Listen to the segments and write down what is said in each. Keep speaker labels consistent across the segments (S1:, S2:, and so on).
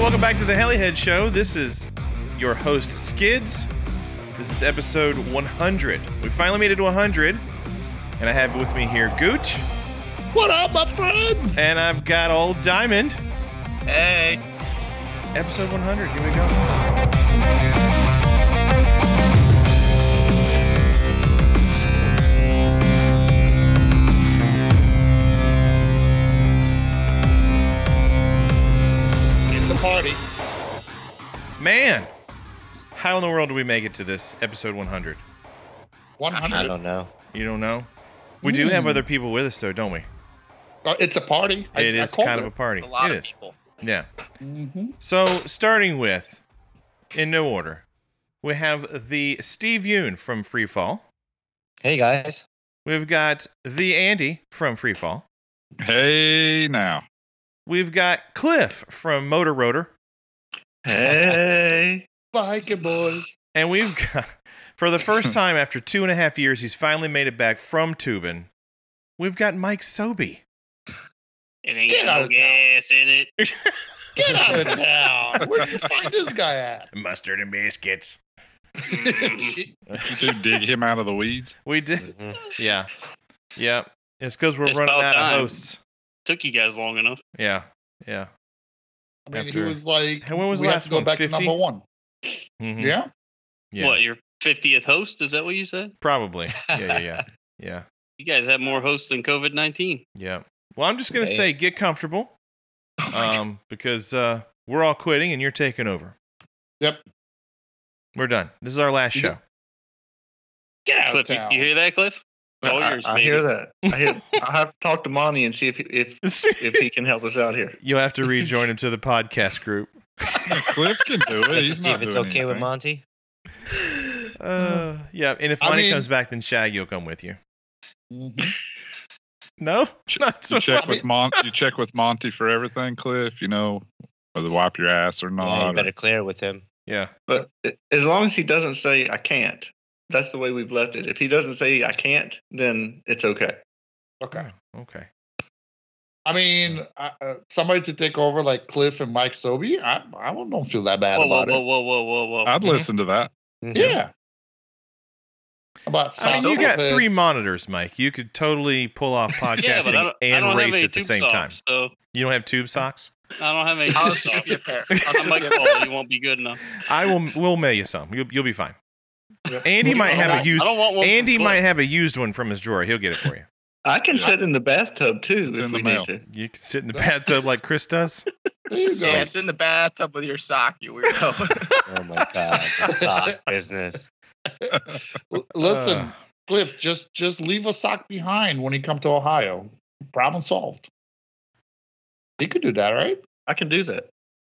S1: welcome back to the Helihead Show. This is your host, Skids. This is episode 100. We finally made it to 100, and I have with me here Gooch,
S2: What up, my friends?
S1: and I've got old Diamond.
S2: Hey.
S1: Episode 100, here we go.
S2: It's a party.
S1: Man, how in the world do we make it to this episode 100?
S2: 100.
S3: I don't know.
S1: You don't know? We do
S2: Hmm.
S1: have other people with us, though, don't we?
S2: Uh, It's a party. I-
S1: It
S2: I
S1: is
S2: called
S1: kind
S2: it.
S1: of a party.
S3: A lot
S1: It
S3: of
S1: is.
S3: people.
S1: Yeah.
S2: Mhm.
S1: So, starting with, in no order, we have the Steve Yoon from Freefall.
S3: Hey guys.
S1: We've got the Andy from Freefall.
S4: Hey now.
S1: We've got Cliff from Motor Rotor.
S3: Hey.
S2: Biker boys.
S1: And we've got, for the first time after two and a half years, he's finally made it back from Tubin. We've got Mike Sobey.
S5: It ain't
S2: Get
S5: got
S2: out
S5: no
S2: of town.
S5: gas in it.
S2: Get out of town. Where'd you find this guy at?
S1: Mustard and biscuits.
S4: You do dig him out of the weeds.
S1: We did.
S3: Mm-hmm.
S1: Yeah. Yeah. It's because we're
S5: It's
S1: running
S5: about
S1: out
S5: time.
S1: of hosts.
S5: Took you guys long enough.
S1: Yeah. Yeah.
S2: I mean, he
S1: After-
S2: was like,
S1: Hey, when was
S2: we
S1: the
S2: have
S1: last
S2: to go
S1: one?
S2: back
S1: 50?
S2: to number one.
S1: Mhm.
S2: Yeah.
S1: Yeah.
S5: What, your 50th host? Is that what you said?
S1: Probably. Yeah. Yeah. Yeah. yeah.
S5: You guys have more hosts than COVID 19.
S1: Yeah. Well, I'm just gonna
S3: Man.
S1: say, get comfortable, um, because uh, we're all quitting and you're taking over.
S2: Yep.
S1: We're done. This is our last
S2: You
S1: show.
S2: Get out of
S5: Cliff, you,
S2: town.
S5: you hear that, Cliff? All
S6: I,
S5: yours,
S6: I
S5: baby.
S6: hear that. I hear. I have to talk to Monty and see if if if he can help us out here.
S1: You'll have to rejoin him to the podcast group.
S4: Cliff can do
S3: Let's
S4: it. He's
S3: see
S4: not
S3: if it's
S4: doing
S3: okay with
S4: anything.
S3: Monty.
S1: Uh, yeah, and if
S2: I
S1: Monty
S2: mean-
S1: comes back, then Shaggy will come with you.
S2: Mhm.
S1: No,
S4: Ch-
S1: not so.
S4: You check with Mon- you check with Monty for everything, Cliff, you know, whether wipe your ass or
S3: yeah, Oh, you
S4: not.
S3: better clear it with him.
S1: Yeah,
S6: But i- as long as he doesn't say I can't, that's the way we've left it. If he doesn't say I can't, then it's okay.
S1: Hmm.
S2: Okay.
S1: okay.
S2: I mean, I, uh, somebody to take over like Cliff and Mike Sobey, I, I don't don't feel that bad
S5: Whoa, whoa,
S2: about
S5: whoa,
S2: it.
S5: whoa, whoa, whoa, whoa.
S4: I'd
S1: Mhm.
S4: listen to that.
S3: Mm-hmm.
S2: Yeah. About
S1: I mean,
S2: sound
S1: you got three
S2: effects.
S1: monitors, Mike. You could totally pull off
S5: yeah, but I
S1: podcasting
S5: don't, I
S1: and
S5: don't have
S1: race
S5: any
S1: at the
S5: tube
S1: same
S5: socks,
S1: time.
S5: So
S1: You don't have tube socks.
S5: I don't have any
S6: I'll
S5: tube
S6: ship
S5: socks.
S6: you
S5: I might fall. You won't be good enough.
S1: I will. We'll mail you some. You'll, you'll be fine. Andy
S2: What do
S1: might
S2: you
S1: have
S2: want?
S1: a used.
S5: I don't want one. from
S1: Andy
S5: Cliff.
S1: might have a used one from his drawer. He'll get it for you.
S6: I can sit in the bathtub too
S4: It's
S6: if
S4: in the
S6: we
S4: mail.
S6: need to.
S1: You can sit in the bathtub like Chris does.
S2: There you go.
S7: It's in the bathtub with your sock, you weirdo.
S3: Oh my god, the sock business.
S2: L- Listen,
S1: Uh,
S2: Cliff, just just leave a sock behind when you come to Ohio. Problem solved. You could do that, right?
S6: I can do that.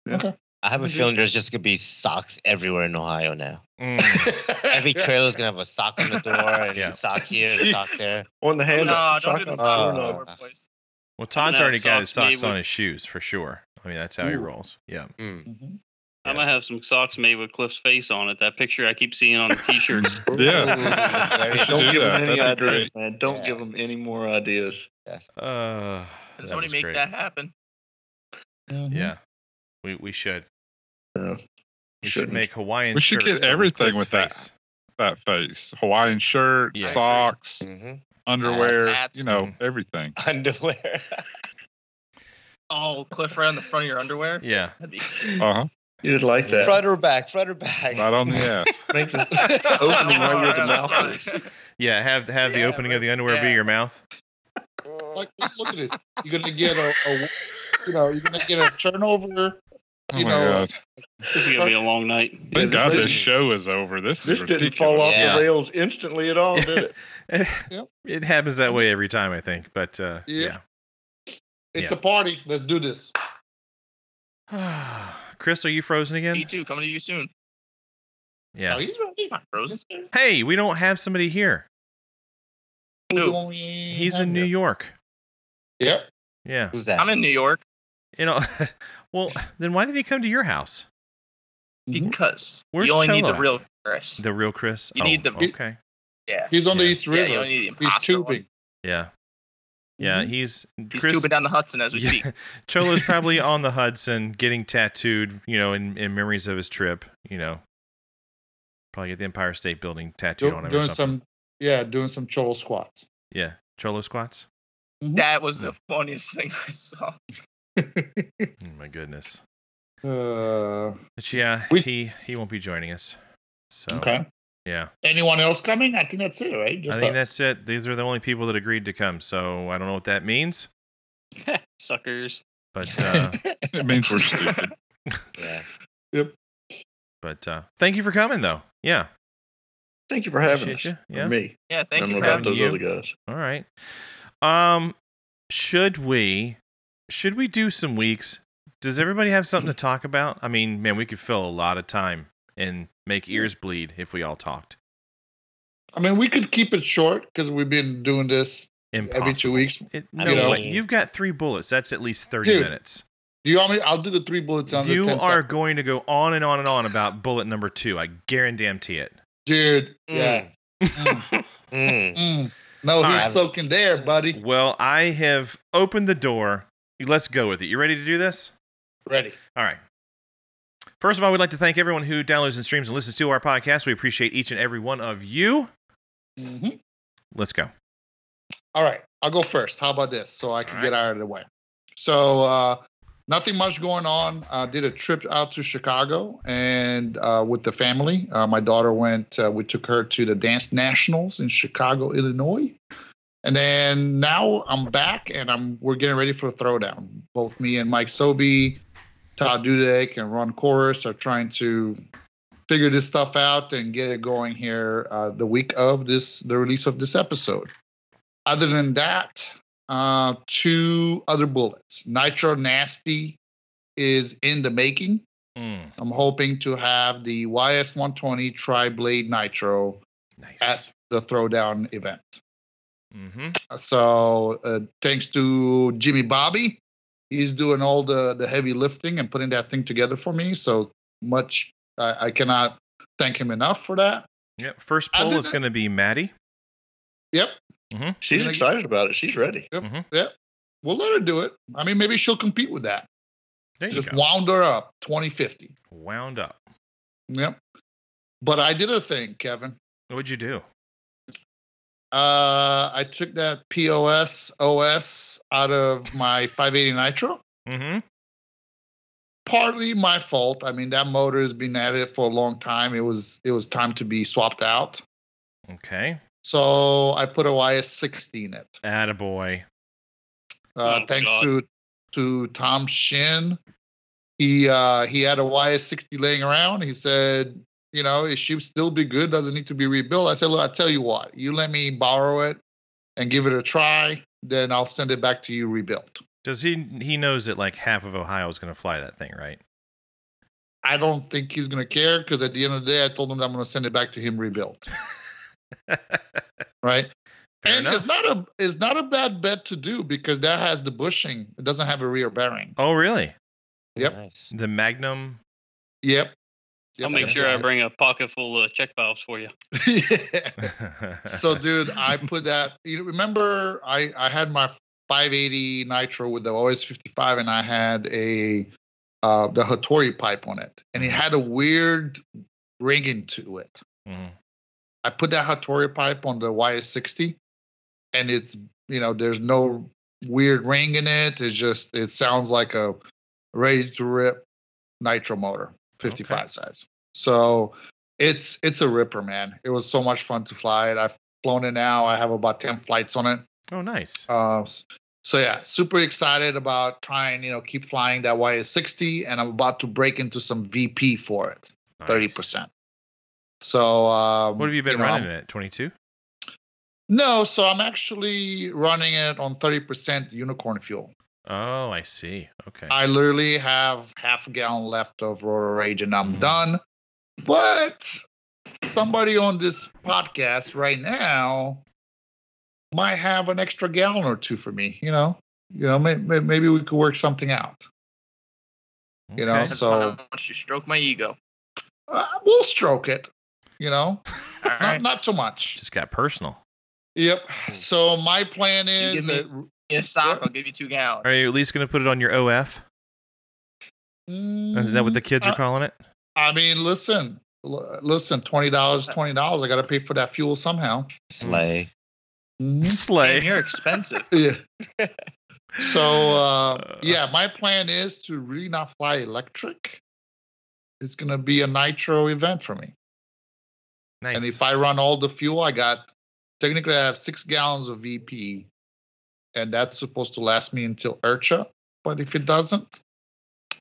S3: I have a
S6: Mhm.
S3: feeling there's just gonna be socks everywhere in Ohio now.
S1: mm.
S3: Every trailer's gonna have a sock on the door and
S1: Yeah.
S3: a sock here and a sock there.
S6: On the handle.
S7: no, don't
S6: sock
S7: do the
S6: on-
S7: sock
S3: uh,
S7: anymore, please.
S1: Well, Todd's
S5: have
S1: already got his
S5: socks made
S1: socks on
S5: with-
S1: his shoes for sure. I mean, that's how he
S2: Ooh.
S1: rolls. Yeah.
S4: Hmm.
S2: Mhm.
S5: I might have some socks made with Cliff's face on it. That picture I keep seeing on the t-shirts.
S4: Yeah.
S3: Very
S4: You should
S6: Don't
S4: do
S6: give
S4: that.
S6: him any
S4: That'd be
S6: ideas,
S4: great.
S6: man. Don't
S3: Yeah.
S6: give him any more ideas.
S1: Uh,
S7: Does
S1: that
S7: somebody
S1: was
S7: make
S1: great.
S7: that happen?
S2: Mhm.
S1: Yeah. We we should.
S6: No,
S1: We should
S6: shouldn't.
S1: make Hawaiian.
S4: We should
S1: shirts
S4: get
S1: but
S4: everything
S1: Cliff's
S4: with that.
S1: face.
S4: That face. Hawaiian shirts,
S1: Yeah.
S4: socks,
S1: Mm-hmm.
S3: Mhm.
S4: underwear,
S7: Hats.
S4: you know,
S1: Mhm.
S4: everything.
S3: Underwear.
S7: Oh, Cliff, right on the front of your underwear.
S1: Yeah.
S7: That'd be
S4: Uh-huh.
S6: You would like that.
S3: Front or back, front or back.
S4: Right on the ass.
S6: Make the opening right where the
S7: on
S6: mouth
S7: front.
S6: is.
S1: Yeah. Have have the
S7: Yeah,
S1: opening of the underwear be
S7: yeah.
S1: your mouth.
S2: Like, look- look at this. You're gonna get a, a you know, you're gonna get a turnover.
S4: Oh
S2: You
S4: my
S2: know,
S4: god.
S5: This is gonna be a long night.
S6: Yeah,
S4: Thank
S6: this
S4: God
S6: didn't-
S4: this show is over. This,
S6: This
S4: is
S6: didn't fall off
S3: Yeah.
S6: the rails instantly at all, did it?
S1: it, happens
S7: Mm-hmm.
S1: that way every time, I think. But uh,
S2: Yeah.
S1: yeah.
S2: It's
S1: Yeah.
S2: a party. Let's do this.
S1: Chris, are you frozen
S7: Me
S1: again?
S7: too. Coming to you soon.
S2: Oh,
S1: Yeah.
S2: he's ready.
S7: Not frozen.
S1: Hey, we don't have somebody here.
S7: Dude,
S1: He's in New York.
S2: Yep.
S1: Yeah.
S3: Who's that?
S7: I'm in New York
S1: You know. well, then why did he come to your house?
S2: Mhm.
S7: because
S1: Where's
S7: you only need
S1: Cello
S7: the
S1: at?
S7: real Chris.
S1: The real Chris. Oh,
S7: You need the-
S1: Okay.
S7: yeah.
S2: He's on the
S1: Yeah.
S2: East
S7: Yeah, you
S2: River.
S7: don't need the
S2: he's Mm-hmm.
S7: imposter one.
S2: tubing.
S1: Yeah. Yeah, he's
S7: He's
S1: Chris-
S7: tubing down the Hudson as we
S1: Yeah.
S7: speak.
S1: Cholo's probably on the Hudson getting tattooed, you know, in, in memories of his trip, you know. Probably get the Empire State Building tattooed
S2: Do-
S1: on him or
S2: doing
S1: something.
S2: some, yeah, doing some cholo squats. Mm-hmm.
S1: Yeah. Cholo squats.
S7: That was the funniest thing I saw.
S1: Oh my goodness.
S2: uh,
S1: But yeah,
S2: We-
S1: he he won't be joining us. So
S2: Okay.
S1: yeah.
S2: Anyone else coming? I think that's it, right?
S1: I
S2: Just
S1: think
S2: us.
S1: that's it. These are the only people that agreed to come, so I don't know what that means.
S5: Suckers.
S1: But uh
S4: It means we're stupid.
S3: Yeah.
S1: but uh thank you for coming though. Yeah.
S6: Thank you for having us.
S1: Appreciate you. Yeah.
S6: For me.
S7: Yeah,
S6: I
S7: thank
S6: don't
S7: you
S6: know
S7: for having
S6: about
S1: having
S6: those
S1: you.
S6: other guys.
S1: All right. Um should we should we do some weeks? Does everybody have something to talk about? I mean, man, we could fill a lot of time and make ears bleed if we all talked.
S2: I mean, we could keep it short because we've been doing this
S1: Impossible.
S2: every two weeks.
S1: It,
S3: I
S1: no,
S2: mean-
S1: way. you've got three bullets. That's at least 30
S2: Dude,
S1: minutes.
S2: Do you want me? I'll do the three bullets on
S1: You
S2: the 10
S1: are going to go on and on and on about bullet number two. I guarantee it.
S2: dude.
S3: Mm.
S2: Yeah.
S3: Mm.
S2: Mm. No
S1: All
S2: heat
S1: right.
S2: soaking there, buddy.
S1: Well, I have opened the door. Let's go with it. You ready to do this?
S2: Ready.
S1: All right. First of all, we'd like to thank everyone who downloads and streams and listens to our podcast. We appreciate each and every one of you.
S2: Mhm.
S1: Let's go.
S2: All right, I'll go first. How about this? So I can
S1: All
S2: get out of the way. So uh, nothing much going on. I did a trip out to Chicago and uh, with the family. Uh, my daughter went. Uh, we took her to the dance nationals in Chicago, Illinois. And then now I'm back and I'm we're getting ready for the throwdown. Both me and Mike Sobey, Todd Dudek, and Ron Chorus are trying to figure this stuff out and get it going here uh, the week of this the release of this episode other than that, uh, two other bullets. Nitro Nasty is in the making.
S1: Mm,
S2: I'm hoping to have the YS120 Tri Blade Nitro
S1: nice.
S2: at the Throwdown event.
S1: mm-hmm.
S2: So, uh, thanks to Jimmy Bobby, he's doing all the, the heavy lifting and putting that thing together for me. So much, I, I cannot thank him enough for that.
S1: Yep. First
S2: Other
S1: poll is
S2: than-
S1: going to be Maddie. Mm-hmm.
S2: Yep.
S6: She's excited about it. She's ready.
S2: We'll let her do it. I mean, maybe she'll compete with that.
S1: There you
S2: Just
S1: go.
S2: wound her up 2050.
S1: Wound up.
S2: Yep. But I did a thing, Kevin.
S1: What'd you do?
S2: Uh, I took that POS OS out of my 580 Nitro.
S1: Mm-hmm.
S2: Partly my fault. I mean, that motor has been at it for a long time. It was it was time to be swapped out.
S1: Okay.
S2: So I put a YS60 in it.
S1: Attaboy.
S2: Uh,
S5: Oh,
S2: thanks
S5: God.
S2: to to Tom Shin. He uh, he had a YS60 laying around. He said, you know, it should still be good. Doesn't need to be rebuilt. I said, look, I tell you what, you let me borrow it and give it a try, then I'll send it back to you rebuilt.
S1: Does he? He knows that like half of Ohio is going to fly that thing, right?
S2: I don't think he's gonna care because at the end of the day, I told him that I'm gonna send it back to him rebuilt, right?
S1: Fair
S2: and
S1: enough.
S2: it's not a it's not a bad bet to do because that has the bushing. It doesn't have a rear bearing.
S1: oh, really?
S2: Yep.
S3: Nice.
S1: The Magnum.
S2: Yep.
S5: I'll
S2: Yes,
S5: make
S2: it
S5: sure I
S2: does.
S5: bring a pocket full of check valves for you.
S2: yeah. so dude i put that you know, remember i i had my 580 nitro with the os 55 and i had a uh the hattori pipe on it and it
S1: Mm-hmm.
S2: had a weird ringing to it
S1: Mhm.
S2: i put that hattori pipe on the ys60 and it's you know there's no weird ring in it it's just it sounds like a ready to rip nitro motor 55 size so it's it's a ripper man it was so much fun to fly it i've flown it now i have about 10 flights on it
S1: Oh, nice.
S2: uh, s- so yeah super excited about trying you know keep flying that ys60 and i'm about to break into some vp for it
S1: Nice.
S2: 30% so um,
S1: What have you been
S2: know, I'm-
S1: running at? Twenty two.
S2: no so i'm actually running it on 30% unicorn fuel
S1: Oh, I see. Okay.
S2: I literally have half a gallon left of Rotor Rage and I'm
S1: Mhm.
S2: done. But somebody on this podcast right now might have an extra gallon or two for me. You know, you know, may, may- maybe we could work something out. You know,
S1: Okay.
S7: That's
S2: so-
S7: how much you stroke my ego.
S2: Uh, we'll stroke it. You know,
S7: All
S2: not
S7: right.
S2: not too much.
S1: just got personal.
S2: Yep. So my plan
S7: You
S2: is
S7: give me-
S2: that
S7: me a sock, I'll give you two gallons.
S1: Are you at least going to put it on your OF? Is that what the kids
S6: Mm,
S1: are calling it?
S2: I mean, listen, l- listen, twenty dollars, twenty dollars. I got to pay for that fuel somehow.
S3: Slay.
S2: Mhm.
S1: Slay.
S7: Damn, you're expensive.
S2: Yeah. So uh, yeah, my plan is to really not fly electric. It's gonna be a nitro event for me.
S1: nice.
S2: And if I run all the fuel, I got technically I have six gallons of VP, and that's supposed to last me until Urcha. But if it doesn't,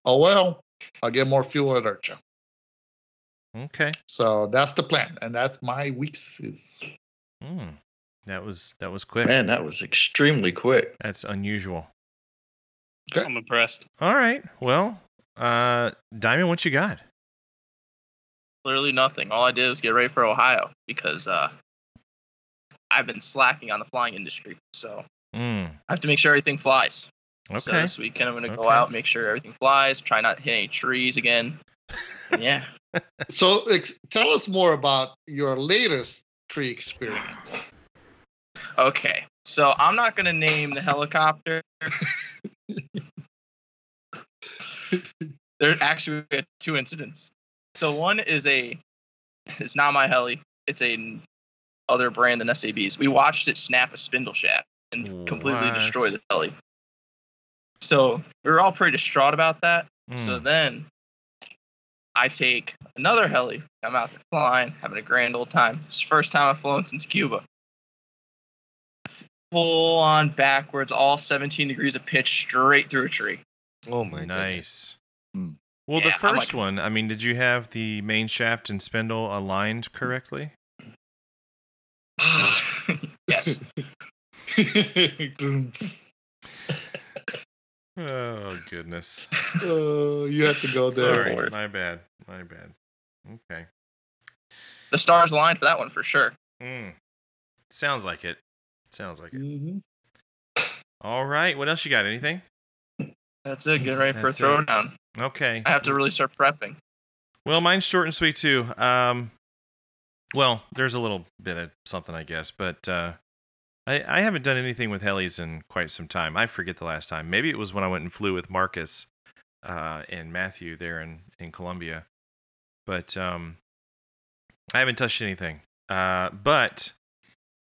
S2: oh well, I'll get more fuel at Urcha.
S1: okay.
S2: So that's the plan, and that's my weeks is.
S1: Mm. That was that was quick.
S6: Man, that was extremely quick.
S1: That's unusual.
S5: I'm impressed.
S1: All right. Well, uh, Diamond, what you got?
S7: Literally nothing. All I did was get ready for Ohio because uh, I've been slacking on the flying industry. So
S1: Mm.
S7: I have to make sure everything flies. So
S1: Okay.
S7: this weekend I'm gonna go
S1: Okay.
S7: out, make sure everything flies, try not to hit any trees again. And yeah.
S2: So ex- tell us more about your latest tree experience.
S7: Okay. So I'm not gonna name the helicopter. there actually we had two incidents. So one is a it's not my heli. It's a other brand than SAB's. We watched it snap a spindle shaft and completely
S1: What?
S7: destroy the heli. So we were all pretty distraught about that. So
S6: Hmm.
S1: Mm.
S7: then I take another heli. I'm out there flying, having a grand old time. It's the first time I've flown since Cuba. Full on backwards, all 17 degrees of pitch straight through a tree.
S3: Oh my
S1: nice.
S4: Mm.
S1: Well, the
S7: Yeah, I like
S1: first one. I mean, did you have the main shaft and spindle aligned correctly?
S7: yes.
S2: uh,
S1: Oh goodness.
S2: Uh, Oh, you have to go there.
S1: Sorry,
S6: Lord.
S1: my bad. My bad. Okay.
S7: The stars aligned for that one for sure.
S1: Mm. Sounds like it. Sounds like it.
S2: Mhm.
S1: All right. What else you got? Anything?
S7: That's it. Get ready for a
S1: That's it.
S7: throwdown.
S1: Okay.
S7: I have to really start prepping.
S1: Well, mine's short and sweet too. Um, well, there's a little bit of something, I guess, but uh, I I haven't done anything with helis in quite some time. I forget the last time. Maybe it was when I went and flew with Marcus uh, and Matthew there in in Colombia, but um, I haven't touched anything. Uh, but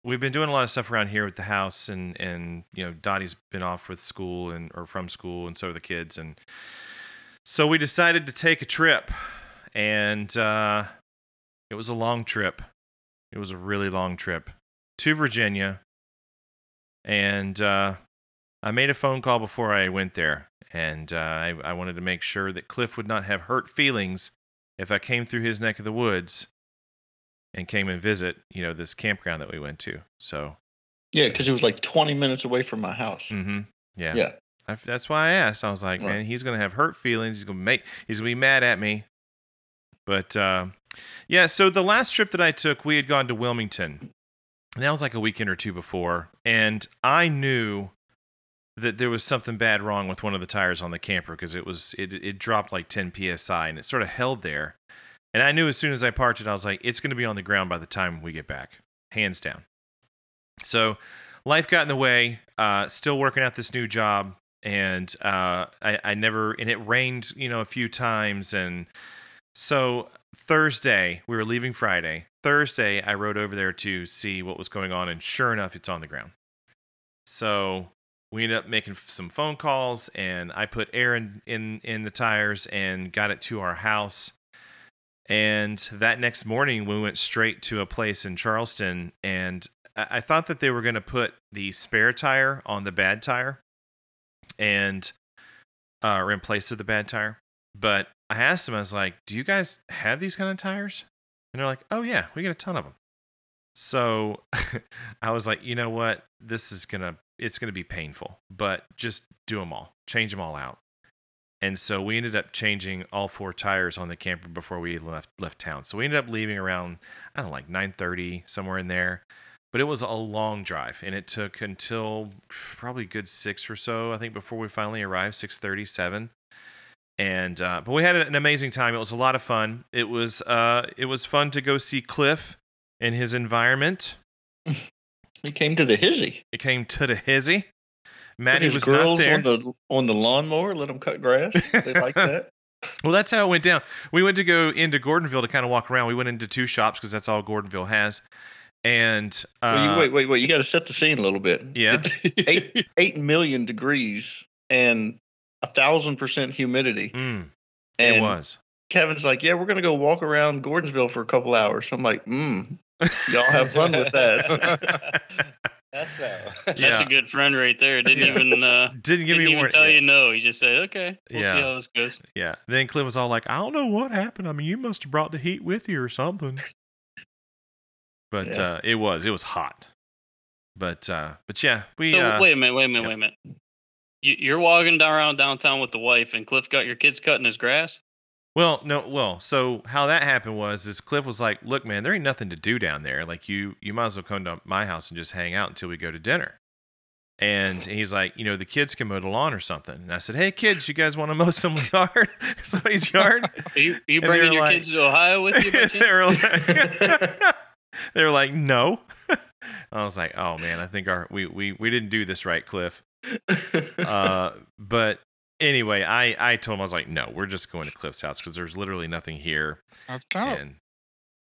S1: we've been doing a lot of stuff around here with the house, and and you know Dottie's been off with school and or from school, and so are the kids, and so we decided to take a trip and uh, it was a long trip. It was a really long trip to Virginia, and uh, I made a phone call before I went there, and uh, I, I wanted to make sure that Cliff would not have hurt feelings if I came through his neck of the woods and came and visit, you know, this campground that we went to. So,
S6: Yeah, because it was like 20 minutes away from my house.
S1: mm-hmm, yeah,
S6: Yeah.
S1: I, that's why I asked. I was like,
S6: Right.
S1: man, he's gonna have hurt feelings. He's gonna make. He's gonna be mad at me. But uh, yeah, so the last trip that I took, we had gone to Wilmington, and that was like a weekend or two before, and I knew that there was something bad wrong with one of the tires on the camper because it was it it dropped like 10 psi and it sort of held there, and I knew as soon as I parked it, I was like, it's gonna be on the ground by the time we get back, hands down. So. Life got in the way. Uh, still working out this new job and uh, I, I never and it rained you know a few times and so thursday we were leaving friday thursday i rode over there to see what was going on and sure enough it's on the ground so we ended up making f- some phone calls and i put air in, in in the tires and got it to our house and that next morning we went straight to a place in charleston and i, I thought that they were going to put the spare tire on the bad tire and uh, or in place of the bad tire. But I asked them, I was like, "Do you guys have these kind of tires?" And they're like, "Oh yeah, we get a ton of them." So I was like, "You know what? This is gonna it's gonna be painful, but just do them all, change them all out." And so we ended up changing all four tires on the camper before we left left town. So we ended up leaving around I don't know, like nine thirty somewhere in there but it was a long drive and it took until probably good six or so i think before we finally arrived 637 and uh, but we had an amazing time it was a lot of fun it was uh it was fun to go see cliff and his environment
S6: He came to the hizzy.
S1: it came to the hizzy
S6: Put
S1: Maddie
S6: his
S1: was not
S6: girls
S1: there.
S6: on the on the lawnmower. Let them cut grass. They like that.
S1: Well, that's how it went down. We went to go into Gordonville to kind of walk around. We went into two shops because that's all Gordonville has. And uh,
S6: well, you, wait, wait, wait. You got to set the scene a little bit.
S1: Yeah.
S6: It's eight eight million degrees and a thousand percent humidity.
S1: mm,
S6: And
S1: it was.
S6: Kevin's like, "Yeah, we're gonna go walk around Gordonsville for a couple hours." I'm like, "Mm, y'all have fun with that."
S3: That's so.
S1: Yeah.
S5: That's a good friend right there. Didn't
S1: Yeah.
S5: even uh,
S1: Didn't give
S5: didn't
S1: me a
S5: even
S1: warning.
S5: tell
S1: yeah.
S5: you no. He just said, "Okay, we'll
S1: Yeah.
S5: see how this goes."
S1: yeah. Then Cliff was all like, "I don't know what happened. I mean, you must have brought the heat with you or something." But
S6: Yeah.
S1: uh, it was. It was hot. But uh, but yeah, we.
S5: So
S1: uh,
S5: wait a minute, wait a minute,
S1: yeah.
S5: wait a minute. You, you're walking down around downtown with the wife, and Cliff got your kids cutting his grass.
S1: Well, no, well, so how that happened was is Cliff was like, "Look, man, there ain't nothing to do down there. Like you, you might as well come to my house and just hang out until we go to dinner." And he's like, "You know, the kids can mow the lawn or something." And I said, "Hey, kids, you guys want to mow some yard, somebody's yard?"
S5: Are you, are you
S1: And
S5: bringing
S1: they're
S5: your
S1: like-
S5: kids to Ohio with you? By
S1: they
S5: chance?
S1: were like, they were like, "No." I was like, "Oh man, I think our we we we didn't do this right, Cliff." uh, but anyway, I I told him I was like, "No, we're just going to Cliff's house because there's literally nothing here."
S4: I was kind of
S1: And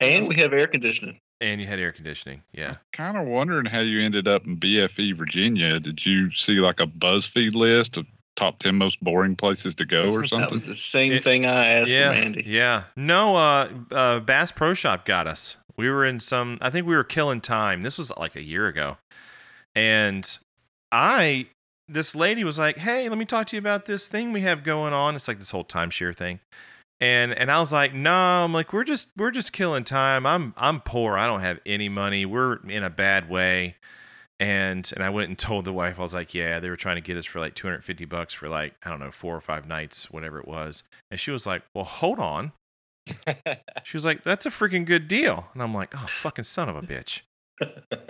S6: and we have air conditioning.
S1: And you had air conditioning. Yeah.
S4: kind of wondering how you ended up in BFE, Virginia. Did you see like a BuzzFeed list of top ten most boring places to go or
S6: That
S4: something?
S6: was the same
S1: It-
S6: thing I asked
S1: yeah.
S6: Randy.
S1: Yeah. No, uh, uh, Bass Pro Shop got us. We were in some, I think we were killing time. This was like a year ago. And I, this lady was like, hey, let me talk to you about this thing we have going on. It's like this whole timeshare thing. And, and I was like, no, I'm like, we're just, we're just killing time. I'm, I'm poor. I don't have any money. We're in a bad way. And, and I went and told the wife, I was like, yeah, they were trying to get us for like 250 bucks for like, I don't know, four or five nights, whatever it was. And she was like, Well, hold on. She was like, That's a freaking good deal. And I'm like, Oh, fucking son of a bitch.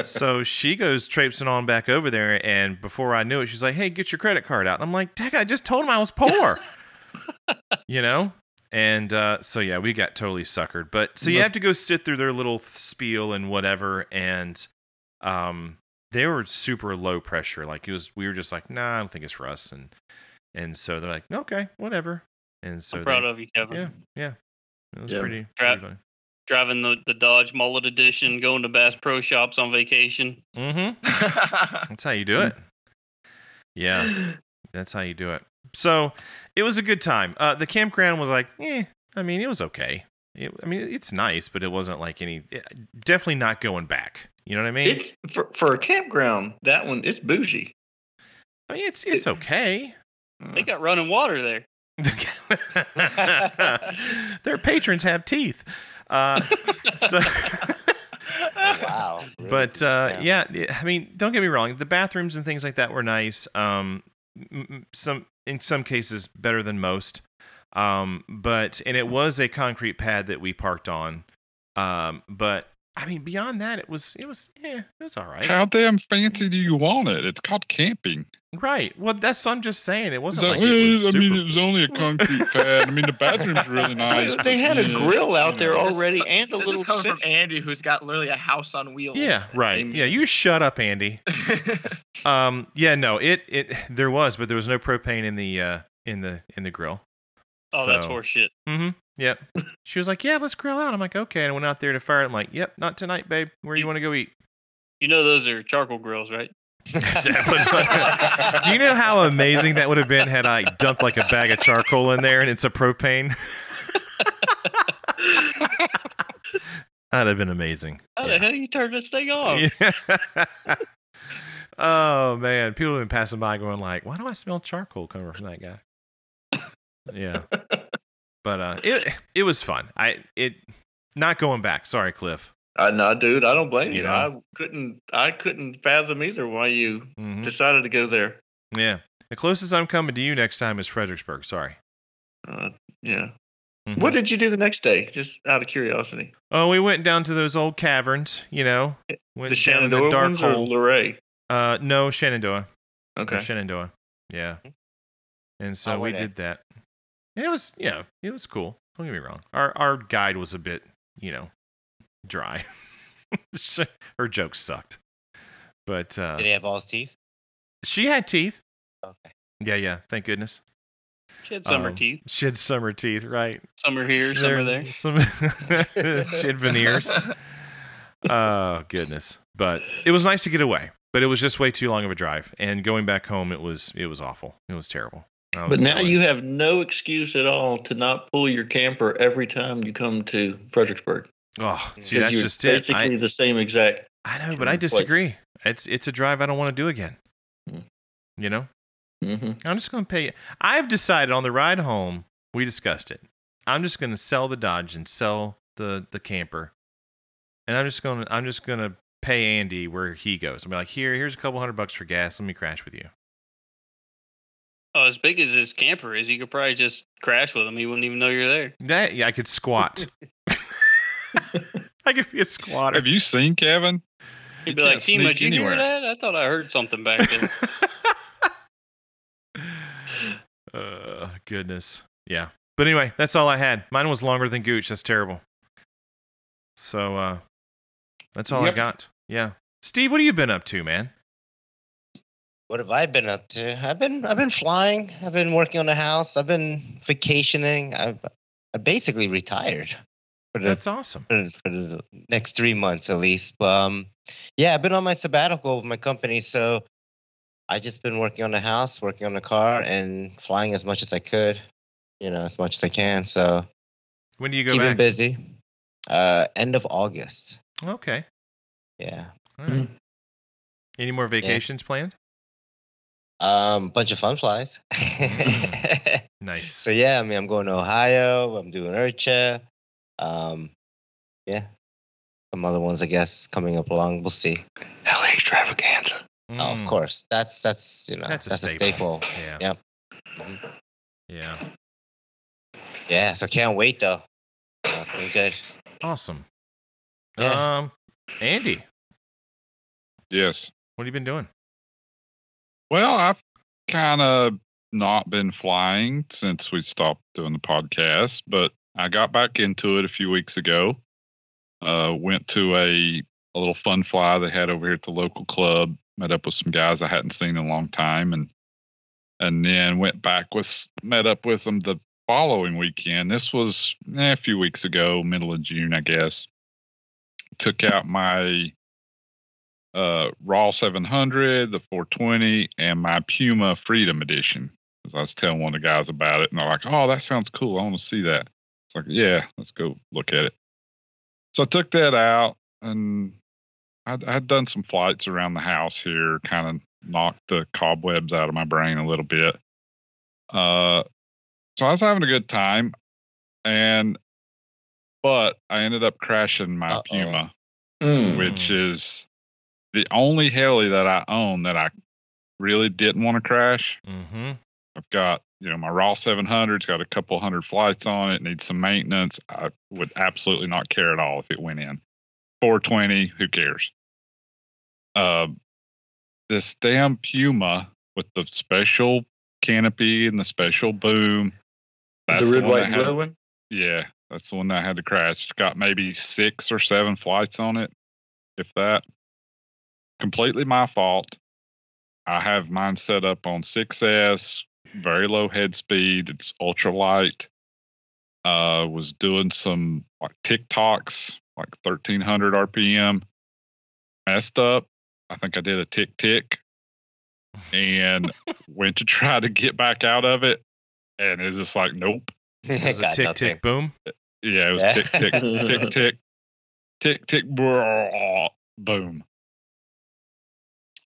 S1: so she goes traipsing on back over there. And before I knew it, she's like, Hey, get your credit card out. And I'm like, Dang, I just told him I was poor. you know? And uh, so, yeah, we got totally suckered. But so you
S4: Must-
S1: have to go sit through their little spiel and whatever. And um, they were super low pressure. Like it was, we were just like, Nah, I don't think it's for us. And and so they're like, Okay, whatever. And so
S5: I'm
S1: they-
S5: proud of you, Kevin.
S1: yeah, yeah. It was
S6: Yeah.
S1: pretty,
S5: Trap.
S1: pretty funny.
S5: Driving the, the Dodge Mullet Edition, going to Bass Pro Shops on vacation.
S1: Mm-hmm. That's how you do it. Yeah, that's how you do it. So it was a good time. Uh, the campground was like, eh. I mean, it was okay. It, I mean, it's nice, but it wasn't like any. definitely not going back. You know what I mean?
S6: It's for, for a campground. That one, it's bougie.
S1: I mean, it's it's
S6: it-
S1: okay.
S5: They got running water there.
S1: Their patrons have teeth. Uh, so.
S3: wow. really?
S1: but uh,
S3: Yeah.
S1: yeah. yeah, I mean, don't get me wrong. The bathrooms and things like that were nice. Um, m- m- some in some cases better than most. Um, but and it was a concrete pad that we parked on. Um, but I mean, beyond that, it was it was yeah, it was all right.
S4: How damn fancy do you want it? It's called camping.
S1: right. Well, that's what I'm just saying. It
S4: It's
S1: wasn't
S4: like,
S1: like it was
S4: "Eh, I
S1: super.
S4: mean, it was only a concrete pad. I mean, the bathroom's really nice.
S6: They- they
S4: but,
S6: had a
S4: yeah,
S6: grill out
S4: you
S6: there
S4: know.
S7: This is
S6: already
S7: co-
S6: and a
S7: this
S6: little
S7: is coming
S6: sink.
S7: from Andy, who's got literally a house on wheels.
S1: yeah, right.
S6: Amen.
S1: Yeah, you shut up, Andy. Um, yeah, no, it it there was, but there was no propane in the uh in the in the grill.
S5: Oh, that's
S1: So-
S5: horseshit.
S1: Mm-hmm. Yep. She was like, "Yeah, let's grill out." I'm like, "Okay." And I went out there to fire. it. I'm like, "Yep, not tonight, babe. Where you want to go eat?"
S5: You know those are charcoal grills, right?
S1: That was- Do you know how amazing that would have been had I dumped like a bag of charcoal in there and it's a propane? That'd have been amazing.
S5: How
S1: Yeah.
S5: the hell you turn this thing
S8: Oh.
S5: off?
S1: Yeah. oh man, people have been passing by going like, "Why do I smell charcoal coming from that guy?" yeah, but uh, it it was fun. I it not going back. Sorry, Cliff.
S6: I no, dude, I don't blame
S1: You
S6: you.
S1: know?
S6: I couldn't I couldn't fathom either why you
S1: Mhm.
S6: decided to go there.
S1: Yeah, the closest I'm coming to you next time is Fredericksburg. Sorry.
S6: Uh, yeah.
S1: Mhm.
S6: What did you do the next day? Just out of curiosity.
S1: Oh, we went down to those old caverns. You know, went
S6: Eh, the
S1: down in
S6: Shenandoah ones or Luray?
S1: Uh, no, Shenandoah. Or
S6: Okay. Hmm.
S1: Shenandoah. Yeah. And so
S3: I
S1: we
S3: went in.
S1: did that. And it was yeah, it was cool. Don't get me wrong. Our our guide was a bit, you know, dry. Sh- Her jokes sucked. But uh
S3: Did he have all his teeth?
S1: she had teeth.
S3: Okay.
S1: Yeah, yeah. Thank goodness.
S5: She had summer
S1: Um,
S5: teeth,
S1: She had summer teeth, right?
S5: summer here, summer there.
S1: Some she had veneers. oh goodness! But it was nice to get away. But it was just way too long of a drive, and going back home, it was it was awful. It was terrible. I
S6: But
S1: was
S6: now
S1: telling-
S6: you have no excuse at all to not pull your camper every time you come to Fredericksburg.
S1: oh, see,
S6: 'Cause
S1: that's
S6: you're
S1: just it. I-
S6: basically the same exact.
S1: I know, but I
S6: Different place.
S1: disagree. It's it's a drive I don't want to do again.
S6: Mm.
S1: You know,
S6: hmm
S1: I'm just going to pay. I've decided on the ride home. We discussed it. I'm just going to sell the Dodge and sell the the camper, and I'm just going to I'm just going to pay Andy where he goes. I'm like, here, here's a couple hundred bucks for gas. Let me crash with you.
S5: Oh, as big as his camper is, you could probably just crash with him. He wouldn't even know you're there.
S1: That yeah, I could squat. I could be a squatter.
S4: Have you seen Kevin?
S5: He'd
S4: You
S5: be like,
S4: can't
S5: "Team,
S4: sneak
S5: did you
S4: anywhere."
S5: hear that? I thought I heard something back there."
S1: uh, goodness. Yeah. But anyway, that's all I had. Mine was longer than Gooch. That's terrible. So uh that's all I
S2: Yep.
S1: got. Yeah. Steve, what have you been up to, man?
S3: What have I been up to? I've been I've been flying. I've been working on the house. I've been vacationing. I've I basically retired for the,
S1: That's awesome.
S3: for, for the next three months at least. But um, yeah, I've been on my sabbatical with my company, so I just been working on the house, working on the car, and flying as much as I could. You know, as much as I can. So
S1: When do you go
S3: keeping
S1: back?
S3: busy. Uh, end of August.
S1: Okay.
S3: Mm-hmm. Yeah.
S1: All right. Any more vacations planned?
S3: Um, bunch of fun flies.
S1: Nice.
S3: So yeah, I mean, I'm going to Ohio. I'm doing Urcha. Um, yeah, some other ones I guess coming up along. We'll see.
S6: LA extravaganza.
S3: Oh, of
S1: Mm,
S3: course, that's that's you know
S1: That's
S3: that's
S1: a
S3: a
S1: staple.
S3: staple.
S1: Yeah.
S3: Yep.
S1: Yeah.
S3: Yeah, so can't wait though. Uh, it's been good.
S1: Awesome.
S3: Yeah.
S1: Um Andy,
S4: Yes.
S1: what have you been doing?
S4: Well, I've kind of not been flying since we stopped doing the podcast, but I got back into it a few weeks ago. Uh, went to a, a little fun fly they had over here at the local club. Met up with some guys I hadn't seen in a long time, and and then went back with met up with them the following weekend. This was eh, a few weeks ago, middle of June, I guess. Took out my uh, Raw 700, the 420, and my Puma Freedom Edition. 'Cause I was telling one of the guys about it, and they're like, "Oh, that sounds cool. I want to see that." It's like, "Yeah, let's go look at it." So I took that out, and I'd, I'd done some flights around the house here, kind of knocked the cobwebs out of my brain a little bit. Uh, so I was having a good time, and but I ended up crashing my
S3: Uh-oh.
S4: Puma which
S6: Hmm.
S4: is the only heli that I own that I really didn't want to crash.
S1: Mm-hmm.
S4: I've got, you know, my Raw 700's got a couple hundred flights on it, needs some maintenance. I would absolutely not care at all if it went in. 420, who cares? Uh, this damn Puma with the special canopy and the special boom.
S6: The red,
S4: one
S6: white,
S4: that
S6: and
S4: had-
S6: blue one.
S4: yeah, that's the one that I had to crash. It's got maybe six or seven flights on it, if that. Completely my fault. I have mine set up on 6S, very low head speed. It's ultralight. Uh, was doing some like TikToks, like 1300 RPM. Messed up. I think I did a tick tick and went to try to get back out of it. And it's just like, nope.
S1: It was a
S3: Got
S1: tick
S3: nothing.
S1: tick boom.
S4: Yeah, it was
S3: Yeah.
S4: tick tick tick tick tick tick brrrr, boom.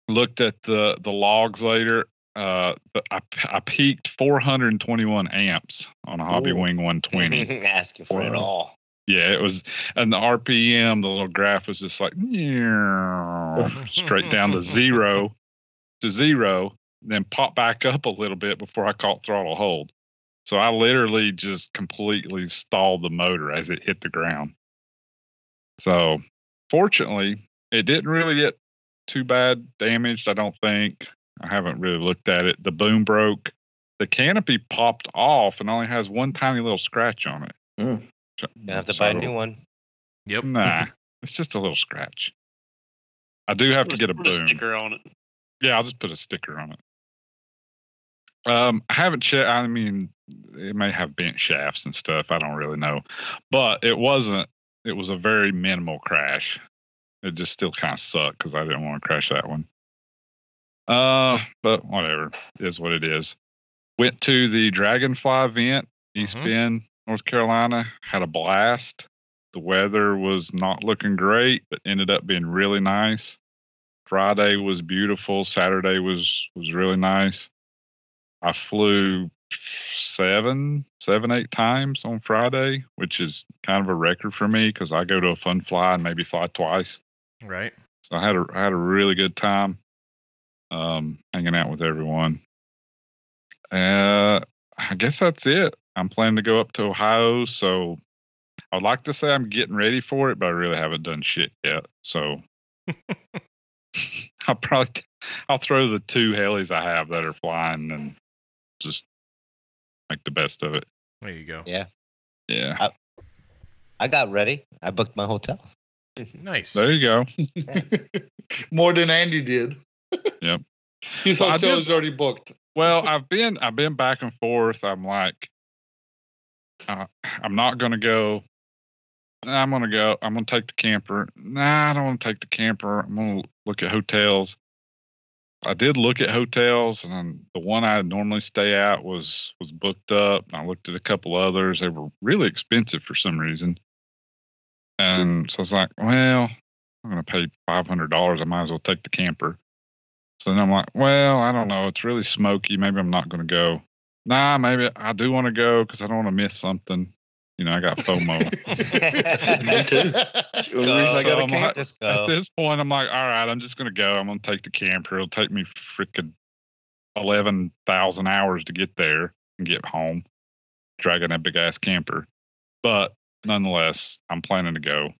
S4: Looked at the the logs later. Uh, the, I I peaked 421 amps on a Hobby
S3: Ooh.
S4: Wing 120.
S3: Asking for it
S6: Wow.
S3: all.
S4: yeah, it was, and the RPM, the little graph was just like straight down to zero, to zero, then pop back up a little bit before I caught throttle hold. So I literally just completely stalled the motor as it hit the ground. So fortunately, it didn't really get too bad damaged, I don't think. I haven't really looked at it. The boom broke. The canopy popped off and only has one tiny little scratch on it.
S6: Mm.
S4: So-
S3: Gonna have to buy a
S4: so-
S3: new one.
S1: Yep.
S4: Nah, it's just a little scratch. I do have to
S5: Put
S4: get a
S5: put
S4: boom.
S5: sticker on it.
S4: Yeah, I'll just put a sticker on it. Um, I haven't checked. I mean, it may have bent shafts and stuff. I don't really know, but it wasn't. It was a very minimal crash. It just still kind of sucked because I didn't want to crash that one. Uh, but whatever is what it is. Went to the Dragonfly event, East
S1: Mhm.
S4: Bend, North Carolina. Had a blast. The weather was not looking great, but ended up being really nice. Friday was beautiful. Saturday was was really nice. I flew seven, seven, eight times on Friday, which is kind of a record for me because I go to a fun fly and maybe fly twice.
S1: Right.
S4: So I had a I had a really good time um, hanging out with everyone. Uh, I guess that's it. I'm planning to go up to Ohio, so I'd like to say I'm getting ready for it, but I really haven't done shit yet. So I'll probably t- I'll throw the two helis I have that are flying and just make the best of it.
S1: There you go.
S3: Yeah.
S4: Yeah,
S3: I got ready. I booked my hotel.
S1: Nice.
S4: there you go.
S2: More than Andy did.
S4: Yep.
S2: His
S4: Well, I
S2: hotel
S4: did-
S2: is already booked.
S4: Well, I've been I've been back and forth. I'm like, uh, I'm not gonna go. Nah, I'm gonna go. I'm gonna take the camper. Nah, I don't want to take the camper. I'm gonna look at hotels. I did look at hotels, and then the one I normally stay at was was booked up. I looked at a couple others. They were really expensive for some reason, and so I was like, well, I'm gonna pay five hundred dollars. I might as well take the camper. So then I'm like, well, I don't know. It's really smoky. Maybe I'm not going to go. Nah, maybe I do want to go because I don't want to miss something. You know, I got FOMO.
S3: Just
S6: too.
S3: go.
S6: Only reason I got a
S4: So am I-
S6: camper.
S3: Just go.
S4: At this point, I'm like, all right, I'm just going to go. I'm going to take the camper. It'll take me freaking 11,000 hours to get there and get home, dragging that big ass camper. But nonetheless, I'm planning to go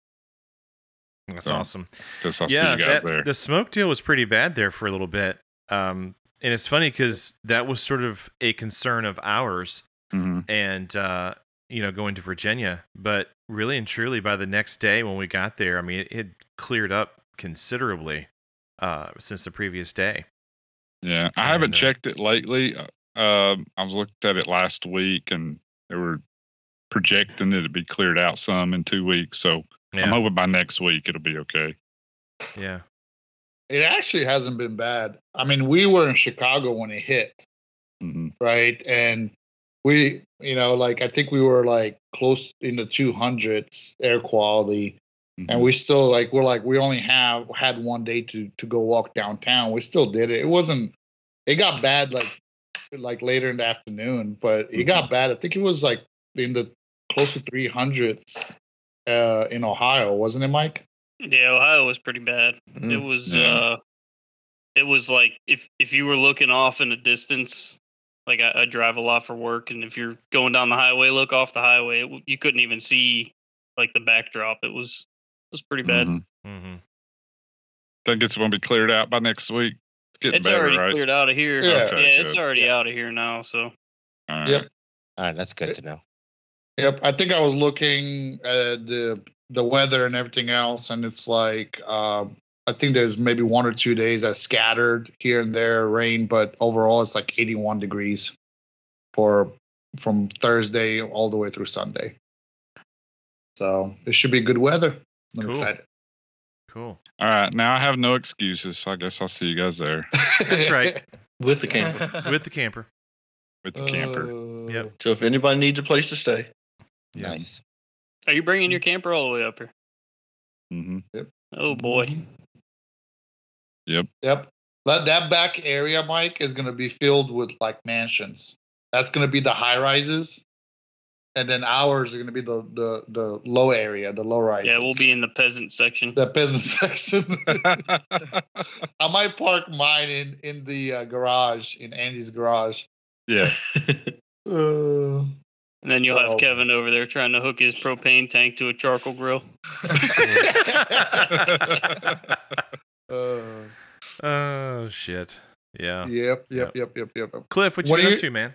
S1: That's
S4: So,
S1: awesome.
S4: because I'll
S1: yeah,
S4: see you guys
S1: that-
S4: there.
S1: the smoke deal was pretty bad there for a little bit. Um, and it's funny because that was sort of a concern of ours,
S4: Mhm.
S1: and uh, you know, going to Virginia. But really and truly, by the next day when we got there, I mean, it had cleared up considerably uh, since the previous day.
S4: Yeah, I haven't
S1: And, uh,
S4: checked it lately. Uh, Um, I was looked at it last week, and they were projecting it'd be cleared out some in two weeks. So I'm
S1: Yeah,
S4: hoping by next week it'll be okay.
S1: yeah,
S2: It actually hasn't been bad. I mean, we were in Chicago when it hit,
S4: Mhm.
S2: right? And we, you know, like I think we were like close in the 200s air quality. and we still like we're like we only have had one day to to go walk downtown we still did it it wasn't it got bad like like later in the afternoon but it got bad i think it was like in the close to 300s uh in ohio wasn't it mike
S5: Yeah, Ohio was pretty bad. It
S6: Mm,
S5: was
S4: yeah.
S5: uh it was like if if you were looking off in the distance, like I, I drive a lot for work and if you're going down the highway, look off the highway, it, w- you couldn't even see like the backdrop. It was it was pretty bad.
S4: Mhm.
S1: hmm
S4: think it's going to be cleared out by next week. It's getting
S5: It's
S4: better,
S5: already
S4: right?
S5: cleared out of here.
S2: Yeah.
S5: Yeah,
S4: Okay,
S5: it's
S4: good.
S5: already
S2: Yeah.
S5: out of here now, so
S4: All right.
S2: Yep.
S3: All right, that's good to know.
S2: Yep, I think I was looking at the the weather and everything else, and it's like uh, I think there's maybe one or two days that scattered here and there rain, but overall it's like 81 degrees for from Thursday all the way through Sunday. So it should be good weather. I'm
S1: Cool.
S2: excited.
S1: Cool.
S4: All right. Now I have no excuses. So I guess I'll see you guys there
S1: That's right.
S6: with the camper.
S1: With the camper.
S4: with the camper.
S2: Uh,
S1: Yep.
S6: So if anybody needs a place to stay,
S1: Yeah.
S3: Nice.
S5: are you bringing your camper all the way up here?
S4: hmm
S5: Oh boy.
S2: Mm-hmm. Yep. That that back area, Mike, is gonna be filled with like mansions. That's gonna be the high rises. And then ours are gonna be the the the low area, the low rises.
S5: Yeah, we'll be in the peasant section.
S2: the peasant section. I might park mine in in the uh, garage, in Andy's garage.
S4: yeah.
S2: Uh,
S5: And then you'll have
S2: Oh.
S5: Kevin over there trying to hook his propane tank to a charcoal grill.
S2: uh,
S1: oh shit. Yeah.
S2: yep, yep, yep, yep, yep.
S1: Cliff, what you
S2: What
S1: been
S2: do
S1: up
S2: you-
S1: to, man?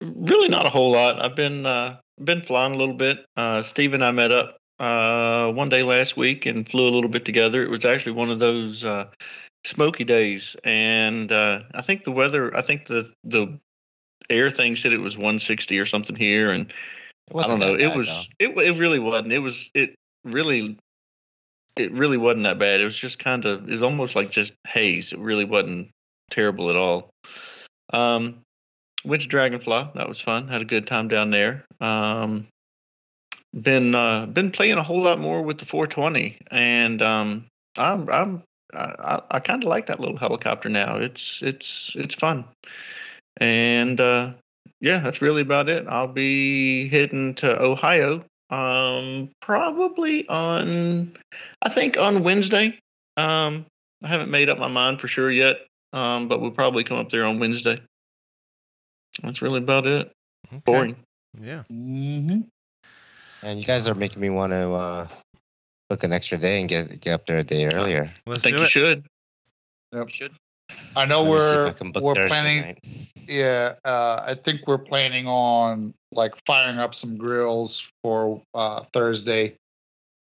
S6: really not a whole lot. I've been uh, been flying a little bit. Uh, Steve and I met up uh, one day last week and flew a little bit together. It was actually one of those uh, smoky days, and uh, I think the weather. I think the the air thing said it was 160 or something here, and
S3: It
S6: I don't
S3: wasn't
S6: know.
S3: that
S6: It
S3: bad,
S6: was it. wa- It really wasn't. It was it really. It really wasn't that bad. It was just kind of. It was almost like just haze. It really wasn't terrible at all. Um, went to Dragonfly. That was fun. Had a good time down there. Um, been uh, been playing a whole lot more with the 420, and um, I'm I'm I, I kind of like that little helicopter now. It's it's it's fun, and uh, yeah, that's really about it. I'll be heading to Ohio um probably on I think on Wednesday. Um I haven't made up my mind for sure yet. Um but we'll probably come up there on Wednesday. That's really about it.
S1: Okay.
S6: Boring.
S1: Yeah.
S2: hmm
S3: though. And you guys are making me want to uh, book an extra day and get get up there a day earlier.
S6: I
S1: Let's
S6: think
S1: do
S6: you
S1: it.
S6: should.
S7: Should
S2: I know
S3: Let me see if I
S2: we're
S3: can book
S2: we're
S3: Thursday
S2: planning.
S3: night.
S2: Yeah, uh, I think we're planning on like firing up some grills for uh, Thursday,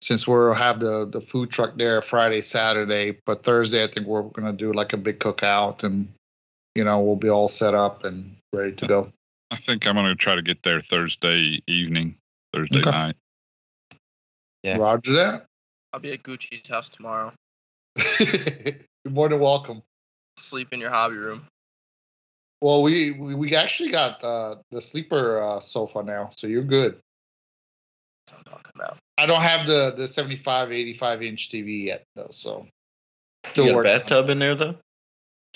S2: since we'll have the the food truck there Friday, Saturday. But Thursday, I think we're gonna do like a big cookout, and you know we'll be all set up and ready to go.
S4: I think I'm going to try to get there Thursday evening, Thursday
S2: Okay.
S4: night.
S3: Yeah.
S2: Roger that.
S7: I'll be at Gucci's house tomorrow.
S2: You're more than welcome.
S7: Sleep in your hobby room.
S2: Well, we we, we actually got uh, the sleeper uh, sofa now, so you're good.
S7: That's what I'm talking about.
S2: I don't have the the 75, 85 inch TV yet though, so
S6: You
S2: Still
S6: got a
S2: working on
S6: bathtub in there though?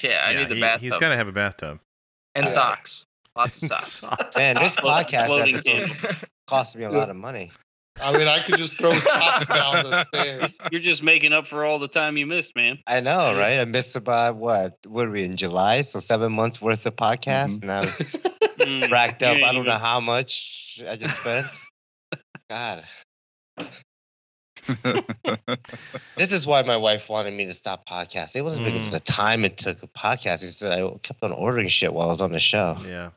S7: Yeah, I
S1: Yeah,
S7: need the
S1: he-
S7: bathtub
S1: He's got to have a bathtub.
S7: and
S6: Yeah.
S7: socks. Lots of socks.
S1: Socks.
S3: Man, this podcast
S5: Floating
S3: episode
S5: candle.
S3: cost me a lot of money.
S2: it. I mean, I could just throw socks down the stairs.
S5: You're just making up for all the time you missed, man.
S3: I know, right? I missed about what? What are we in July? So seven months worth of podcast,
S1: Mm-hmm.
S3: and
S5: Mm,
S3: I've racked
S5: you
S3: up.
S5: ain't
S3: I don't know
S5: even-
S3: how much I just spent. God, this is why my wife wanted me to stop podcasting. It wasn't because of
S1: Mm.
S3: the time it took of podcasting. It's that I kept on ordering shit while I was on the show.
S1: Yeah,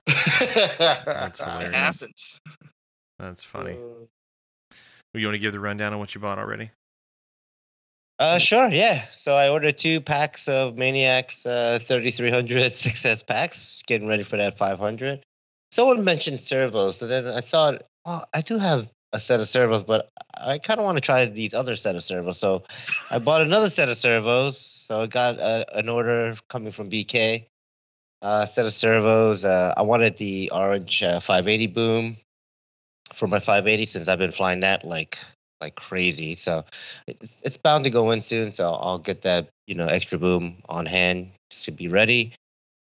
S2: That's
S7: It
S1: hilarious.
S7: happens.
S1: that's funny. You want to give the rundown on what you bought already?
S3: Uh, sure, yeah. So I ordered two packs of Maniacs uh, 3300 success packs, getting ready for that 500. Someone mentioned servos, so then I thought, oh, I do have a set of servos, but I kind of want to try these other set of servos. So I bought another set of servos. So I got uh an order coming from BK. Uh, set of servos. Uh, I wanted the orange uh, 580 boom for my 580 since I've been flying that like like crazy. So it's it's bound to go in soon, so I'll get that you know extra boom on hand to be ready.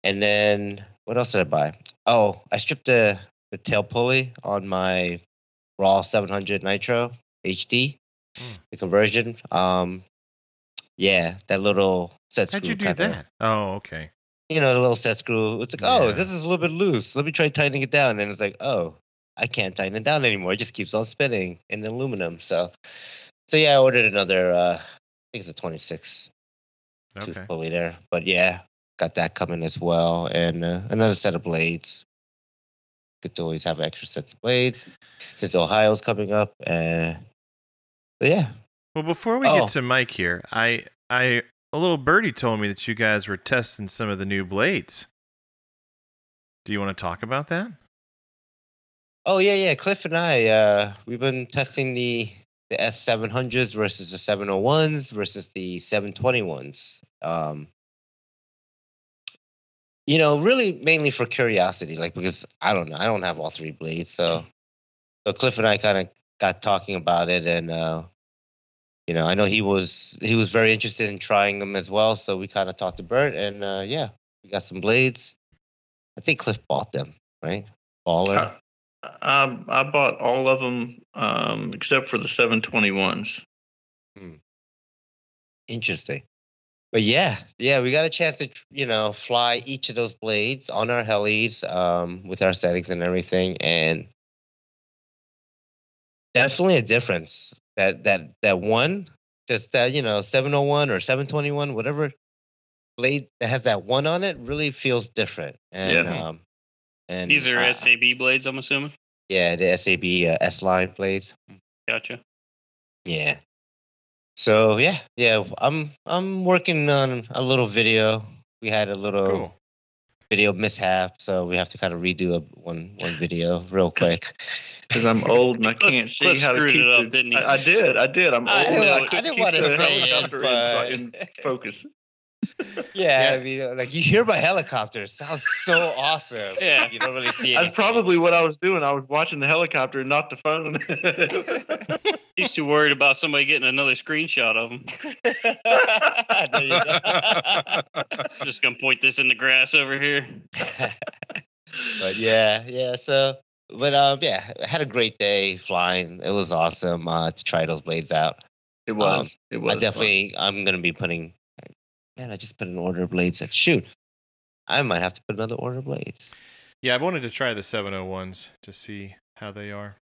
S3: And then what else did I buy? Oh, I stripped the the tail pulley on my raw 700 Nitro HD,
S1: Hmm.
S3: the conversion. Um, yeah, that little set screw.
S1: How'd you do
S3: kinda-
S1: that? Oh, okay.
S3: you know, the little set screw. It's like, oh,
S1: Yeah.
S3: this is a little bit loose. Let me try tightening it down. And it's like, oh, I can't tighten it down anymore. It just keeps on spinning in aluminum. So, so yeah, I ordered another. Uh, I think it's a 26 tooth
S1: Okay.
S3: pulley there. But yeah, got that coming as well, and uh, another set of blades. Good to always have extra sets of blades since Ohio's coming up. Uh, but yeah,
S1: Well, before we
S3: Oh.
S1: get to Mike here, I I a little birdie told me that you guys were testing some of the new blades. Do you want to talk about that?
S3: Oh yeah, yeah. Cliff and I, uh, we've been testing the the S seven hundreds versus the seven hundred ones versus the seven twenty ones. Um, you know, really mainly for curiosity, like because I don't know, I don't have all three blades, so so Cliff and I kind of got talking about it, and uh, you know, I know he was he was very interested in trying them as well, so we kind of talked to Bert, and uh, yeah, we got some blades. I think Cliff bought them, right? Baller.
S6: Uh, I Um, I bought all of them um, except for the 721s.
S3: Hmm. Interesting. But yeah, yeah, we got a chance to tr- you know fly each of those blades on our helis um, with our settings and everything, and definitely a difference. That that that one, just that you know, seven hundred one or seven twenty one, whatever blade that has that one on it, really feels different. And
S1: Yeah.
S3: um, and
S5: These are
S3: uh,
S5: SAB blades, I'm assuming.
S3: yeah, the SAB uh, S line blades.
S5: Gotcha.
S3: Yeah. So yeah, yeah, I'm I'm working on a little video. We had a little
S1: Cool.
S3: video mishap, so we have to kind of redo a, one one video real quick.
S6: because I'm old and I
S5: Cliff-
S6: can't see
S5: Cliff
S6: how to
S5: screwed
S6: keep
S5: it up,
S6: the-
S5: didn't he?
S6: I, I did. I did. I'm old.
S3: I
S5: didn't
S6: and
S5: wa-
S3: don't,
S5: I
S6: couldn't
S3: didn't
S6: keep
S3: want to
S6: the
S3: say it,
S6: helicopter in sight and
S3: but
S6: focus.
S3: yeah,
S1: Yeah.
S3: I mean, like you hear my helicopter, it sounds so awesome.
S5: Yeah.
S3: you don't really see
S6: That's
S3: it.
S6: probably what I was doing. I was watching the helicopter and not the phone.
S5: He's too worried about somebody getting another screenshot of him.
S3: there you go.
S5: Just gonna point this in the grass over here.
S3: but yeah, yeah. So, but um, yeah, I had a great day flying. It was awesome uh, to try those blades out. Um,
S6: it was. it was.
S3: I definitely, I'm gonna be putting. Man, I just put an order of blades. In. Shoot, I might have to put another order of blades.
S1: Yeah, I wanted to try the 701s to see how they are.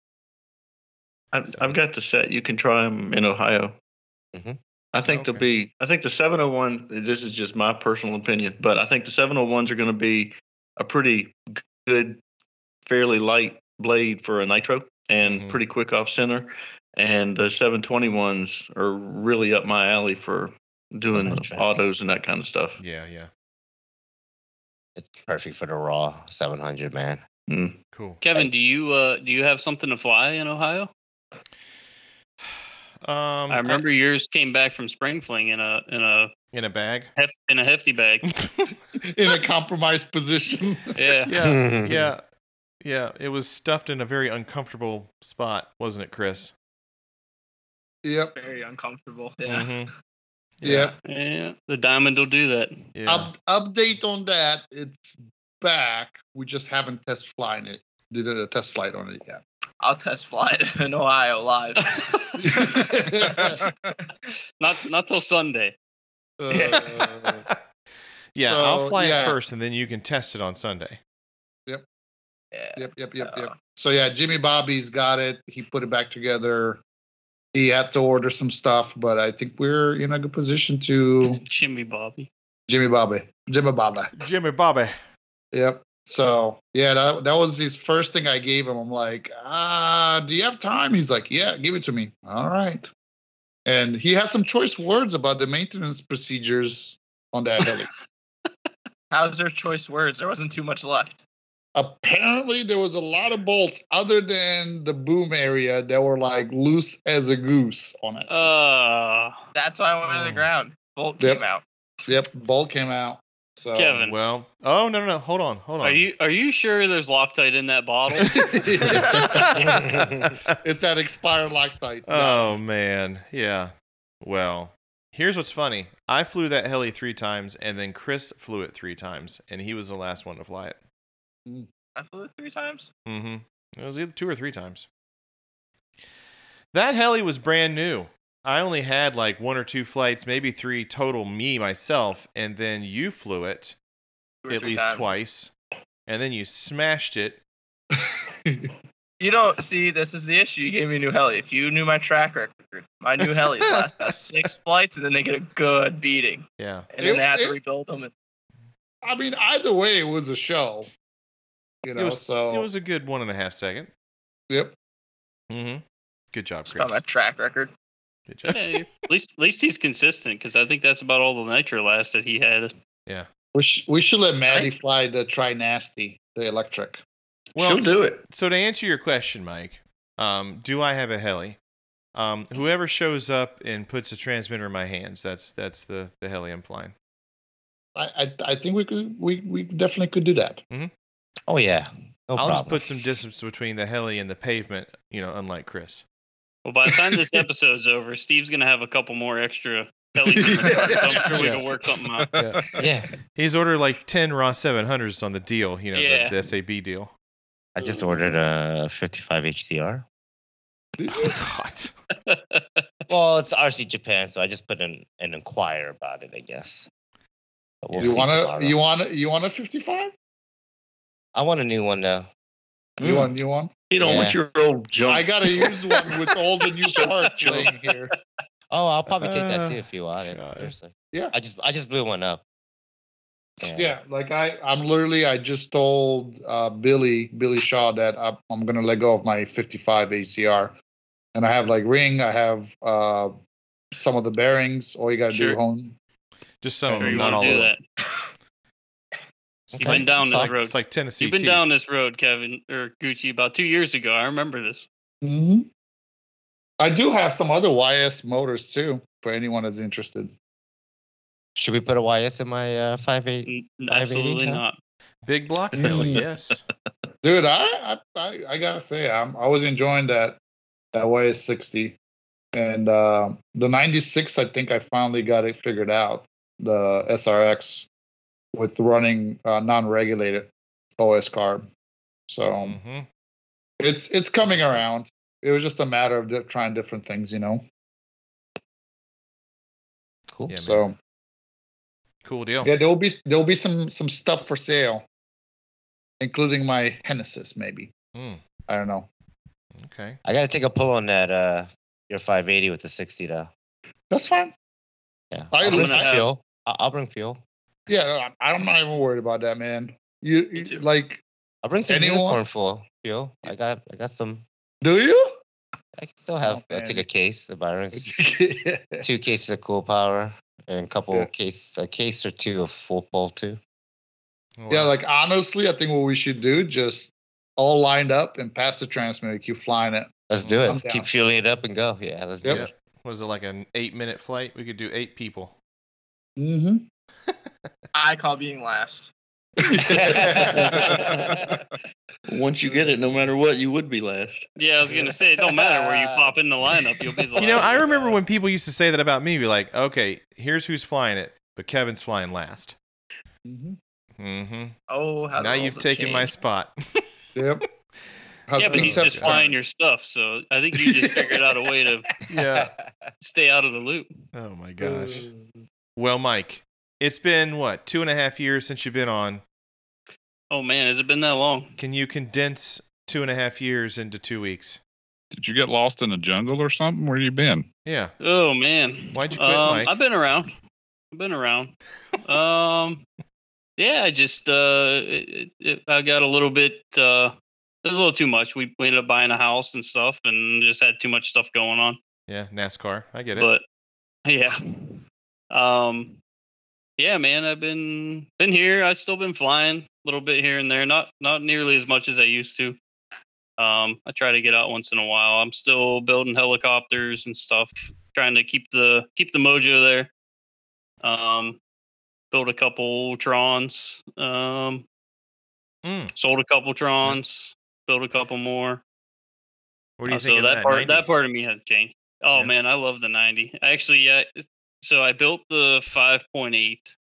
S6: fun. I've, I've got the set. You can try them in Ohio.
S3: Mhm.
S6: I think
S1: Mm-hmm. Okay.
S6: they'll be. I think the 701. This is just my personal opinion, but I think the 701s are going to be a pretty g- good, fairly light blade for a nitro and
S1: Mhm.
S6: pretty quick off center. And the 721s are really up my alley for doing the
S3: nitros.
S6: autos and that kind of stuff.
S1: Yeah, yeah.
S3: It's perfect for the raw 700, man.
S1: Cool.
S5: Kevin, do you uh do you have something to fly in Ohio?
S1: Um
S5: I remember yours came back from spring fling in a in a
S1: in a bag.
S5: hef- in a hefty bag.
S2: in a compromised position.
S5: Yeah.
S1: Yeah. yeah. Yeah, it was stuffed in a very uncomfortable spot, wasn't it, Chris?
S2: yep.
S7: Very uncomfortable. Yeah.
S1: Mhm.
S2: Yep.
S5: Yeah. The diamond will do that.
S1: Yeah.
S2: Up, update on that. It's back. We just haven't test flying it. Did a test flight on it yet?
S7: I'll test fly it in Ohio live.
S5: Not not till Sunday.
S2: Uh,
S1: yeah, I'll
S2: so,
S1: fly
S2: yeah.
S1: it first and then you can test it on Sunday.
S7: Yeah. Uh,
S2: Yep, yep, yep,
S7: Yeah.
S2: yep. So yeah, Jimmy Bobby's got it. He put it back together. He had to order some stuff, but I think we're in a good position to
S5: Jimmy Bobby.
S2: Jimmy Bobby. Jimmy Bobby.
S1: Jimmy Bobby.
S2: Yep. So yeah, that that was his first thing I gave him. I'm like, ah, do you have time? He's like, yeah, give it to me. All right. And he has some choice words about the maintenance procedures on that heli.
S7: How's their choice words? There wasn't too much left.
S2: Apparently, there was a lot of bolts other than the boom area that were like loose as a goose on it.
S5: Uh
S7: That's why I went to the
S1: Oh.
S7: ground. Bolt
S2: Yep.
S7: came out.
S2: Yep, bolt came out. So
S5: Kevin.
S1: Well, oh no, no, no, hold on, hold on.
S5: Are you are you sure there's Loctite in that bottle?
S2: it's that expired loctite.
S1: oh man, yeah. Well, here's what's funny. I flew that heli three times, and then Chris flew it three times, and he was the last one to fly it.
S7: I flew it three times.
S1: Mm-hmm. It was either two or three times. That heli was brand new. I only had like one or two flights, maybe three total, me myself, and then you flew it
S7: Two or
S1: at
S7: three
S1: least
S7: times.
S1: twice, and then you smashed it.
S7: You don't see this is the issue. You gave me a new heli. If you knew my track record, my new helis last about six flights and then they get a good beating.
S1: Yeah.
S7: And then
S2: It-
S7: they have
S2: it-
S7: to rebuild them. And
S2: I mean, either way, it was a show. You know,
S1: was-
S2: so
S1: It was a good one and a half second.
S2: yep.
S1: Mm-hmm. Good job,
S7: it's about
S1: Chris.
S7: my track record.
S1: Good job.
S5: Yeah, at least at least he's consistent because I think that's about all the nitro last that he had.
S2: We, sh- we should let Maddie fly the Tri Nasty, the electric.
S1: Well,
S6: She'll do it.
S1: So to answer your question, Mike, um, do I have a heli? Um, whoever shows up and puts a transmitter in my hands, that's that's the the heli I'm flying.
S2: I, I I think we could we, we definitely could do that.
S1: Mm-hmm.
S3: Oh yeah. No
S1: I'll
S3: problem.
S1: just put some distance between the heli and the pavement, you know, unlike Chris.
S5: Well, by the time this episode's over, Steve's gonna have a couple more extra Kellys. in the car, so I'm sure we
S1: Yeah.
S5: can work something out.
S3: Yeah,
S1: He's ordered like 10 Raw 700s on the deal, you know,
S5: Yeah.
S1: the, the SAB deal.
S3: I just ordered uh,
S6: Uh,
S3: a 55 HDR.
S1: God.
S3: Well, it's RC Japan, so I just put in an inquire about it, I guess. But we'll
S2: you
S3: see
S2: wanna
S3: tomorrow.
S2: you wanna you want a fifty five?
S3: I want a new one though.
S2: You
S6: Mm.
S2: want you want?
S6: You don't want your old junk.
S2: I gotta use one with all the new parts laying here.
S3: Oh, I'll probably take that too
S1: Uh,
S3: if you want it.
S1: God.
S3: Seriously.
S2: Yeah.
S3: I just I just blew one up.
S2: Yeah, like I, I'm literally, I just told uh, Billy, Billy Shaw, that I'm, I'm gonna let go of my 55 HCR, and I have like ring, I have uh, some of the bearings. All you got to
S5: Sure.
S2: do home.
S1: Just some,
S5: Sure,
S1: of
S5: you
S1: them, not
S5: want
S1: all
S5: to do
S1: of them.
S5: that. You've been down
S1: it's
S5: this
S1: like,
S5: road.
S1: It's like Tennessee.
S5: You've been
S1: teeth.
S5: down this road, Kevin or Gucci, about two years ago. I remember this.
S2: hmm I do have some other YS motors too for anyone that's interested.
S3: Should we put a YS in my uh, five eight?
S5: N-
S3: Five eighty,
S5: Absolutely
S3: huh?
S5: not.
S1: Big block hill.
S8: Mm-hmm.
S2: Mm.
S1: Oh, yes.
S2: Dude, I I, I, I gotta say I'm, I was enjoying that that YS sixty, and uh, the ninety six. I think I finally got it figured out. The SRX with running uh, non regulated OS carb. So.
S1: Mhm.
S2: it's it's coming around. It was just a matter of di- trying different things, you know.
S3: Cool.
S1: Yeah, man.
S2: so
S1: Cool deal.
S2: yeah, there will be there will be some some stuff for sale, including my Genesis, maybe.
S1: Mm,
S2: I don't know.
S1: okay.
S3: I gotta take a pull on that uh your five eighty with the sixty though.
S2: That's fine.
S3: Yeah.
S2: I
S3: I'll bring
S5: listen-
S3: fuel. I- I'll bring fuel.
S2: Yeah, I- I'm not even worried about that, man. You, you-
S7: too.
S2: like,
S3: I'll bring some
S2: Anyone?
S3: unicorn fuel. Fuel. I got I got some
S2: do you?
S7: Oh,
S3: I can still have
S2: Oh,
S3: I'll take
S2: man.
S3: a case of Byron's two cases of cool power and a couple
S2: Yeah.
S3: case a case or two of football too.
S2: yeah,
S1: Wow.
S2: like honestly, I think what we should do just all lined up and pass the transmitter, keep flying it.
S3: Let's do
S2: Oh, I'm
S3: it.
S2: down.
S3: Keep fueling it up and go. Yeah, let's do
S2: Yep.
S1: Yeah.
S3: it.
S1: Was it like an eight-minute flight? We could do eight people.
S2: Mm-hmm.
S7: I call being last.
S6: Once you get it, no matter what, you would be last.
S5: Yeah, I was gonna say it don't matter where you pop in the lineup, you'll be the.
S1: You know,
S5: last
S1: I
S5: one.
S1: remember when people used to say that about me. Be like, okay, here's who's flying it, but Kevin's flying last.
S2: hmm
S1: Mm-hmm.
S7: Oh, how the
S1: Now
S7: roles
S1: you've
S7: have
S1: taken my
S7: changed.
S1: spot.
S2: Yep.
S5: Yeah, but
S1: things
S5: he's
S1: have
S5: just flying your stuff, so I think you just figured out a way to
S1: yeah.
S5: stay out of the loop.
S1: Oh
S6: Uh,
S1: my gosh. Well, Mike, it's been what two and a half years since you've been on.
S5: Oh man, has it been that long?
S1: Can you condense two and a half years into two weeks?
S4: Did you get lost in a jungle or something? Where you been?
S1: Yeah.
S5: Oh man,
S1: Why'd you quit,
S5: um,
S1: Mike?
S5: I've been around. I've been around. um, yeah, I just uh, it, it, I got a little bit. Uh, it was a little too much. We, we ended up buying a house and stuff, and just had too much stuff going on.
S1: Yeah. NASCAR. I get it.
S5: But yeah, um, yeah, man, I've been been here. I've still been flying a little bit here and there. Not not nearly as much as I used to. Um, I try to get out once in a while. I'm still building helicopters and stuff, trying to keep the keep the mojo there. Um, built a couple Trons. Um,
S1: Mm.
S5: sold a couple Trons. Built a couple more.
S1: What do you
S5: Uh,
S1: think
S5: so
S1: of
S5: that,
S1: that?
S5: part
S1: 90?
S5: that part of me has changed. Oh
S1: Yeah.
S5: man, I love the 90. Actually, yeah. So I built the 5.8,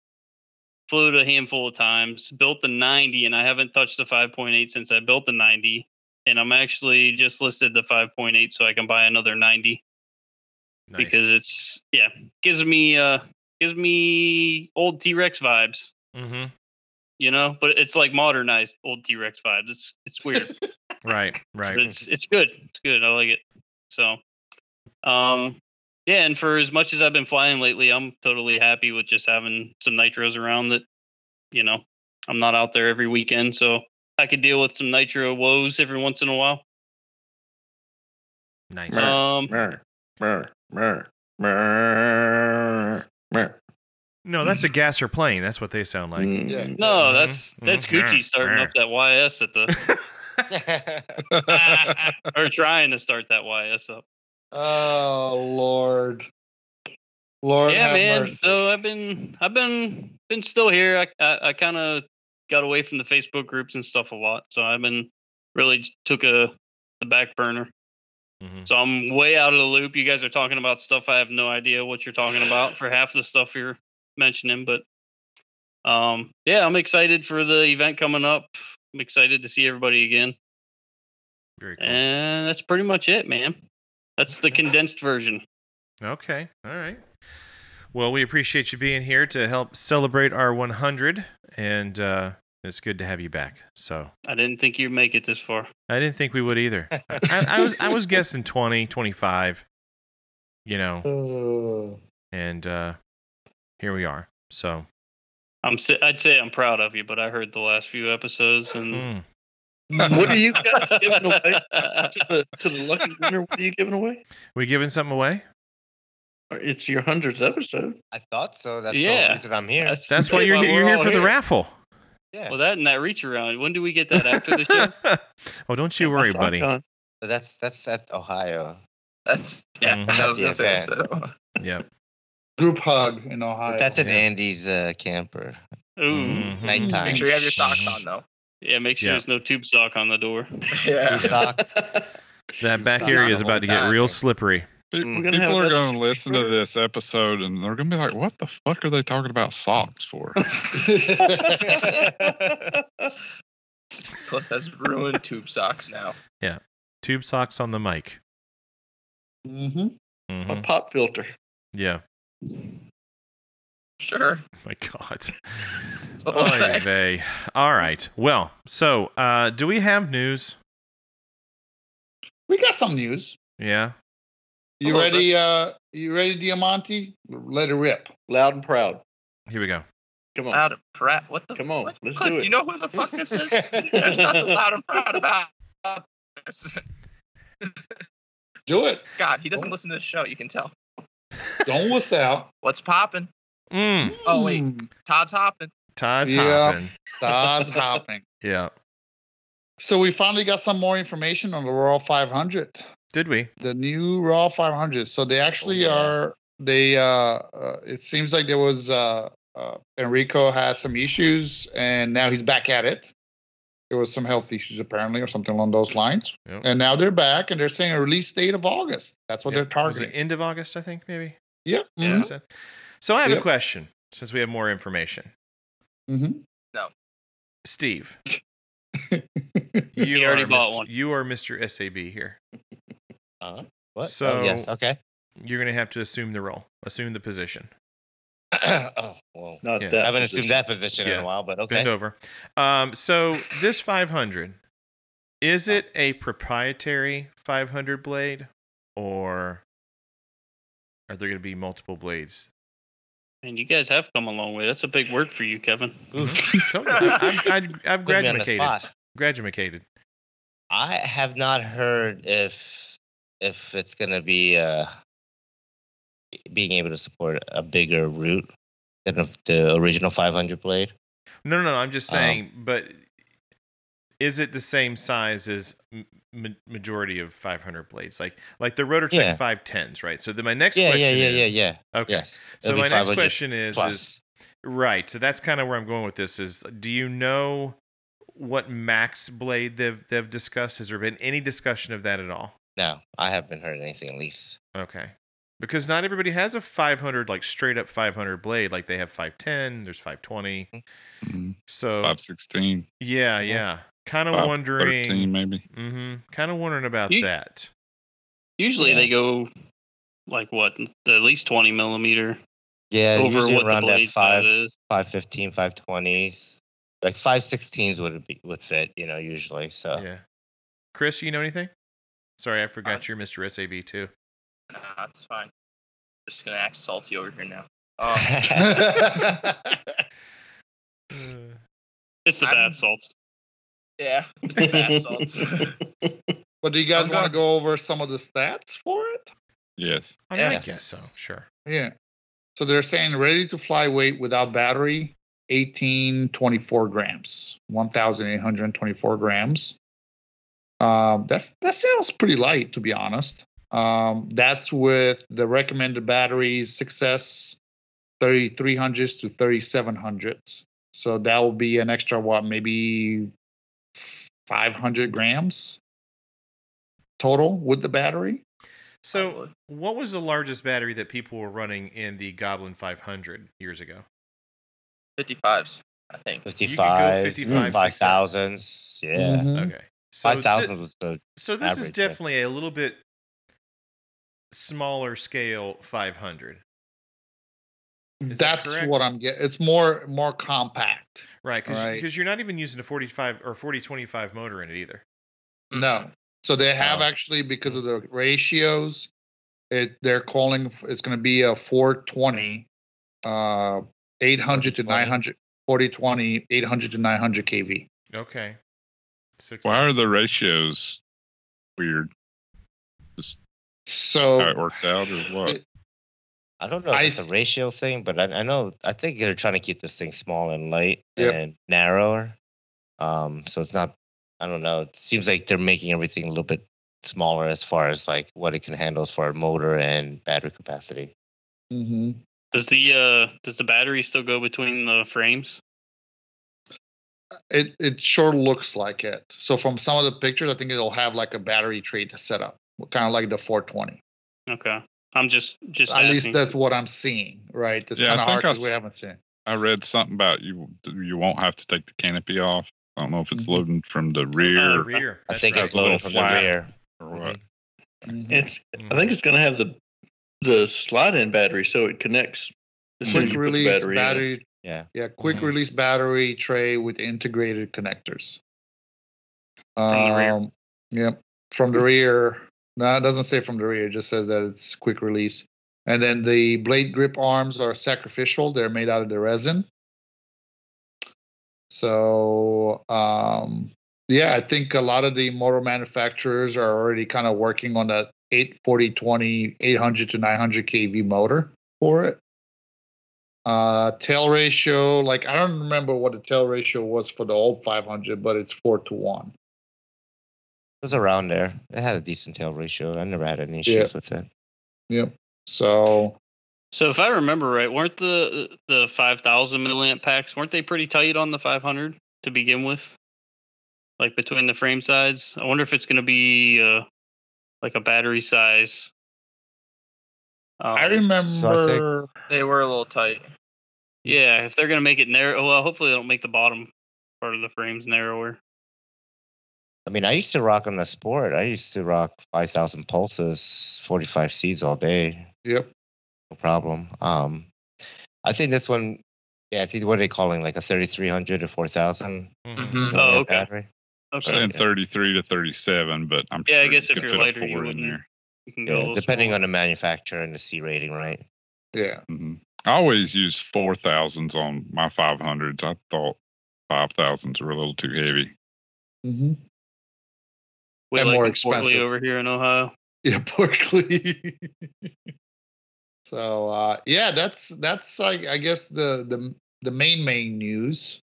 S5: flew it a handful of times, built the 90, and I haven't touched the 5.8 since I built the 90. And I'm actually just listed the 5.8 so I can buy another 90
S1: Nice.
S5: because it's yeah gives me uh gives me old T Rex vibes,
S1: Mm-hmm.
S5: you know. But it's like modernized old T Rex vibes. It's it's weird.
S1: Right. Right.
S5: It's it's good. It's good. I like it. So, um, yeah. And for as much as I've been flying lately, I'm totally happy with just having some nitros around. That you know, I'm not out there every weekend, so I could deal with some nitro woes every once in a while.
S1: Nice.
S6: Right.
S5: Um,
S6: Mer, mer, mer, mer, mer.
S1: No, that's a gasser plane. That's what they sound like.
S2: Yeah.
S6: Mm.
S5: no,
S1: Mhm,
S5: that's that's
S1: mhm,
S5: Gucci starting up that YS at the or trying to start that YS up.
S2: Oh Lord, Lord,
S5: yeah,
S2: have
S5: man.
S2: mercy.
S5: So I've been, I've been, been still here. I, I, I kind of got away from the Facebook groups and stuff a lot. So I've been really j- took a the back burner.
S1: Mhm.
S5: So I'm way out of the loop. You guys are talking about stuff I have no idea what you're talking about for half the stuff you're mentioning. But um, yeah, I'm excited for the event coming up. I'm excited to see everybody again.
S1: Very cool.
S8: uh,
S5: And that's pretty much it, man. That's the condensed version.
S1: Okay. All right. Well, we appreciate you being here to help celebrate our 100, and uh, it's good to have you back. So
S5: I didn't think you'd make it this far.
S1: I didn't think we would either. I, I was I was guessing 20, 25, you know,
S3: Mm.
S2: Uh,
S1: and uh, here we are. So
S5: I'm. si- I'd say I'm proud of you, but I heard the last few episodes and.
S1: mm.
S6: What are you guys giving away to the, to the lucky winner? What are you giving away?
S1: we giving something away?
S6: It's your hundredth episode.
S3: I thought so. That's the
S5: Yeah.
S3: reason I'm here.
S1: That's why you're,
S5: why
S1: you're
S5: we're
S1: here
S5: all
S1: for the
S5: here.
S1: raffle.
S3: yeah.
S5: Well, that and that reach around. When do we get that after the show?
S1: oh, don't you
S6: Yeah,
S1: worry,
S6: that's all
S1: buddy.
S6: done.
S3: But that's that's at Ohio.
S7: That's yeah.
S1: Mhm.
S7: That was
S3: Yeah,
S7: gonna say.
S3: man.
S7: so-
S1: Yep.
S2: Group hug in Ohio.
S3: But that's an
S1: Yeah.
S3: Andy's uh, camper.
S5: Ooh,
S1: Mhm.
S3: Mm-hmm. Nighttime.
S7: Make sure you have your socks on though.
S5: yeah. Make
S1: Mm-hmm.
S5: sure
S1: Yeah.
S5: there's no tube sock on the door.
S7: Yeah.
S3: Blue sock.
S1: That back
S3: Not
S1: area
S3: the
S1: is
S3: whole
S1: about to get
S3: time.
S1: real slippery.
S4: Pe-
S3: Mm.
S4: People,
S6: We're gonna have
S4: are
S6: another
S4: going to listen to
S6: subscriber.
S4: this episode and they're going to be like, what the fuck are they talking about socks for?
S7: That's ruined tube socks now.
S1: Tube socks on the mic.
S2: hmm
S6: My
S1: Mhm.
S6: pop filter.
S1: Yeah.
S7: Sure.
S1: My God.
S7: That's what I'll say.
S1: They. All right. Well, so uh, do we have news?
S2: We got some news.
S1: Yeah.
S6: A
S2: You
S6: little
S2: ready? Uh, you ready, Diamante? Let it rip.
S6: Loud and proud.
S1: Here we go.
S6: Come on.
S7: Loud and proud. What the?
S6: Come on,
S7: what?
S6: let's
S7: Clint,
S6: do it.
S7: You know who the fuck this is? There's nothing loud and proud about this.
S2: Do it.
S7: God, he doesn't listen to the show. You can tell.
S2: Don't wuss out.
S7: What's popping?
S1: Mm.
S7: Oh, wait.
S2: Mm,
S7: Todd's hopping.
S1: Todd's
S2: Yeah.
S1: hopping.
S2: Todd's hopping.
S1: Yeah.
S2: So we finally got some more information on the Raw 500.
S1: Did we?
S2: the new Raw 500. So they actually
S3: yeah.
S2: are. They. Uh, uh, it seems like there was uh, uh, Enrico had some issues, and now he's back at it. There was some health issues apparently, or something along those lines.
S1: Yep.
S2: And now they're back, and they're saying a release date of August. That's what
S1: Yeah.
S2: they're
S1: Was it
S2: targeting.
S1: end of August? I think maybe.
S2: Yep.
S1: Yeah.
S2: mhm,
S1: So I have a
S2: Yep.
S1: question. Since we have more information,
S2: mhm.
S1: Steve, you
S5: He already
S1: are
S5: bought
S1: Mr.
S5: one.
S1: You are Mr. Sab here.
S2: Uh-huh.
S3: Uh, what?
S1: So-
S3: oh, yes. Okay.
S1: You're gonna have to assume the role, assume the position.
S3: oh, well,
S6: Not
S1: Yeah.
S6: that.
S3: I haven't assumed
S6: position.
S3: that position in
S1: Yeah.
S3: a while, but okay.
S1: Bend over. Um, so this 500, is it a proprietary 500 blade, or are there gonna be multiple blades?
S5: And you guys have come a long way. That's a big word for you, Kevin.
S3: Oof.
S1: Totally. I- I've, I've, I've
S3: Put me on the
S1: graduated.
S3: spot.
S1: Graduated.
S3: I have not heard if if it's gonna be uh being able to support a bigger route than of the original 500 blade.
S1: No, no, no. I'm just
S3: Um,
S1: saying. but is it the same size as m- ma- majority of 500 blades? Like, like the Rotortech
S3: Yeah.
S1: 510s, right? So then my next
S3: Yeah,
S1: question
S3: yeah, yeah,
S1: is,
S3: yeah, yeah.
S1: Okay.
S3: Yes.
S1: So
S3: It'll be
S1: my next
S3: 500
S1: question is, is
S3: plus.
S1: right. So that's kind of where I'm going with this. Is do you know what max blade they've they've discussed? Has there been any discussion of that at all?
S3: No, I haven't heard anything at least.
S1: Okay. Because not everybody has a 500 like straight up 500 blade like they have 510, there's 520.
S3: Mm-hmm.
S4: Mm,
S1: So
S4: 516,
S1: yeah,
S3: Mhm.
S1: yeah. Kind of
S4: 513,
S1: wondering.
S4: maybe.
S1: Mm-hmm. Kind of wondering about
S5: You-
S1: that.
S5: Usually
S3: Yeah.
S5: they go like what, at least twenty millimeter
S3: Yeah,
S5: over
S3: usually
S5: what the
S3: around that
S5: blade
S3: five
S5: size is.
S3: 515, 520s. Like 516s would be would fit, you know, usually. So
S1: Yeah. Chris, you know anything? Sorry, I forgot you're Mr. SAB too.
S7: Nah, it's fine. Just gonna act salty over here now. Um,
S5: It's the
S7: I'm-
S5: bath salts.
S7: yeah, it's the bath salts.
S2: but do you guys
S7: I'm
S2: want
S7: gonna-
S2: to go over some of the stats for it?
S4: Yes.
S1: I mean, I
S3: Yes.
S1: guess so. Sure.
S2: Yeah. So they're saying ready to fly weight without battery, 1824 grams, 1824 grams. Um, that's that sounds pretty light to be honest. Um, that's with the recommended batteries success 3300s to 3700s. So that will be an extra what, maybe 500 grams total with the battery.
S1: So, what was the largest battery that people were running in the Goblin 500 years ago?
S7: 55s, I think.
S3: 55,
S1: 55,
S3: 5000s. Mm, Yeah.
S2: Mhm.
S1: Okay. So thi-
S3: Five thousand was the
S1: So this is
S3: average, yeah.
S1: definitely a little bit smaller scale 500. Is that
S2: That's
S1: correct?
S2: what I'm getting. It's more more compact.
S1: Right, because
S2: Right.
S1: you're not even using a 45 or 4025 motor in it either.
S2: No, so they have
S3: Oh.
S2: actually because of the ratios, it they're calling f- it's going to be a 420, uh, 800 to
S3: 40-20?
S2: 900, 40-20, 800 to 900 kV.
S1: Okay. Six.
S4: Why are
S1: six.
S4: the ratios weird? How
S2: So
S4: it worked out or what?
S3: I don't know if
S2: I-
S3: it's a ratio thing, but I, I know I think they're trying to keep this thing small and light
S2: Yep.
S3: and narrower. Um, so it's not. I don't know. It seems like they're making everything a little bit smaller as far as like what it can handle as far as motor and battery capacity.
S2: hmm
S3: Mm-hmm.
S5: Does the uh does the battery still go between the frames?
S2: It it sure looks like it. So from some of the pictures, I think it'll have like a battery tray to set up, kind of like the 420.
S5: Okay. I'm just just
S2: At least
S5: asking.
S2: that's what I'm seeing, right? That's
S4: Yeah, I
S2: kind of
S4: think
S2: hard
S4: I
S2: 'cause we
S4: s-
S2: haven't seen.
S4: I read something about you. You won't have to take the canopy off. I don't know if
S5: Mm-hmm.
S4: it's
S2: Mhm.
S4: loading from the
S1: Uh,
S4: rear
S1: rear.
S3: I think
S4: right.
S3: it's
S4: A little
S3: loaded from the
S4: flat.
S3: rear. Mm-hmm.
S4: or what.
S2: Mhm.
S6: It's I think it's gonna have the the slide in battery so it connects as soon as you put
S2: quick
S6: the
S2: release
S6: battery,
S2: battery.
S6: battery.
S3: Yeah.
S2: Yeah, quick
S1: Mhm.
S4: Mm-hmm.
S2: release battery tray with integrated connectors.
S5: the rear.
S2: Um, yep, from the rear. No, it doesn't say from the rear. It just says that it's quick release. And then the blade grip arms are sacrificial. They're made out of the resin. So um, yeah, I think a lot of the motor manufacturers are already kind of working on that 840, 20, 800 to 900 kV motor for it. Uh, tail ratio, like I don't remember what the tail ratio was for the old 500, but it's four to one.
S3: It was around there. It had a decent tail ratio. I never had any issues
S2: Yeah.
S3: with it.
S2: So
S5: So if I remember right, weren't the the 5000 milliamp packs weren't they pretty tight on the 500 to begin with? Like between the frame sides. I wonder if it's going to be uh like a battery size. Um,
S2: I remember,
S3: so I
S7: They were a little tight.
S5: Yeah, if they're going to make it narrow, well, hopefully they don't make the bottom part of the frames narrower.
S3: I mean, I used to rock on the sport. I used to rock 5,000 pulses, 45 Cs all day.
S2: yep,
S3: No problem. Um, I think this one, yeah, I think what are they calling like a 3,300 or 4,000
S1: Mhm.
S5: Oh,
S3: milliamp
S5: okay.
S3: battery?
S5: Okay.
S4: Saying
S3: Yeah.
S4: Mm-hmm. thirty-three to thirty-seven, but I'm
S5: Yeah, I
S4: sure
S5: guess
S4: you
S5: if
S4: could
S5: you're
S4: fit a
S5: lighter, you
S4: four in
S5: wouldn't.
S4: there.
S5: You can go a
S3: Yeah,
S5: little
S3: depending
S5: smaller.
S3: on the manufacturer and the C rating, right?
S2: yeah.
S4: Mhm. I always use four thousands on my five hundreds. I thought five thousands were a little too heavy.
S2: Mm-hmm.
S5: we
S2: and
S5: like
S2: more
S5: them portly
S2: expensive.
S5: over here in Ohio.
S2: Yeah, Berkeley. so uh, yeah, that's that's like I guess the the the main main news.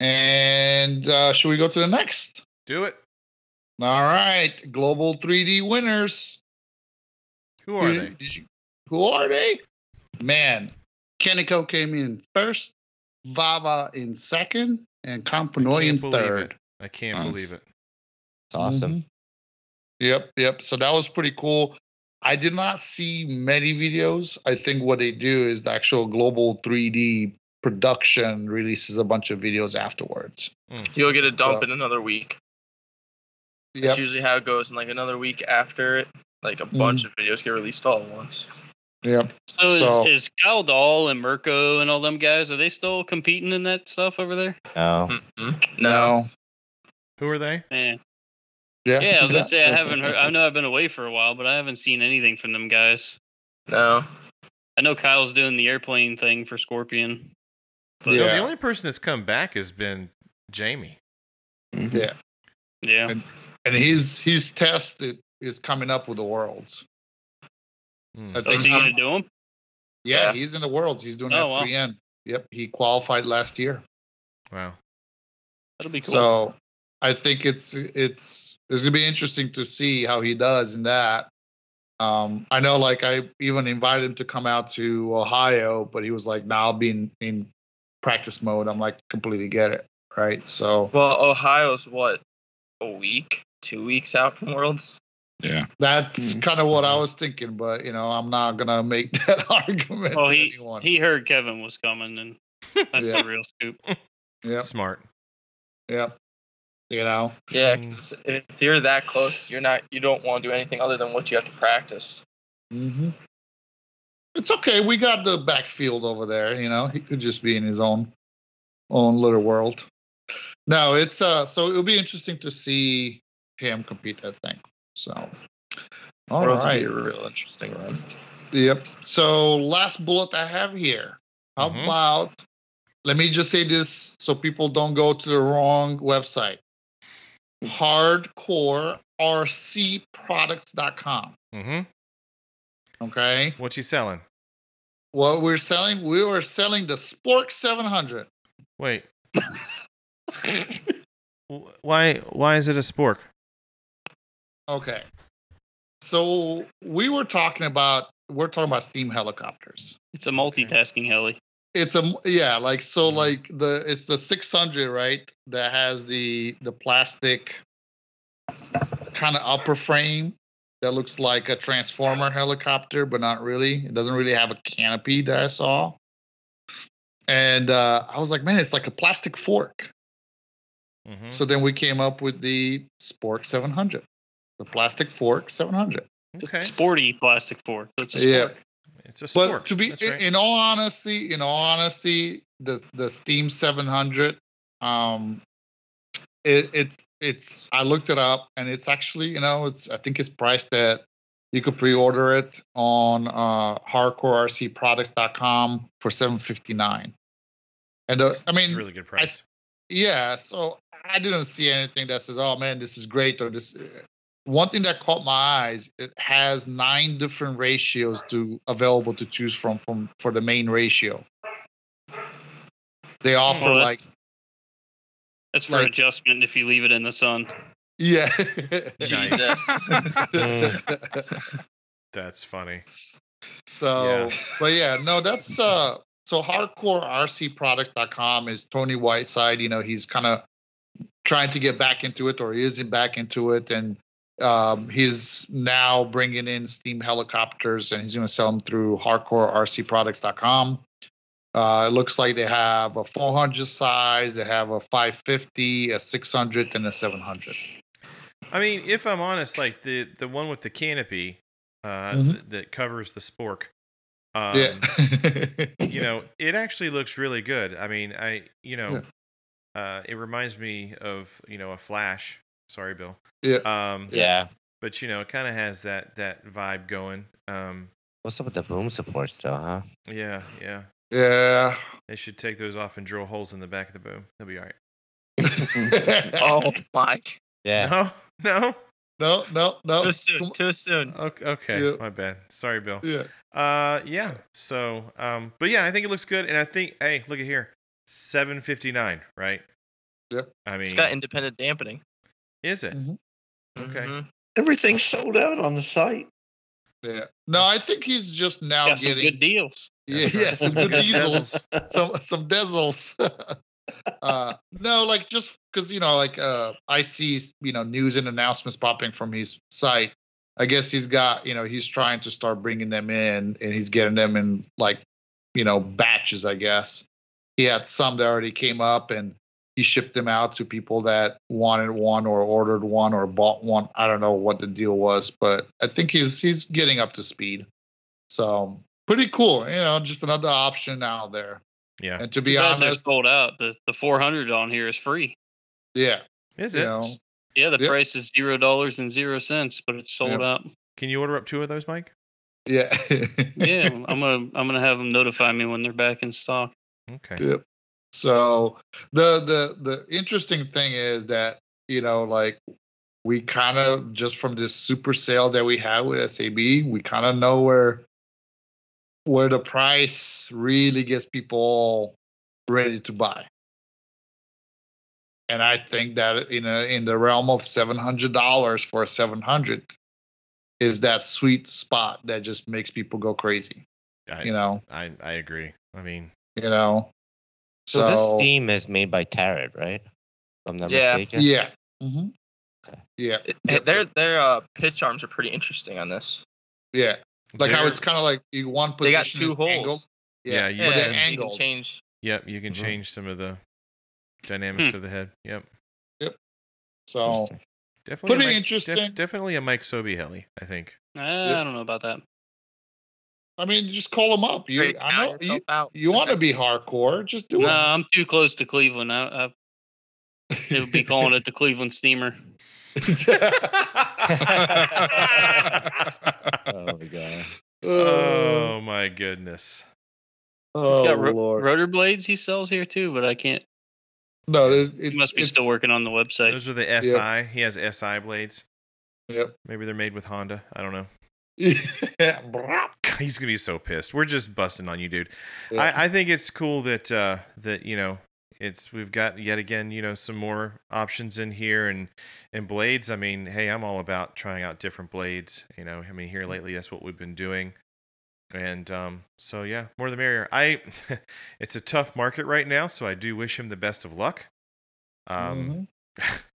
S2: And uh, should we go to the next?
S1: Do it.
S2: All right, global 3D winners.
S1: Who are
S2: Who-
S1: they?
S2: did you- who are they? Man, Kenneco came in first, Vava in second, and
S1: I
S2: Campanoi in
S1: can't believe
S2: third.
S1: it. I can't
S4: Nice.
S1: believe it.
S3: It's awesome.
S2: Mhm. Yep, yep. So that was pretty cool. I did not see many videos. I think what they do is the actual global 3D production releases a bunch of videos afterwards.
S5: Mm.
S7: You'll get a dump
S2: So-
S7: in another week. That's
S2: Yep, Mm.
S7: usually how it goes. And like another week after it, like a bunch of videos get released all at once.
S2: yep.
S5: So,
S2: So-
S5: is is Kyle Dahl and Mirko and all them guys? Are they still competing in that stuff over there?
S3: No.
S8: Hmm,
S7: Mm-hmm.
S2: No.
S1: Who are they?
S5: Man,
S2: Yeah.
S5: yeah. I was gonna say I haven't heard. I know I've been away for a while, but I haven't seen anything from them guys.
S7: No.
S5: I know Kyle's doing the airplane thing for Scorpion. But
S1: No,
S5: yeah,
S2: Yeah.
S1: the only person that's come back has been Jamie.
S6: Mhm.
S2: Yeah. And his his test i- is coming up with the worlds.
S1: Mm.
S2: I
S5: Oh, is
S2: think
S5: he
S2: I'm-
S5: gonna do them?
S2: yeah,
S7: Yeah.
S2: he's in the worlds. He's doing
S5: Oh, wow.
S2: F3N. Yep, he qualified last year.
S1: Wow.
S5: That'll be cool.
S2: So I think it's it's it's gonna be interesting to see how he does in that. Um, I know, like I even invited him to come out to Ohio, but he was like, "Now nah, I'll be in, in practice mode." I'm like, completely get it, right? So
S7: Well, Ohio's what? A week? Two weeks out from Worlds?
S4: Yeah,
S2: that's
S6: Mhm.
S2: kind of what I was thinking, but you know, I'm not gonna make that argument
S5: Well,
S2: to
S5: Oh, he-
S2: anyone.
S5: he heard Kevin was coming, and that's the real scoop.
S2: yep,
S1: Smart.
S2: yep. You know,
S7: Yeah,
S5: Mm.
S7: 'cause if you're that close, you're not. You don't want to do anything other than what you have to practice.
S2: hmm it's okay. We got the backfield over there. You know, he could just be in his own own little world. No, it's uh. So it'll be interesting to see him compete. I think so. All
S7: Worlds would
S2: right.
S7: be a real interesting run.
S2: Yep. So last bullet I have here. How
S1: Mhm.
S2: about? Let me just say this so people don't go to the wrong website. Hardcorercproducts.com.
S1: Mm-hmm.
S2: Okay.
S1: What you selling?
S2: What we're selling, we were selling the Spork 700.
S1: Wait. Wh- why? Why is it a spork?
S2: Okay. So we were talking about we're talking about steam helicopters.
S5: It's a multitasking heli.
S2: It's a yeah, like so
S1: Mhm.
S2: like the it's the 600, right? That has the the plastic kind of upper frame that looks like a transformer helicopter, but not really. It doesn't really have a canopy that I saw. And uh, I was like, man, it's like a plastic fork.
S1: Mm-hmm.
S2: So then we came up with the Spork 700, the plastic fork 700.
S1: Okay,
S5: Sporty plastic fork. That's a spork.
S2: Yeah.
S1: it's a spork.
S2: But to be
S1: That's
S2: in-
S1: right.
S2: in all honesty, in all honesty, the the Steam 700, um, it, it's it's I looked it up and it's actually you know it's I think it's priced at you could pre-order it on uh, hardcorercproducts.com for 7.59. And uh,
S1: It's-
S2: I
S1: it's
S2: mean,
S1: a really good price.
S2: yeah, so I didn't see anything that says, "Oh man, this is great." Or this. uh, One thing that caught my eyes, it has nine different ratios to available to choose from from for the main ratio. They offer
S5: that's-
S2: like
S5: That's for
S2: Like-
S5: adjustment if you leave it in the sun.
S2: yeah.
S7: Jesus.
S1: That's funny.
S2: so, but yeah, no, that's uh. So hardcorercproducts.com is Tony Whiteside. You know, he's kind of trying to get back into it, or he isn't back into it, and um, he's now bringing in steam helicopters and he's going to sell them through hardcorercproducts.com uh, it looks like they have a 400 size they have a 550 a 600 and a 700
S1: I mean, if I'm honest, like the the one with the canopy uh,
S2: Mhm.
S1: th- that covers the spork. Um,
S2: yeah
S1: you know, it actually looks really good. I mean, I you know, uh, it reminds me of you know a flash. Sorry, Bill.
S2: Yeah.
S1: Um,
S3: Yeah.
S1: But you know, it kind of has that that vibe going. Um,
S3: What's up with the boom supports though, huh?
S1: yeah, yeah.
S2: yeah
S1: They should take those off and drill holes in the back of the boom. They'll be all right.
S7: oh my!
S3: Yeah.
S1: No, no.
S2: no no no
S7: Too soon. Too soon.
S1: Okay, okay.
S2: Yeah.
S1: my bad. Sorry, Bill.
S2: yeah
S1: Uh, yeah. So, um, but yeah, I think it looks good, and I think, hey, look at here, seven fifty nine, right?
S2: Yep.
S1: I mean,
S7: It's got independent dampening.
S1: is it?
S2: Mm-hmm.
S1: Okay.
S7: Mhm.
S6: Everything's sold out on the site.
S2: yeah no i think he's just now
S5: Got some
S2: getting
S5: good deals.
S2: yeah,
S1: That's right.
S2: yeah some good
S1: Good
S2: diesels some some dizzles. uh, no, like just because you know, like uh, I see you know news and announcements popping from his site. I guess he's got you know he's trying to start bringing them in, and he's getting them in like you know batches. I guess he had some that already came up, and he shipped them out to people that wanted one or ordered one or bought one. I don't know what the deal was, but I think he's he's getting up to speed. So pretty cool, you know, just another option out there.
S1: Yeah.
S2: And to be
S5: Glad they're
S2: honest,
S5: sold out. The the 400 on here is free.
S2: yeah,
S1: Is
S2: you
S1: it?
S2: know,
S5: Yeah, the
S2: Yep.
S5: price is zero dollars and zero cents, but it's sold
S2: Yep.
S5: out.
S1: Can you order up two of those, Mike?
S2: yeah,
S5: Yeah, I'm gonna I'm gonna have them notify me when they're back in stock.
S1: Okay.
S2: So the the the interesting thing is that you know, like we kind of just from this super sale that we had with SAB, we kind of know where where the price really gets people ready to buy. And I think that in a, in the realm of seven hundred dollars for a seven hundred is that sweet spot that just makes people go crazy.
S1: I,
S2: You know,
S1: I I agree. I mean,
S2: you know.
S3: So, this Steam is made by Tarot, right? If I'm not
S7: Yeah.
S3: mistaken.
S2: Yeah. Mm-hmm.
S3: Okay.
S2: Yeah.
S7: It-
S2: Yep,
S7: Their
S2: yep.
S7: their uh, pitch arms are pretty interesting on this.
S2: Yeah. Like how
S1: they're-
S2: it's kind of like you one
S7: They
S2: position.
S7: got two
S2: is
S7: holes.
S2: angled.
S1: Yeah, you
S7: Yeah,
S1: can-
S2: but they're
S7: so you can
S2: angled.
S7: change.
S1: Yep. You can
S2: Mm-hmm.
S3: Mhm.
S1: change some of the dynamics of the head. Yep.
S2: Hmm. So
S3: Interesting.
S1: Definitely. a
S2: Pretty
S1: Mike- def-
S2: interesting.
S1: definitely a Mike Sobey heli. I think.
S5: Uh, I don't know about that.
S2: I mean, just call them up. You,
S7: Great,
S2: I know
S7: count
S2: you,
S7: yourself out.
S2: you want to be hardcore. Just do
S5: No,
S2: it.
S5: I'm too close to Cleveland. I, I it would be calling it the Cleveland Steamer.
S3: Oh my god.
S2: Uh,
S1: oh my goodness.
S5: He's
S2: oh
S5: got ro-
S2: lord.
S5: rotor blades he sells here too, but I can't.
S2: no, it, it
S5: He must be
S2: it's-
S5: still working on the website.
S1: Those are the SI. He has SI blades.
S2: Yep.
S1: Maybe they're made with Honda. I don't know.
S2: Yeah.
S1: He's gonna be so pissed. We're just busting on you, dude.
S2: Yeah.
S1: I, I think it's cool that uh, that you know it's we've got yet again you know some more options in here and and blades. I mean, hey, I'm all about trying out different blades. You know, I mean here lately that's what we've been doing, and um, so yeah, more the merrier. I it's a tough market right now, so I do wish him the best of luck. Um,
S2: Mhm.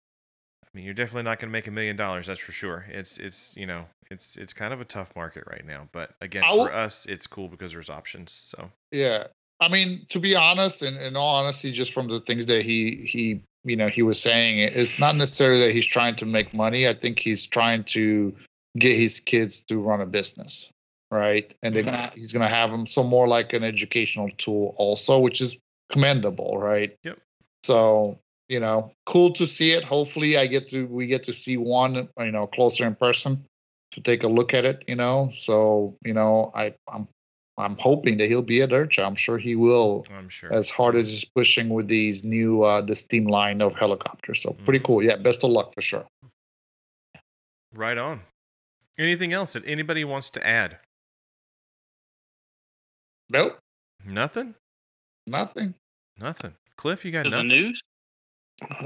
S1: I mean, you're definitely not going to make a million dollars. That's for sure. It's it's you know it's it's kind of a tough market right now. But again,
S2: I'll-
S1: for us, it's cool because there's options. So
S2: Yeah. I mean, to be honest, and in all honesty, just from the things that he he you know he was saying, it's not necessarily that he's trying to make money. I think he's trying to get his kids to run a business, right? And they're gonna, he's gonna have them some more like an educational tool also, which is commendable, right?
S1: Yep.
S2: So you know, cool to see it. Hopefully, I get to we get to see one you know closer in person to take a look at it. You know, so you know, I I'm I'm hoping that he'll be at Urcha. I'm sure he will,
S1: I'm sure.
S2: as hard as he's pushing with these new uh the steam line of helicopters. So pretty cool. Yeah, best of luck for sure.
S1: right on. Anything else that anybody wants to add?
S2: Nope,
S1: Nothing.
S2: nothing.
S1: Nothing. Cliff, you got
S5: To the
S1: nothing.
S5: news?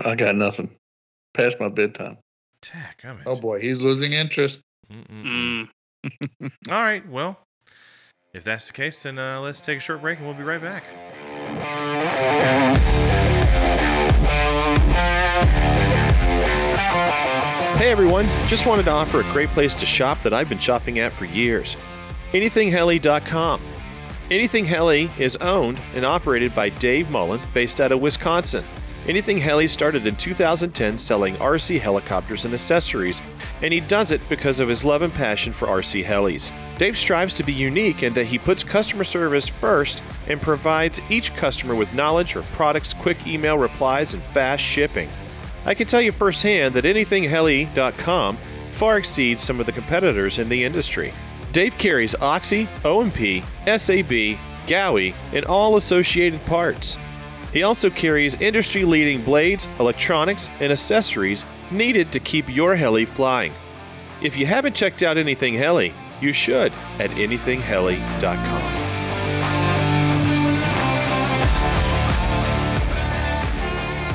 S6: I got nothing. Past my bedtime.
S1: Tack. I'm
S2: Oh boy, he's losing interest.
S5: Mm.
S1: All right. Well, if that's the case, then uh, let's take a short break and we'll be right back.
S9: Hey everyone, just wanted to offer a great place to shop that I've been shopping at for years AnythingHeli.com. Anything Heli is owned and operated by Dave Mullen, based out of Wisconsin. Anything Heli started in 2010 selling RC helicopters and accessories, and he does it because of his love and passion for RC helis. Dave strives to be unique in that he puts customer service first and provides each customer with knowledge or products, quick email replies, and fast shipping. I can tell you firsthand that anythingheli.com far exceeds some of the competitors in the industry. Dave carries Oxy, OMP, SAB, Gowie, and all associated parts. He also carries industry leading blades, electronics, and accessories needed to keep your heli flying. If you haven't checked out Anything Heli, you should at anythingheli.com.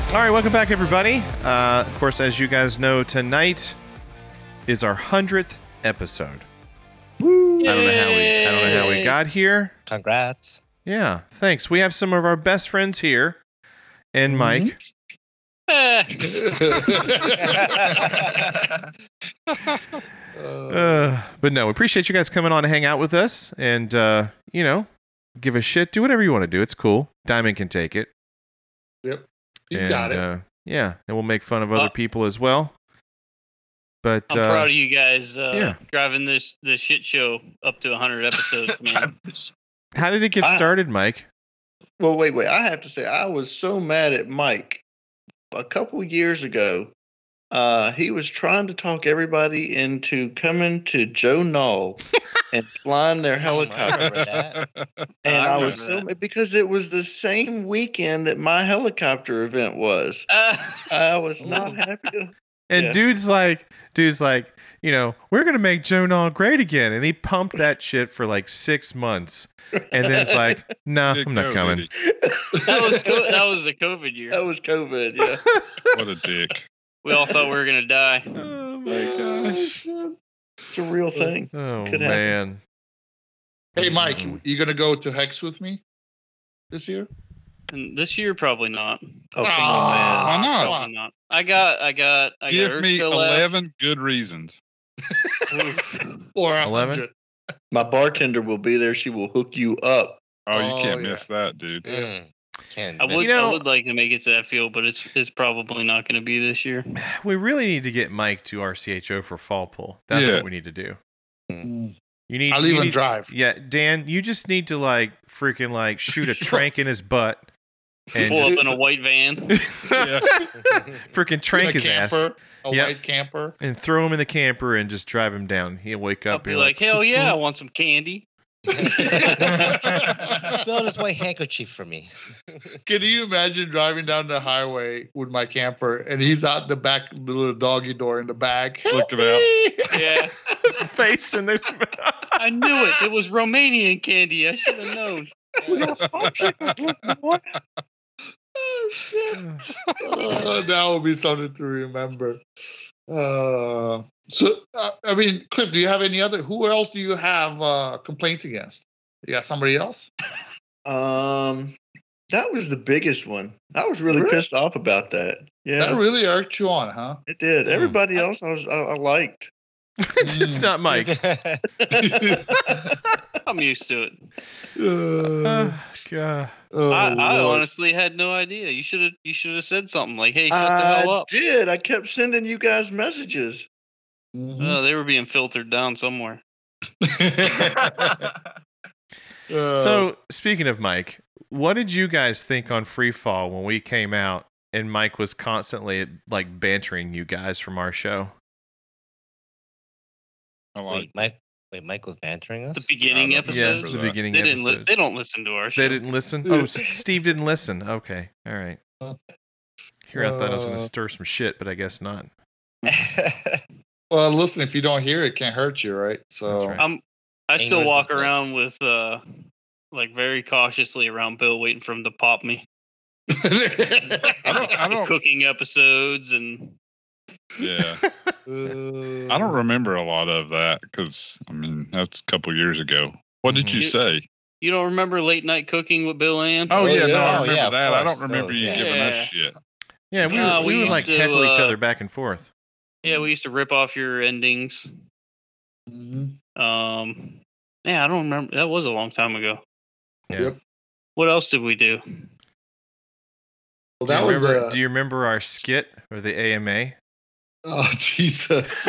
S1: All right, welcome back, everybody. Uh, of course, as you guys know, tonight is our hundredth episode. I don't know how we I don't know how we got here.
S3: Congrats.
S1: Yeah, thanks. We have some of our best friends here, and Mike.
S5: Eh,
S2: Uh,
S1: Uh, but no, we appreciate you guys coming on to hang out with us, and uh, you know, give a shit, do whatever you want to do. It's cool. Diamond can take it.
S2: he's
S1: and,
S2: got it.
S1: Uh, yeah, and we'll make fun of other
S5: Uh,
S1: people as well. But
S5: I'm
S1: uh,
S5: proud of you guys uh,
S1: yeah.
S5: driving this this shit show up to 100 episodes, man.
S1: how did it get
S6: I-
S1: started, Mike?
S6: Well, wait, wait. I have to say, I was so mad at Mike a couple years ago. Uh, he was trying to talk everybody into coming to Joe Knoll and flying their helicopter.
S3: remember that.
S6: and
S5: I
S6: I,
S5: remember
S6: was so
S5: that.
S6: mad because it was the same weekend that my helicopter event was.
S5: Uh,
S6: I was not happy.
S1: And
S6: Yeah.
S1: dude's like, dude's like, you know, we're gonna make Joan all great again, and he pumped that shit for like six months, and then it's like, nah,
S4: Did
S1: I'm
S4: go,
S1: not
S4: did
S1: coming.
S4: he?
S5: that was co- that was a COVID year.
S6: That was COVID. Yeah.
S4: What a dick.
S5: We all thought we were gonna die.
S1: Oh my gosh.
S6: It's a real thing.
S1: Oh
S6: Could happen.
S1: man.
S2: hey Mike,
S1: Mm.
S2: you gonna go to Hex with me this year?
S5: And this year probably not.
S6: Oh, come on,
S4: Why
S6: man.
S4: not?
S2: Come on.
S5: Probably not. I got I got I
S4: Give
S5: got
S4: me
S5: Ursa
S4: eleven good reasons.
S5: left.
S2: Or a
S1: 11?
S2: hundred.
S6: My bartender will be there. She will hook you up.
S4: Oh, you
S2: Oh,
S4: can't
S2: yeah.
S4: miss that, dude.
S3: Mm, can't
S5: I
S3: miss
S5: would
S1: You know-
S5: I would like to make it to that field, but it's it's probably not gonna be this year.
S1: We really need to get Mike to RCHO for fall pull. That's
S4: Yeah.
S1: what we need to do.
S2: Mm.
S1: You need
S2: I'll
S1: you
S2: even
S1: need-
S2: drive.
S1: Yeah, Dan, you just need to like freaking like shoot a trank in his butt and
S5: Pull
S1: just-
S5: up in a white van.
S4: Yeah.
S1: freaking trank
S2: a
S1: his ass
S2: camper, a
S1: Yep.
S2: white camper.
S1: and throw him in the camper and just drive him down. He'll wake
S5: I'll
S1: up.
S5: be
S1: and
S5: like, Hell yeah, I want some candy.
S3: Smell this white handkerchief for me.
S2: Can you imagine driving down the highway with my camper and he's out the back little doggy door in the back?
S4: Looked him out.
S5: Yeah,
S1: Face in this.
S5: I knew it. It was Romanian candy. I should have known.
S2: Uh, that would be something to remember. Uh, so, uh, I mean, Cliff, do you have any other? Who else do you have uh, complaints against? You got somebody else?
S6: Um, that was the biggest one. I was really,
S2: Really?
S6: pissed off about that. Yeah,
S2: That really irked you on, huh?
S6: it did.
S1: Hmm.
S6: Everybody else, I was, I, I liked.
S1: it's just not Mike.
S5: I'm used to it.
S2: Uh,
S1: Oh, God.
S2: oh,
S5: I, I
S2: Lord.
S5: honestly had no idea. You should have. You should have said something like, "Hey, shut the hell
S6: I
S5: up."
S6: did. I kept sending you guys messages.
S2: Mhm.
S3: Mm-hmm.
S4: Hmm?
S5: Oh, they were being filtered down somewhere.
S2: Uh,
S1: So speaking of Mike, what did you guys think on Freefall when we came out and Mike was constantly like bantering you guys from our show?
S4: I
S3: wait,
S4: like
S3: Mike. Wait, Mike was bantering
S5: The
S3: us.
S5: beginning
S4: Yeah,
S1: Yeah,
S5: episode.
S1: the beginning
S5: they didn't. Li-
S1: episodes.
S5: they don't listen to our show.
S1: They didn't listen. Oh, S- Steve didn't listen. Okay, all right. Here I thought I was going
S2: Uh,
S1: to stir some shit, but I guess not.
S2: well, listen, if you don't hear it, can't hurt you, right? So,
S1: right.
S5: I'm. I still
S3: English is
S5: walk
S3: bliss.
S5: around with uh, like very cautiously around Bill, waiting for him to pop me.
S4: I don't. I don't.
S5: Cooking episodes and
S4: Yeah,
S2: Uh,
S4: I don't remember a lot of that because I mean that's a couple years ago. What
S1: Mm-hmm.
S4: did you
S5: Mhm.
S4: say?
S5: you don't remember late night cooking with Bill Ann?
S4: Oh,
S6: Oh,
S4: yeah, no,
S6: yeah.
S4: I
S3: Oh,
S4: remember
S3: yeah, of
S4: that. I
S3: course,
S4: don't remember
S3: those,
S4: you
S3: yeah.
S4: giving us
S5: Yeah.
S4: shit.
S1: Yeah, we
S5: No,
S1: would,
S5: we
S1: we would
S5: used
S1: like
S5: to,
S1: heckle each
S5: uh,
S1: other back and forth.
S5: Yeah, we used to rip off your endings.
S2: Mhm.
S5: Um, yeah, I don't remember. That was a long time ago.
S1: Yeah.
S2: Yep.
S5: What else did we do?
S2: Well,
S1: Do you,
S2: that was.
S1: remember,
S2: uh,
S1: do you remember our skit or the AMA?
S2: oh, Jesus.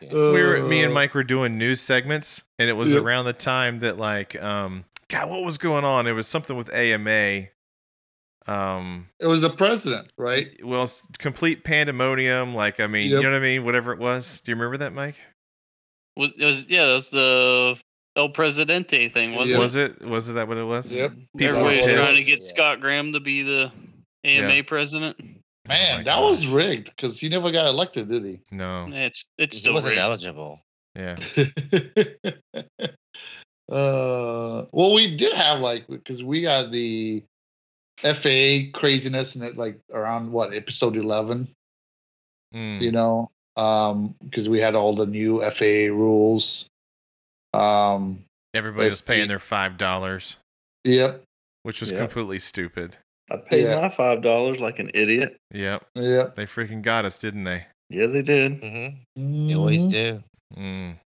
S1: we were me and Mike were doing news segments, and it was
S2: uh, Yep.
S1: around the time that like um God, what was going on? It was something with AMA. Um,
S2: It was the president, right?
S1: well, s- complete pandemonium. Like, I mean,
S2: Yep.
S1: you know what I mean? Whatever it was. Do you remember that, Mike?
S5: Was it was yeah, that was the El Presidente thing, wasn't
S2: Yeah.
S5: it?
S1: Was it? Was that what it was?
S2: Yep.
S1: People
S5: Everybody
S1: were
S5: was
S1: pissed.
S5: trying to get
S3: Yeah.
S5: Scott Graham to be the AMA president.
S1: Oh my
S2: Man, that
S1: gosh.
S2: was rigged because he never got elected, did he?
S1: No.
S5: It's it's
S3: He
S5: still
S3: wasn't
S5: rigged.
S3: eligible.
S1: Yeah.
S2: uh, well, we did have like because we got the FAA craziness in it, like around what episode eleven,
S1: Mm.
S2: you know, because we had all the new FAA rules. Um,
S1: Everybody was
S2: let's
S1: paying
S2: see.
S1: their five dollars,
S2: yep,
S1: which was
S6: Yeah.
S1: completely stupid.
S6: I paid
S2: Yeah.
S6: my five dollars like an idiot.
S1: Yep.
S2: yep.
S1: They freaking got us, didn't they?
S6: Yeah, they did.
S3: Mm-hmm. They always
S2: Mhm.
S3: do.
S1: Mm.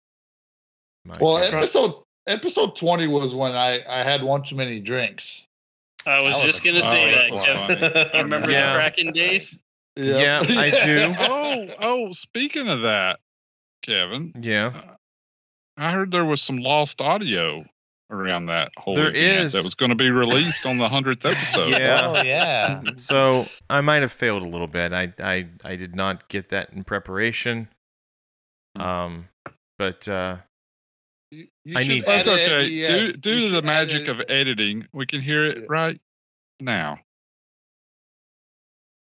S1: My
S2: Well,
S1: God.
S2: episode episode twenty was when I I had one too many drinks.
S5: I was
S3: That was a-
S5: just gonna
S4: Oh,
S5: say
S4: that
S5: that.
S4: was
S5: Jeff.
S4: funny.
S5: You remember
S1: Yeah.
S5: the Kraken days?
S1: Yeah, I do.
S4: oh, oh, speaking of that, Kevin, uh,
S1: yeah.
S4: I heard there was some lost audio around that whole
S1: There
S4: event
S1: is.
S4: that was going to be released on the 100th episode.
S1: Yeah.
S3: Oh yeah.
S1: so I might have failed a little bit. I I I did not get that in preparation. Um, but uh,
S2: You- you
S1: I
S2: should
S1: need-
S4: That's
S2: edit at
S4: okay.
S2: the
S4: Due,
S2: end.
S4: due
S2: You
S4: to the
S2: should
S4: magic
S2: edit-
S4: of editing, we can hear it
S2: Yeah.
S4: right now.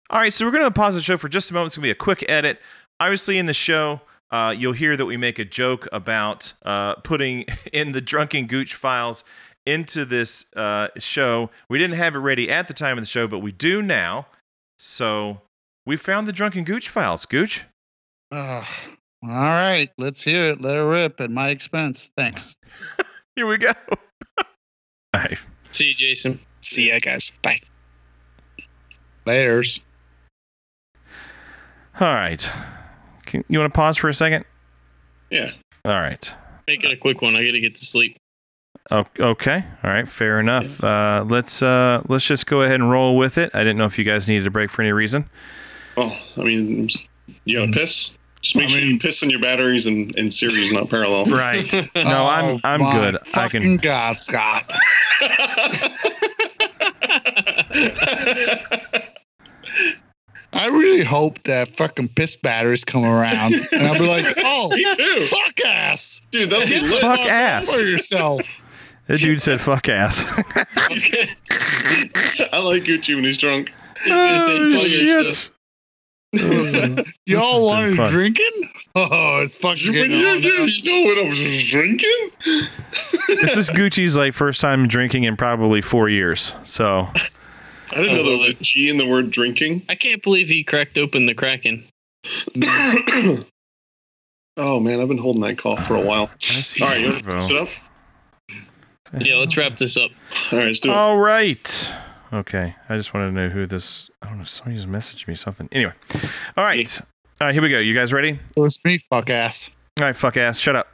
S1: all right, so we're gonna pause the show for just a moment. It's gonna be a quick edit. Obviously, in the show, uh, you'll hear that we make a joke about uh, putting in the drunken gooch files into this uh, show. We didn't have it ready at the time of the show, but we do now. So we found the drunken gooch files. Gooch.
S8: Ugh. All right, let's hear it. Let it rip at my expense. Thanks.
S1: Here we go. all right.
S10: See you, Jason. See ya, guys. Bye.
S8: Layers.
S1: All right. Can, you want to pause for a second?
S10: Yeah.
S1: All right.
S10: Make it a quick one. I gotta get to sleep.
S1: O- okay. All right. Fair enough. Uh, let's uh, let's just go ahead and roll with it. I didn't know if you guys needed a break for any reason.
S10: Oh, I mean, you
S1: Mm.
S10: gotta piss. Just make
S4: I
S10: sure you
S4: mean-
S10: piss in your batteries and, and series, not parallel.
S1: Right. No, I'm I'm good. I
S8: Oh, Fucking
S1: can.
S8: God, Scott. I really really hope that fucking piss batteries come around, and I'll be like, oh,
S10: Me too.
S8: fuck ass,
S10: Dude, that'll be lit.
S1: Fuck ass.
S8: for yourself.
S1: That dude said fuck ass.
S10: I like Gucci when he's drunk.
S1: oh,
S10: all your
S1: shit.
S8: Y'all
S1: been
S8: wanted
S1: fun.
S8: drinking? Oh, it's fucking.
S10: When
S8: getting
S10: you,
S8: on now.
S10: you, you know when I was drinking?
S1: This is Gucci's like first time drinking in probably four years. So
S10: I didn't know there was a G in the word drinking.
S11: I can't believe he cracked open the Kraken.
S10: oh man, I've been holding that cough for a while.
S1: Nice
S10: All right, you
S1: servo.
S10: want to sit
S11: Yeah, let's wrap this
S10: up?
S11: up.
S10: All right, let's do it.
S1: All right. Okay. I just wanted to know who this. I don't know. Somebody just messaged me something. Anyway. All right. All right. Here we go. You guys ready?
S8: It was me, fuck ass.
S1: All right. Fuck ass. Shut up.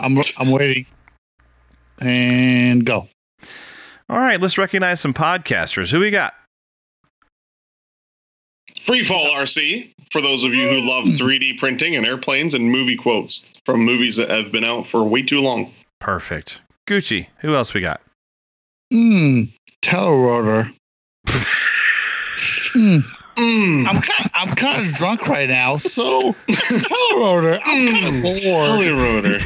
S8: I'm I'm waiting. And go.
S1: All right. Let's recognize some podcasters. Who we got?
S10: Freefall RC, for those of you who love 3D printing and airplanes and movie quotes from movies that have been out for way too long.
S1: Perfect. Gucci. Who else we got?
S8: Hmm. Telerotor. Hmm.
S10: Mm.
S8: I'm kind I'm kind of drunk right now, so Telerotor. I'm kind of bored.
S10: Telerotor.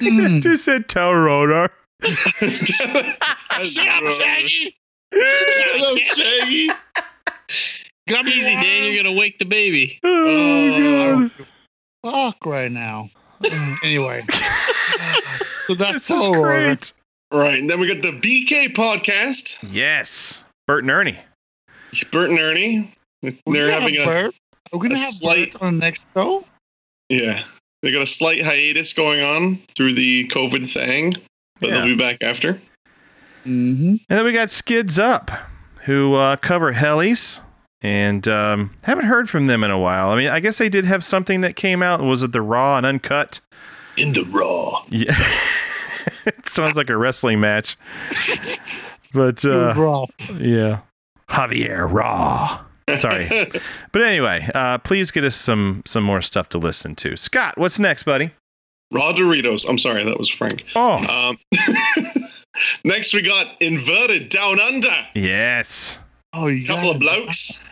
S8: Hmm.
S1: Hmm. Just said Tell Rotor.
S8: Shut up, Shaggy.
S10: Shut up, Shaggy.
S8: Got me
S11: Easy, Dan. You're gonna wake the baby.
S1: Oh,
S8: fuck right now. Hmm, anyway, so that's
S1: This is
S8: Telerotor.
S1: great.
S10: Right, and then we got the BK podcast.
S1: Yes. Bert and Ernie.
S10: Bert and Ernie. They're having a
S8: Bert. Are we gonna
S10: a
S8: have
S10: slight-
S8: Bert on the next show?
S10: yeah. They got a slight hiatus going on through the COVID thing, but
S1: Yeah.
S10: they'll be back after.
S8: Mm-hmm.
S1: And then we got Skids Up, who uh, cover Hellies. And um, haven't heard from them in a while. I mean, I guess they did have something that came out. Was it the Raw and Uncut?
S10: In the raw.
S1: Yeah. it sounds like a wrestling match. But uh, yeah. Javier Raw. Sorry. but anyway, uh, please get us some some more stuff to listen to. Scott, what's next, buddy?
S10: raw Doritos. I'm sorry, that was Frank.
S1: Oh.
S10: Um, next we got Inverted Down Under.
S1: Yes.
S8: Oh, yeah.
S10: Couple of blokes.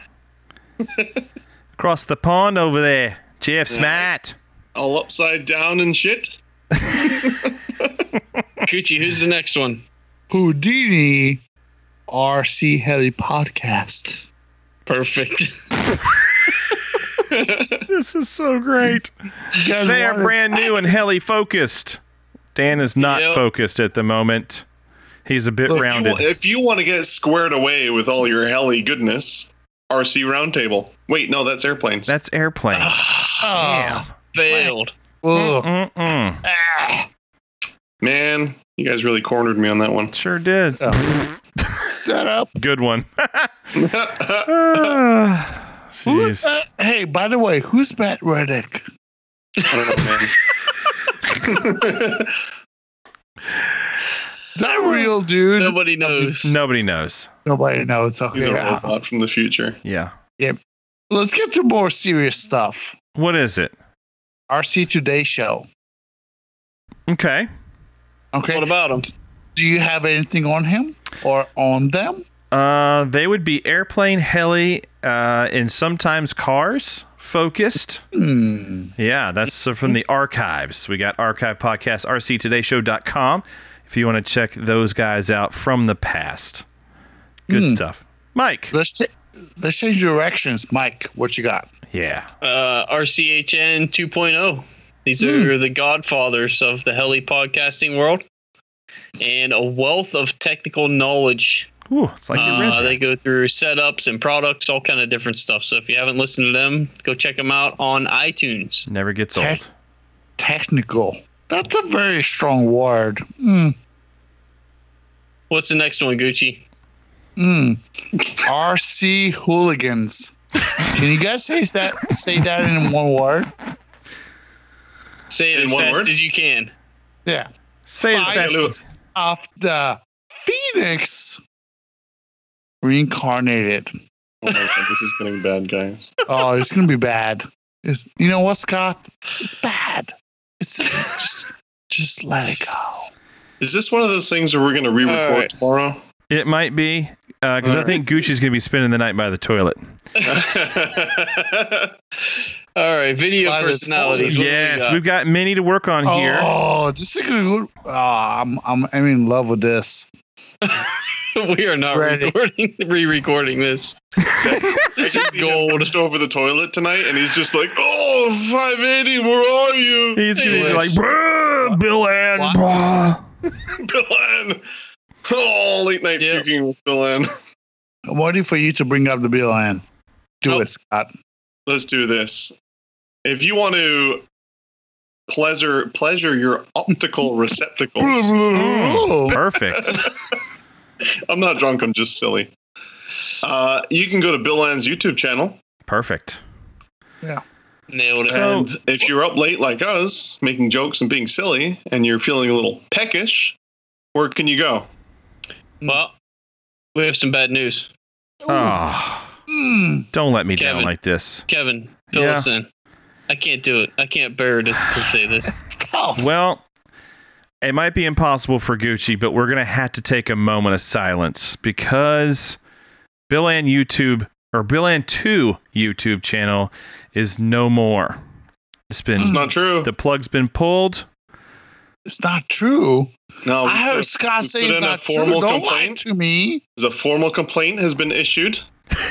S1: Across the pond over there. Jeff Smart.
S10: All upside down and shit.
S11: Gucci, who's the next one?
S8: Houdini RC Heli podcast.
S11: Perfect.
S1: This is so great.
S8: You guys
S1: They are
S8: wanted-
S1: brand new and heli focused. Dan is not
S11: Yep.
S1: focused at the moment. He's a bit
S8: Look, you
S1: rounded.
S10: If you want to get squared away with all your helly goodness, RC Roundtable. Wait, no, that's airplanes.
S1: That's airplane.
S8: Oh,
S11: Failed.
S8: ugh.
S1: Mm-mm.
S10: Man, you guys really cornered me on that one.
S1: Sure did.
S8: set up.
S1: Good one. Ah,
S8: Who-
S1: Jeez.
S8: uh, hey, by the way, who's Matt Reddick? That real dude.
S11: Nobody knows.
S1: Nobody knows.
S8: Nobody knows.
S10: He's
S8: Okay,
S10: a
S8: yeah.
S10: robot from the future.
S1: Yeah.
S8: let's get to more serious stuff.
S1: What is it?
S8: RC Today show.
S1: Okay.
S8: Okay,
S11: What about him?
S8: do you have anything on him or on them?
S1: Uh, they would be airplane, heli, uh, and sometimes cars focused.
S8: Hmm.
S1: Yeah, that's uh, from the archives. We got archive podcast, rctodayshow.com. If you want to check those guys out from the past, good
S8: Hmm.
S1: stuff. Mike.
S8: Let's ch- let's change directions, Mike. What you got?
S1: Yeah.
S11: Uh, RCHN 2.0. oh. These
S1: Hmm.
S11: are the godfathers of the heli podcasting world, and a wealth of technical knowledge
S1: Ooh, it's like you
S11: Uh,
S1: read
S11: they go through setups and products, all kind of different stuff. So if you haven't listened to them, go check them out on iTunes.
S1: that. Never gets
S8: Tech-
S1: old.
S8: Technical. That's a very strong word. Hmm.
S11: What's the next one, Gucci?
S8: Mm. RC hooligans. Can you guys say that? Say that in one word.
S11: Say it
S10: In
S11: as
S10: one
S11: fast
S10: word?
S11: as you can.
S8: Yeah.
S1: Say it
S8: Five-
S1: fast.
S8: Of the phoenix reincarnated.
S10: Oh my god, this is getting bad, guys.
S8: Oh, it's gonna be bad. It's- you know what, Scott? It's bad. It's just, just let it go.
S10: Is this one of those things where we're going to re record
S11: All right.
S10: tomorrow?
S1: It might be because I think Gucci's going to be spending the night by the toilet.
S11: All right, video
S8: Why does-
S11: personalities. what do we
S1: yes,
S11: got?
S1: we've got many to work on here.
S8: Oh, this is a good. Oh, I'm, I'm, I'm in love with this.
S11: we are not
S8: Ready.
S11: recording, re-recording this. this is gold.
S10: Just over the toilet tonight, and he's just like, "Oh, 580, where are you,
S1: He's going to be like,
S11: Yes.
S1: bruh, Bill Ann,
S8: What?
S1: bruh.
S10: Bill N?" Oh, late night
S11: Yeah.
S10: puking with Bill N.
S8: I'm waiting for you to bring up the bill, and do
S11: Oh.
S8: it, Scott.
S10: let's do this. If you want to pleasure pleasure your optical receptacles,
S1: Perfect.
S10: I'm not drunk. I'm just silly. Uh, you can go to Bill Ann's YouTube channel,
S1: Perfect.
S11: Nailed it.
S1: So-
S10: and if you're up late like us, making jokes and being silly, and you're feeling a little peckish, where can you go?
S11: well, we have some bad news.
S1: Oh,
S8: Mm.
S1: don't let me down
S11: Kevin.
S1: like this.
S11: Kevin, fill
S1: Yeah.
S11: us in. I can't do it. I can't bear to, to say this.
S8: Oh,
S1: Well, it might be impossible for Gucci, but we're going to have to take a moment of silence because Bill and YouTube or Bill and 2 YouTube channel is no more. It's been
S10: It's not true.
S1: the plug's been pulled.
S8: it's not true.
S10: No,
S8: I heard
S10: there's
S8: Scott say
S10: put in
S8: it's
S10: a
S8: not true.
S10: formal
S8: Don't lie
S10: complaint?
S8: to me.
S10: a formal complaint has been issued.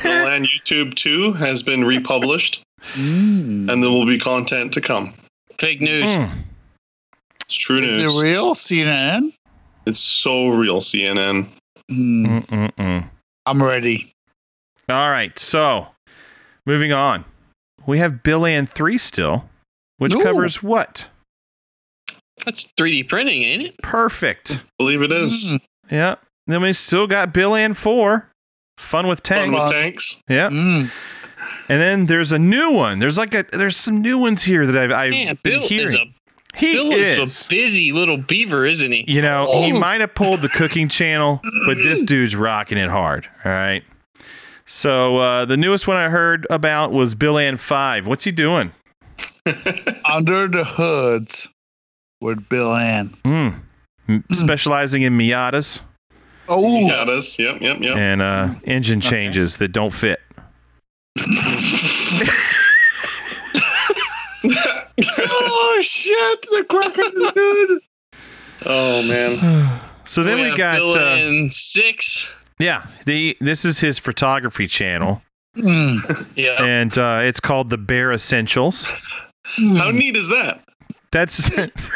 S10: Bill Ann YouTube 2 has been republished,
S8: Mm.
S10: and there will be content to come.
S11: Fake news.
S1: Mm.
S10: It's true
S8: Hmm. Is
S10: news.
S8: it real, CNN?
S10: It's so real, CNN.
S8: Mm.
S1: Mm, mm, mm.
S8: I'm ready.
S1: All right, so moving on, we have Bill and 3 still, which
S8: Ooh.
S1: covers what?
S11: That's 3D printing, ain't it? Mm.
S1: Perfect.
S10: believe it is.
S1: Yeah. Then we still got Bill and 4. Fun with
S10: Fun
S1: tanks.
S10: with tanks.
S1: yeah.
S8: Mm.
S1: And then there's a new one. There's like a there's some new ones here that I've, I've
S11: Man,
S1: been
S11: Bill
S1: hearing.
S11: is a
S1: he
S11: Bill
S1: is.
S11: is. a busy little beaver, isn't he?
S1: you know,
S5: Oh.
S8: Oh.
S1: he might have pulled the cooking channel, but this dude's rocking it hard. All right. So uh, the newest one I heard about was Bill and Five. What's he doing?
S8: Under the hoods with Bill Ann.
S1: Mm. M- Specializing in Miatas
S8: Oh,
S10: Got us. Yep, yep, yep.
S1: and uh, engine changes that don't fit.
S8: oh shit! The cracker, dude.
S10: Oh man.
S1: So then we,
S11: have
S1: got
S11: Bill
S1: uh,
S11: and six.
S1: yeah, the this is his photography channel,
S8: Mm.
S11: Yeah.
S1: and uh, it's called the Bear Essentials.
S8: Mm.
S10: How neat is that?
S1: That's
S11: It's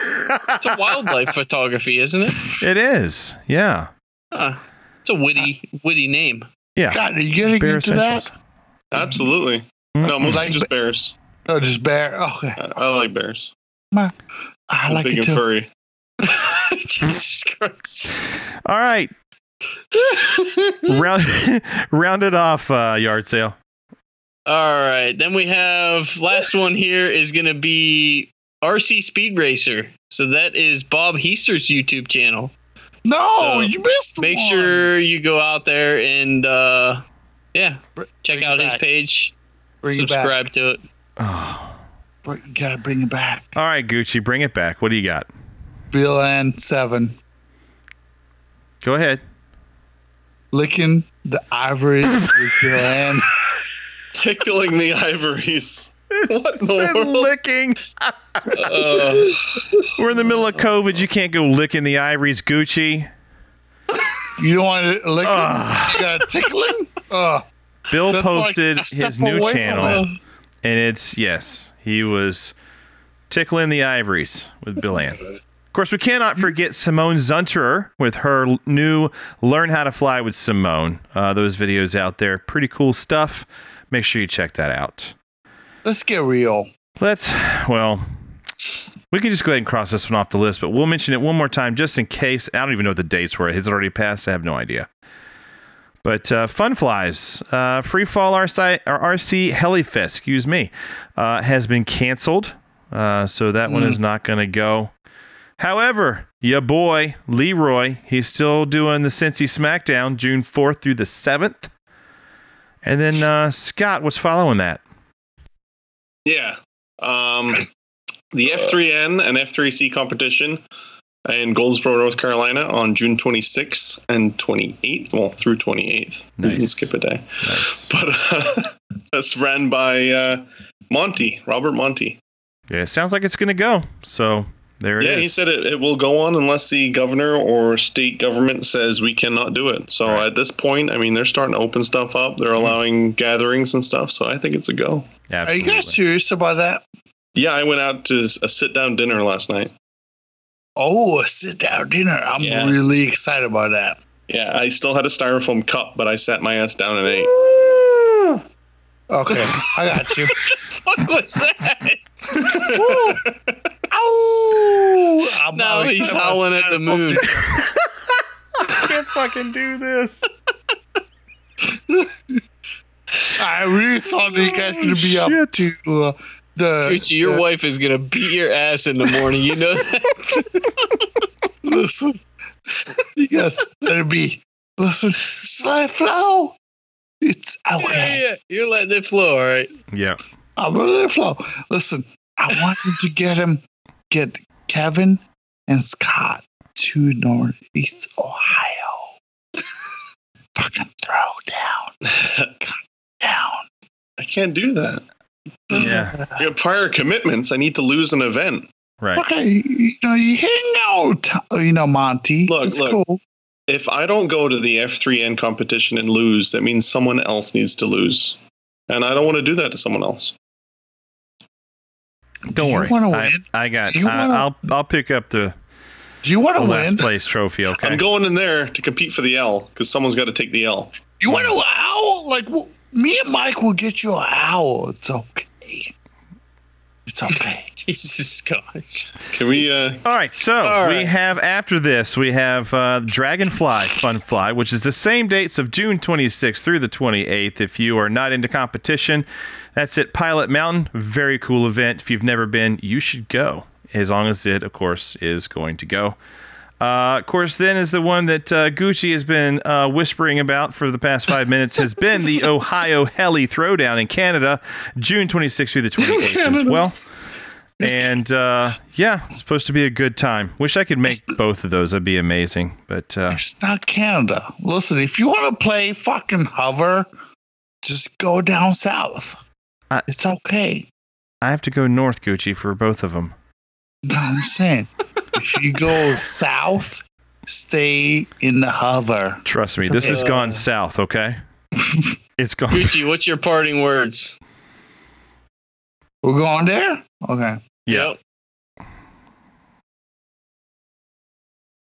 S11: a wildlife photography, isn't it?
S1: It is. Yeah.
S11: Huh. It's a witty, witty name.
S8: God, are you getting
S1: Bear
S8: into that?
S1: essentials.
S10: Absolutely. No, mostly
S8: Hmm. Like-
S10: just bears.
S8: Oh, just bear. Okay,
S10: I, I like bears.
S8: I like
S10: Big
S8: it
S10: and
S8: too.
S10: furry.
S11: Jesus Christ.
S1: All right. Round round it off uh, yard sale.
S11: All right. Then we have last one here is going to be RC Speed Racer. So that is Bob Heister's YouTube channel.
S8: No,
S11: So,
S8: you missed.
S11: Make
S8: one.
S11: sure you go out there and, uh, yeah, check
S8: bring
S11: out
S8: it
S11: his
S8: back.
S11: page,
S8: bring it back.
S11: subscribe to it.
S1: Oh.
S8: Br- You gotta bring it back.
S1: All right, Gucci, bring it back. What do you got?
S8: Bill Ann seven
S1: Go ahead.
S8: licking the ivory with Bill Ann.
S10: Tickling the ivories. What in the
S1: Said
S10: world?
S1: licking.
S11: Uh,
S1: We're in the middle of COVID. You can't go licking the ivories, Gucci.
S8: You don't want to lick it.
S1: Ugh.
S8: You got tickling. Oh,
S1: Bill
S8: That's like
S1: posted
S8: a step
S1: his new
S8: away from
S1: channel, and it's yes, he was tickling the ivories with Bill Ann. Of course, we cannot forget Simone Zunterer with her l- new "Learn How to Fly with Simone." Uh, those videos out there, pretty cool stuff. Make sure you check that out.
S8: let's get real.
S1: Let's well, we can just go ahead and cross this one off the list, but we'll mention it one more time just in case. I don't even know what the dates were. Has it already passed? I have no idea. But uh, Fun Flies, uh, Free Fall RC, or RC Helifest, excuse me, uh, has been canceled. Uh, so that one is not going to go. However, your boy, Leroy, he's still doing the Cincy SmackDown June 4th through the 7th. And then uh, Scott was following that.
S10: Yeah. Um, the F3N and F3C competition in Goldsboro, North Carolina on June 26th and 28th, well, through 28th. You can
S12: Nice.
S10: skip a day. But uh, that's ran by uh, Monty, Robert Monty.
S1: Yeah, it sounds like it's going to go. So there it is.
S10: yeah, he said it, it will go on unless the governor or state government says we cannot do it. So at this point, I mean, they're starting to open stuff up.
S1: Mm-hmm.
S10: They're allowing gatherings and stuff. So I think it's a go.
S8: Are you guys serious about that?
S10: Yeah, I went out to s- a sit down dinner last night.
S8: Oh, a sit down dinner. I'm
S10: Yeah.
S8: really excited about that.
S10: Yeah, I still had a styrofoam cup, but I sat my ass down and ate.
S8: Okay, I got you.
S11: fuck was that?
S8: Ooh, I'm
S11: No,
S8: all
S11: he's
S8: excited about
S11: howling at the
S8: styrofoam
S11: moon.
S8: dinner.
S1: I can't fucking do this.
S8: I really thought you guys would be up to uh, the.
S11: Gucci, your
S8: the-
S11: wife is gonna beat your ass in the morning. You know that.
S8: Listen, you guys better be. Listen, it's let it flow. It's okay.
S11: yeah, yeah, you're letting it flow, all right.
S1: Yeah.
S8: I'm gonna let it flow. Listen, I want you to get him, get Kevin and Scott to Northeast Ohio. Fucking throw down, down.
S10: I can't do that.
S1: Yeah.
S10: I got prior commitments. I need to lose an event.
S1: Right.
S8: Okay, you know you hang out. Oh, You know Monty.
S10: Look,
S8: it's
S10: look.
S8: cool.
S10: If I don't go to the F3N competition and lose, that means someone else needs to lose. And I don't want to do that to someone else.
S1: Don't
S8: you
S1: worry.
S8: wanna
S1: I,
S8: win?
S1: I got.
S8: Do you
S1: I,
S8: wanna-
S1: I'll I'll pick up the,
S8: Do you want
S1: the
S8: to
S1: last
S8: win?
S1: place trophy. Okay.
S10: I'm going in there to compete for the L because someone's got to take the L.
S8: You want
S1: Hmm.
S8: to owl? Like w me and Mike will get you an owl. It's okay. It's okay.
S11: Jesus gosh.
S10: Can we? Uh,
S1: All right, so
S11: All
S1: we
S11: right.
S1: have after this we have uh, Dragonfly Fun Fly, which is the same dates of June 26th through the 28th. If you are not into competition, that's at Pilot Mountain. Very cool event. If you've never been, you should go. As long as it, of course, is going to go. Uh, of course, then is the one that uh, Gucci has been uh, whispering about for the past five minutes has been the Ohio Heli Throwdown in Canada, June 26th through the 28th as well and uh, yeah, it's supposed to be a good time. Wish I could make both of those. That'd be amazing. But uh,
S8: It's not Canada. Listen, if you want to play fucking hover, just go down south.
S1: I-
S8: it's okay.
S1: I have to go north, Gucci, for both of them.
S8: No, I'm saying if you go south, stay in the hover.
S1: Trust me, this has gone south. Okay, it's gone.
S11: Gucci, what's your parting words?
S8: We're going there. Okay.
S1: Yeah.
S11: Yep.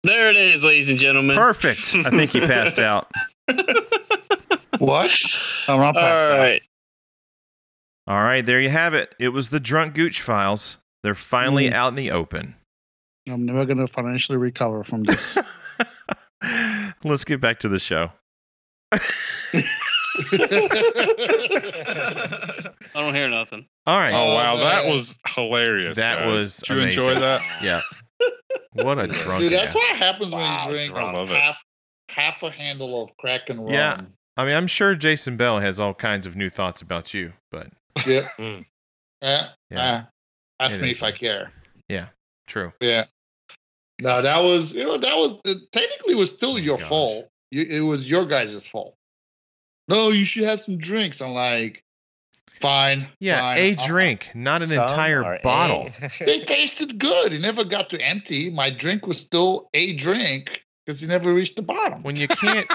S11: There it is, ladies and gentlemen.
S1: Perfect. I think he passed out.
S8: What? I'm Oh, not
S11: All
S8: past that.
S11: right.
S1: All right, there you have it. It was the drunk Gooch files. They're finally
S8: Hmm.
S1: out in the open.
S8: I'm never gonna financially recover from this.
S1: Let's get back to the show.
S5: I don't hear nothing.
S1: All right.
S4: Oh wow, that was hilarious.
S1: That
S4: guys.
S1: was
S4: Did you enjoy
S1: amazing.
S4: that?
S1: Yeah. What a drunk
S2: Dude, that's
S1: ass.
S2: what happens when
S4: Wow,
S2: you drink
S4: drunk.
S2: like
S4: Love it.
S2: half half a handle of crack and rum.
S1: Yeah. I mean, I'm sure Jason Bell has all kinds of new thoughts about you, but
S2: Yep.
S3: Mm.
S2: yeah.
S1: Yeah.
S2: yeah. Eh, Ask
S1: It
S2: me
S1: is.
S2: if I care.
S1: true.
S2: Yeah. No, that was you know that was it technically it was still
S1: Oh my
S2: your
S1: gosh.
S2: fault. You, it was your guys' fault. No, you should have some drinks. I'm like, fine.
S1: Yeah,
S2: fine,
S1: a
S2: I'll-
S1: drink, not an
S3: Some are
S1: entire
S3: A.
S1: bottle.
S2: They tasted good. It never got to empty. My drink was still a drink because it never reached the bottom.
S1: When you can't,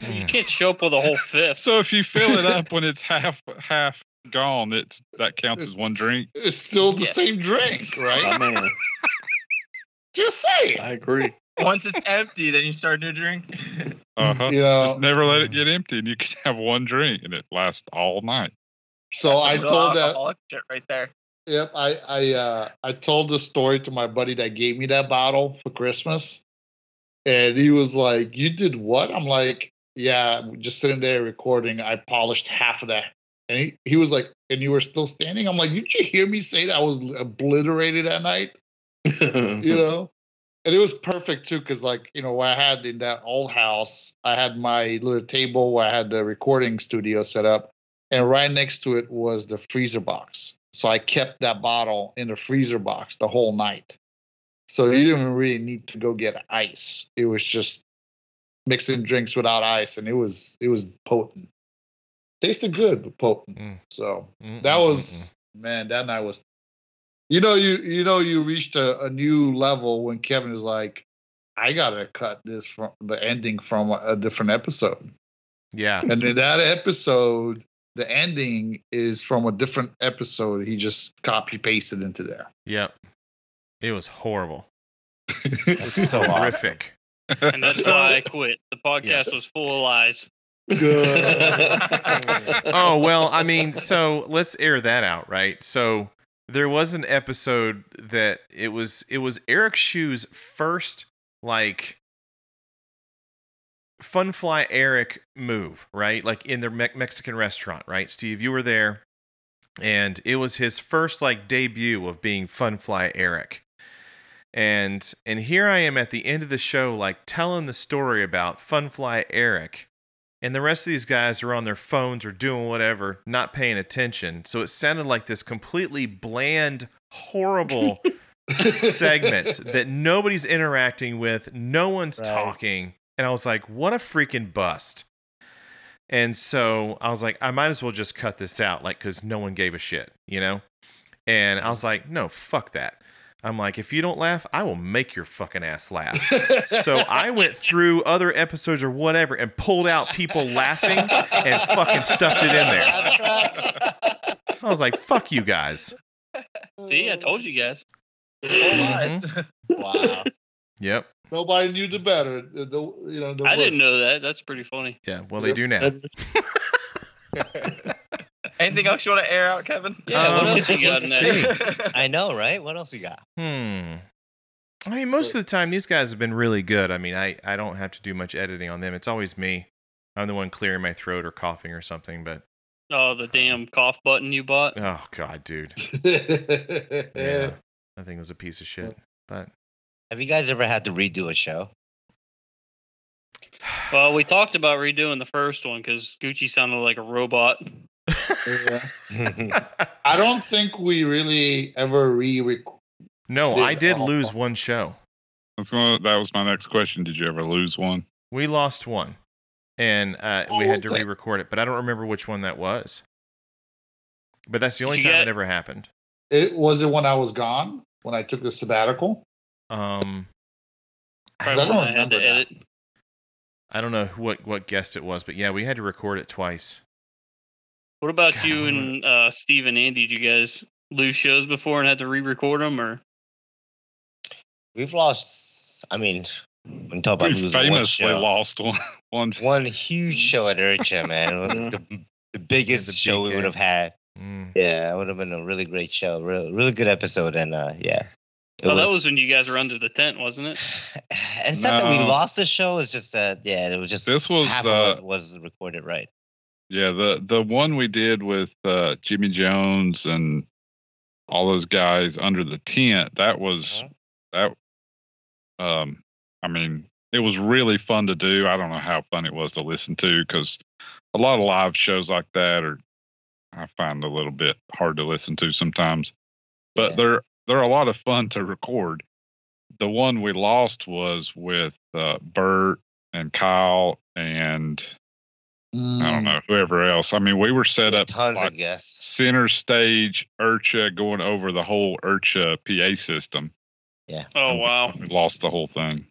S5: You
S1: Mm.
S5: can't show up with a whole fifth.
S4: So if you fill it up when it's half half gone, it's that counts as one drink.
S2: It's still the
S7: Yeah.
S2: same drink, right?
S6: I mean,
S2: Just saying.
S6: I agree.
S7: Once it's empty, then you start to drink.
S4: Uh huh.
S2: You know,
S4: Just never let it get empty, and you can have one drink, and it lasts all night.
S2: so I
S7: Real
S2: told that.
S7: alcoholic shit right there.
S2: Yep, I I uh, I told the story to my buddy that gave me that bottle for Christmas, and he was like, "You did what?" I'm like, "Yeah, just sitting there recording. I polished half of that." And he, he was like, "And you were still standing?" I'm like, "Did you hear me say that I was obliterated that night?"
S8: Mm-hmm.
S2: you know and it was perfect too because like you know i had in that old house i had my little table where i had the recording studio set up and right next to it was the freezer box so i kept that bottle in the freezer box the whole night So you didn't really need to go get ice. It was just mixing drinks without ice, and it was it was potent. Tasted good, but potent.
S1: Mm.
S2: So
S1: Mm,
S2: that
S1: mm,
S2: was man. That night was. You know you you know you reached a, a new level when Kevin was like, I gotta cut this from the ending from a, a different episode,
S1: mm. yeah.
S2: and in that episode, the ending is from a different episode. He just copy pasted into there.
S1: Yep. It was horrible. It was
S3: So
S1: so
S3: awesome.
S1: horrific.
S5: and that's why I quit. The podcast was full of lies.
S1: Oh well, I mean, so let's air that out, right? So there was an episode that it was it was Eric Shue's first like Funfly Eric move, right? Like in the Me- Mexican restaurant, right? Steve, you were there, and it was his first like debut of being Funfly Eric. And and here I am at the end of the show, like telling the story about Funfly Eric, and the rest of these guys are on their phones or doing whatever, not paying attention. So it sounded like this completely bland, horrible segment that nobody's interacting with, no one's
S3: Right.
S1: talking. And I was like, what a freaking bust. And so I was like, I might as well just cut this out, like, because no one gave a shit, you know? And I was like, no, fuck that. I'm like, if you don't laugh, I will make your fucking ass laugh so I went through other episodes or whatever and pulled out people laughing and fucking stuffed it in there. I was like, fuck you guys.
S5: See, I told you guys.
S1: Mm-hmm.
S7: All lies.
S3: Wow.
S1: Yep.
S2: Nobody knew the better. The, the- you know, the
S5: I didn't
S2: worse.
S5: know that. That's pretty funny.
S1: Yeah. Well, they do now.
S7: Anything else you want to air out, Kevin?
S5: Yeah,
S1: Um,
S5: what else you got in
S1: let's
S5: there?
S1: see.
S3: I know, right? What else you got?
S1: Hmm. I mean, most of the time, these guys have been really good. I mean, I, I don't have to do much editing on them. It's always me. I'm the one clearing my throat or coughing or something. But
S5: Oh, the damn cough button you bought.
S1: oh god, dude, yeah, that thing was a piece of shit. But
S3: Have you guys ever had to redo a show?
S5: Well, we talked about redoing the first one because Gucci sounded like a robot.
S2: Yeah.
S3: yeah,
S2: I don't think we really ever re
S1: no,
S2: Dude,
S1: I did
S2: oh.
S1: lose one show.
S4: That's gonna, that was my next question. Did you ever lose one?
S1: We lost one, and uh,
S2: What
S1: we had
S2: was
S1: to
S2: it?
S1: re-record it, but I don't remember which one that was. But that's the only
S5: Did
S1: time
S5: you
S1: it
S5: get-
S1: ever happened.
S2: It was it when I was gone when I took the sabbatical.
S1: Um, I
S5: Probably
S1: don't,
S2: don't
S5: when I had to
S2: remember that.
S5: edit.
S1: I don't know what what guest it was, but yeah, we had to record it twice.
S5: What about
S1: God,
S5: you
S1: what-
S5: and uh, Steve and Andy? Did you guys lose shows before and had to re-record them, or
S3: we've lost. I mean, when you talk about
S4: We
S3: losing one
S4: famously
S3: show,
S4: lost one. one
S3: one huge show at Urcha, man, It was the, the biggest
S1: The
S3: show we
S1: BK.
S3: would have had.
S1: Mm.
S3: Yeah, it would have been a really great show, real, really good episode, and uh, yeah. It
S5: oh, that was when you guys were under the tent, wasn't it?
S3: it's not that we
S4: No.
S3: lost the show. It's just that yeah, it was just
S4: this was
S3: half
S4: uh,
S3: of it was recorded right.
S4: Yeah, the the one we did with uh, Jimmy Jones and all those guys under the tent, that was that um I mean, it was really fun to do. I don't know how fun it was to listen to cuz a lot of live shows like that are I find a little bit hard to listen to sometimes. But
S3: Yeah.
S4: they're they're a lot of fun to record. The one we lost was with uh, Bert and Kyle and I
S5: Hmm.
S4: don't know, whoever else. I mean, we were set up
S3: Tons
S4: like
S3: of guests.
S4: center stage urcha going over the whole urcha PA system.
S5: Oh wow,
S4: We lost the whole thing.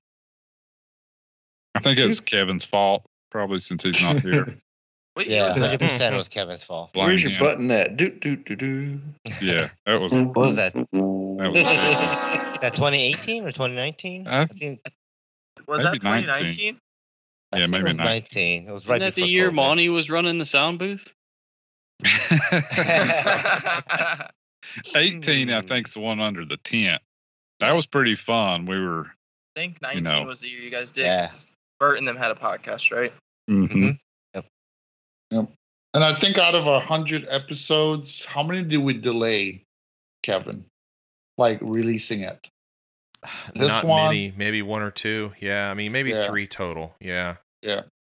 S4: I think it's
S5: Hmm.
S4: Kevin's fault, probably since he's not here.
S7: What year
S3: Yeah,
S7: was that?
S3: hundred percent. It was Kevin's fault.
S4: Blame
S6: Where's your
S4: him.
S6: button at? Do do do do.
S4: Yeah, that was
S3: What was that?
S4: that was terrible.
S3: That 2018 or 2019?
S4: Uh,
S3: I think
S7: Was
S4: Maybe
S7: that
S4: 19.
S7: 2019?
S3: I
S4: yeah,
S3: think
S4: maybe
S3: it was
S4: not.
S3: 19. It was
S5: isn't
S3: right
S5: that the
S3: before
S5: year
S3: COVID.
S5: Monty was running the sound booth?
S4: Eighteen, I think, is the one under the tent. That was pretty fun. We were.
S7: I think 19
S4: know.
S7: was the year you guys did.
S3: Yeah.
S7: Bert and them had a podcast, right?
S5: Mm-hmm.
S4: mhm.
S3: Mm-hmm.
S2: And I think out of our hundred episodes, how many did we delay, Kevin? Like releasing it. This
S1: Not
S2: one-
S1: many, maybe one or two. Yeah, I mean, maybe
S2: Yeah.
S1: three total. Yeah.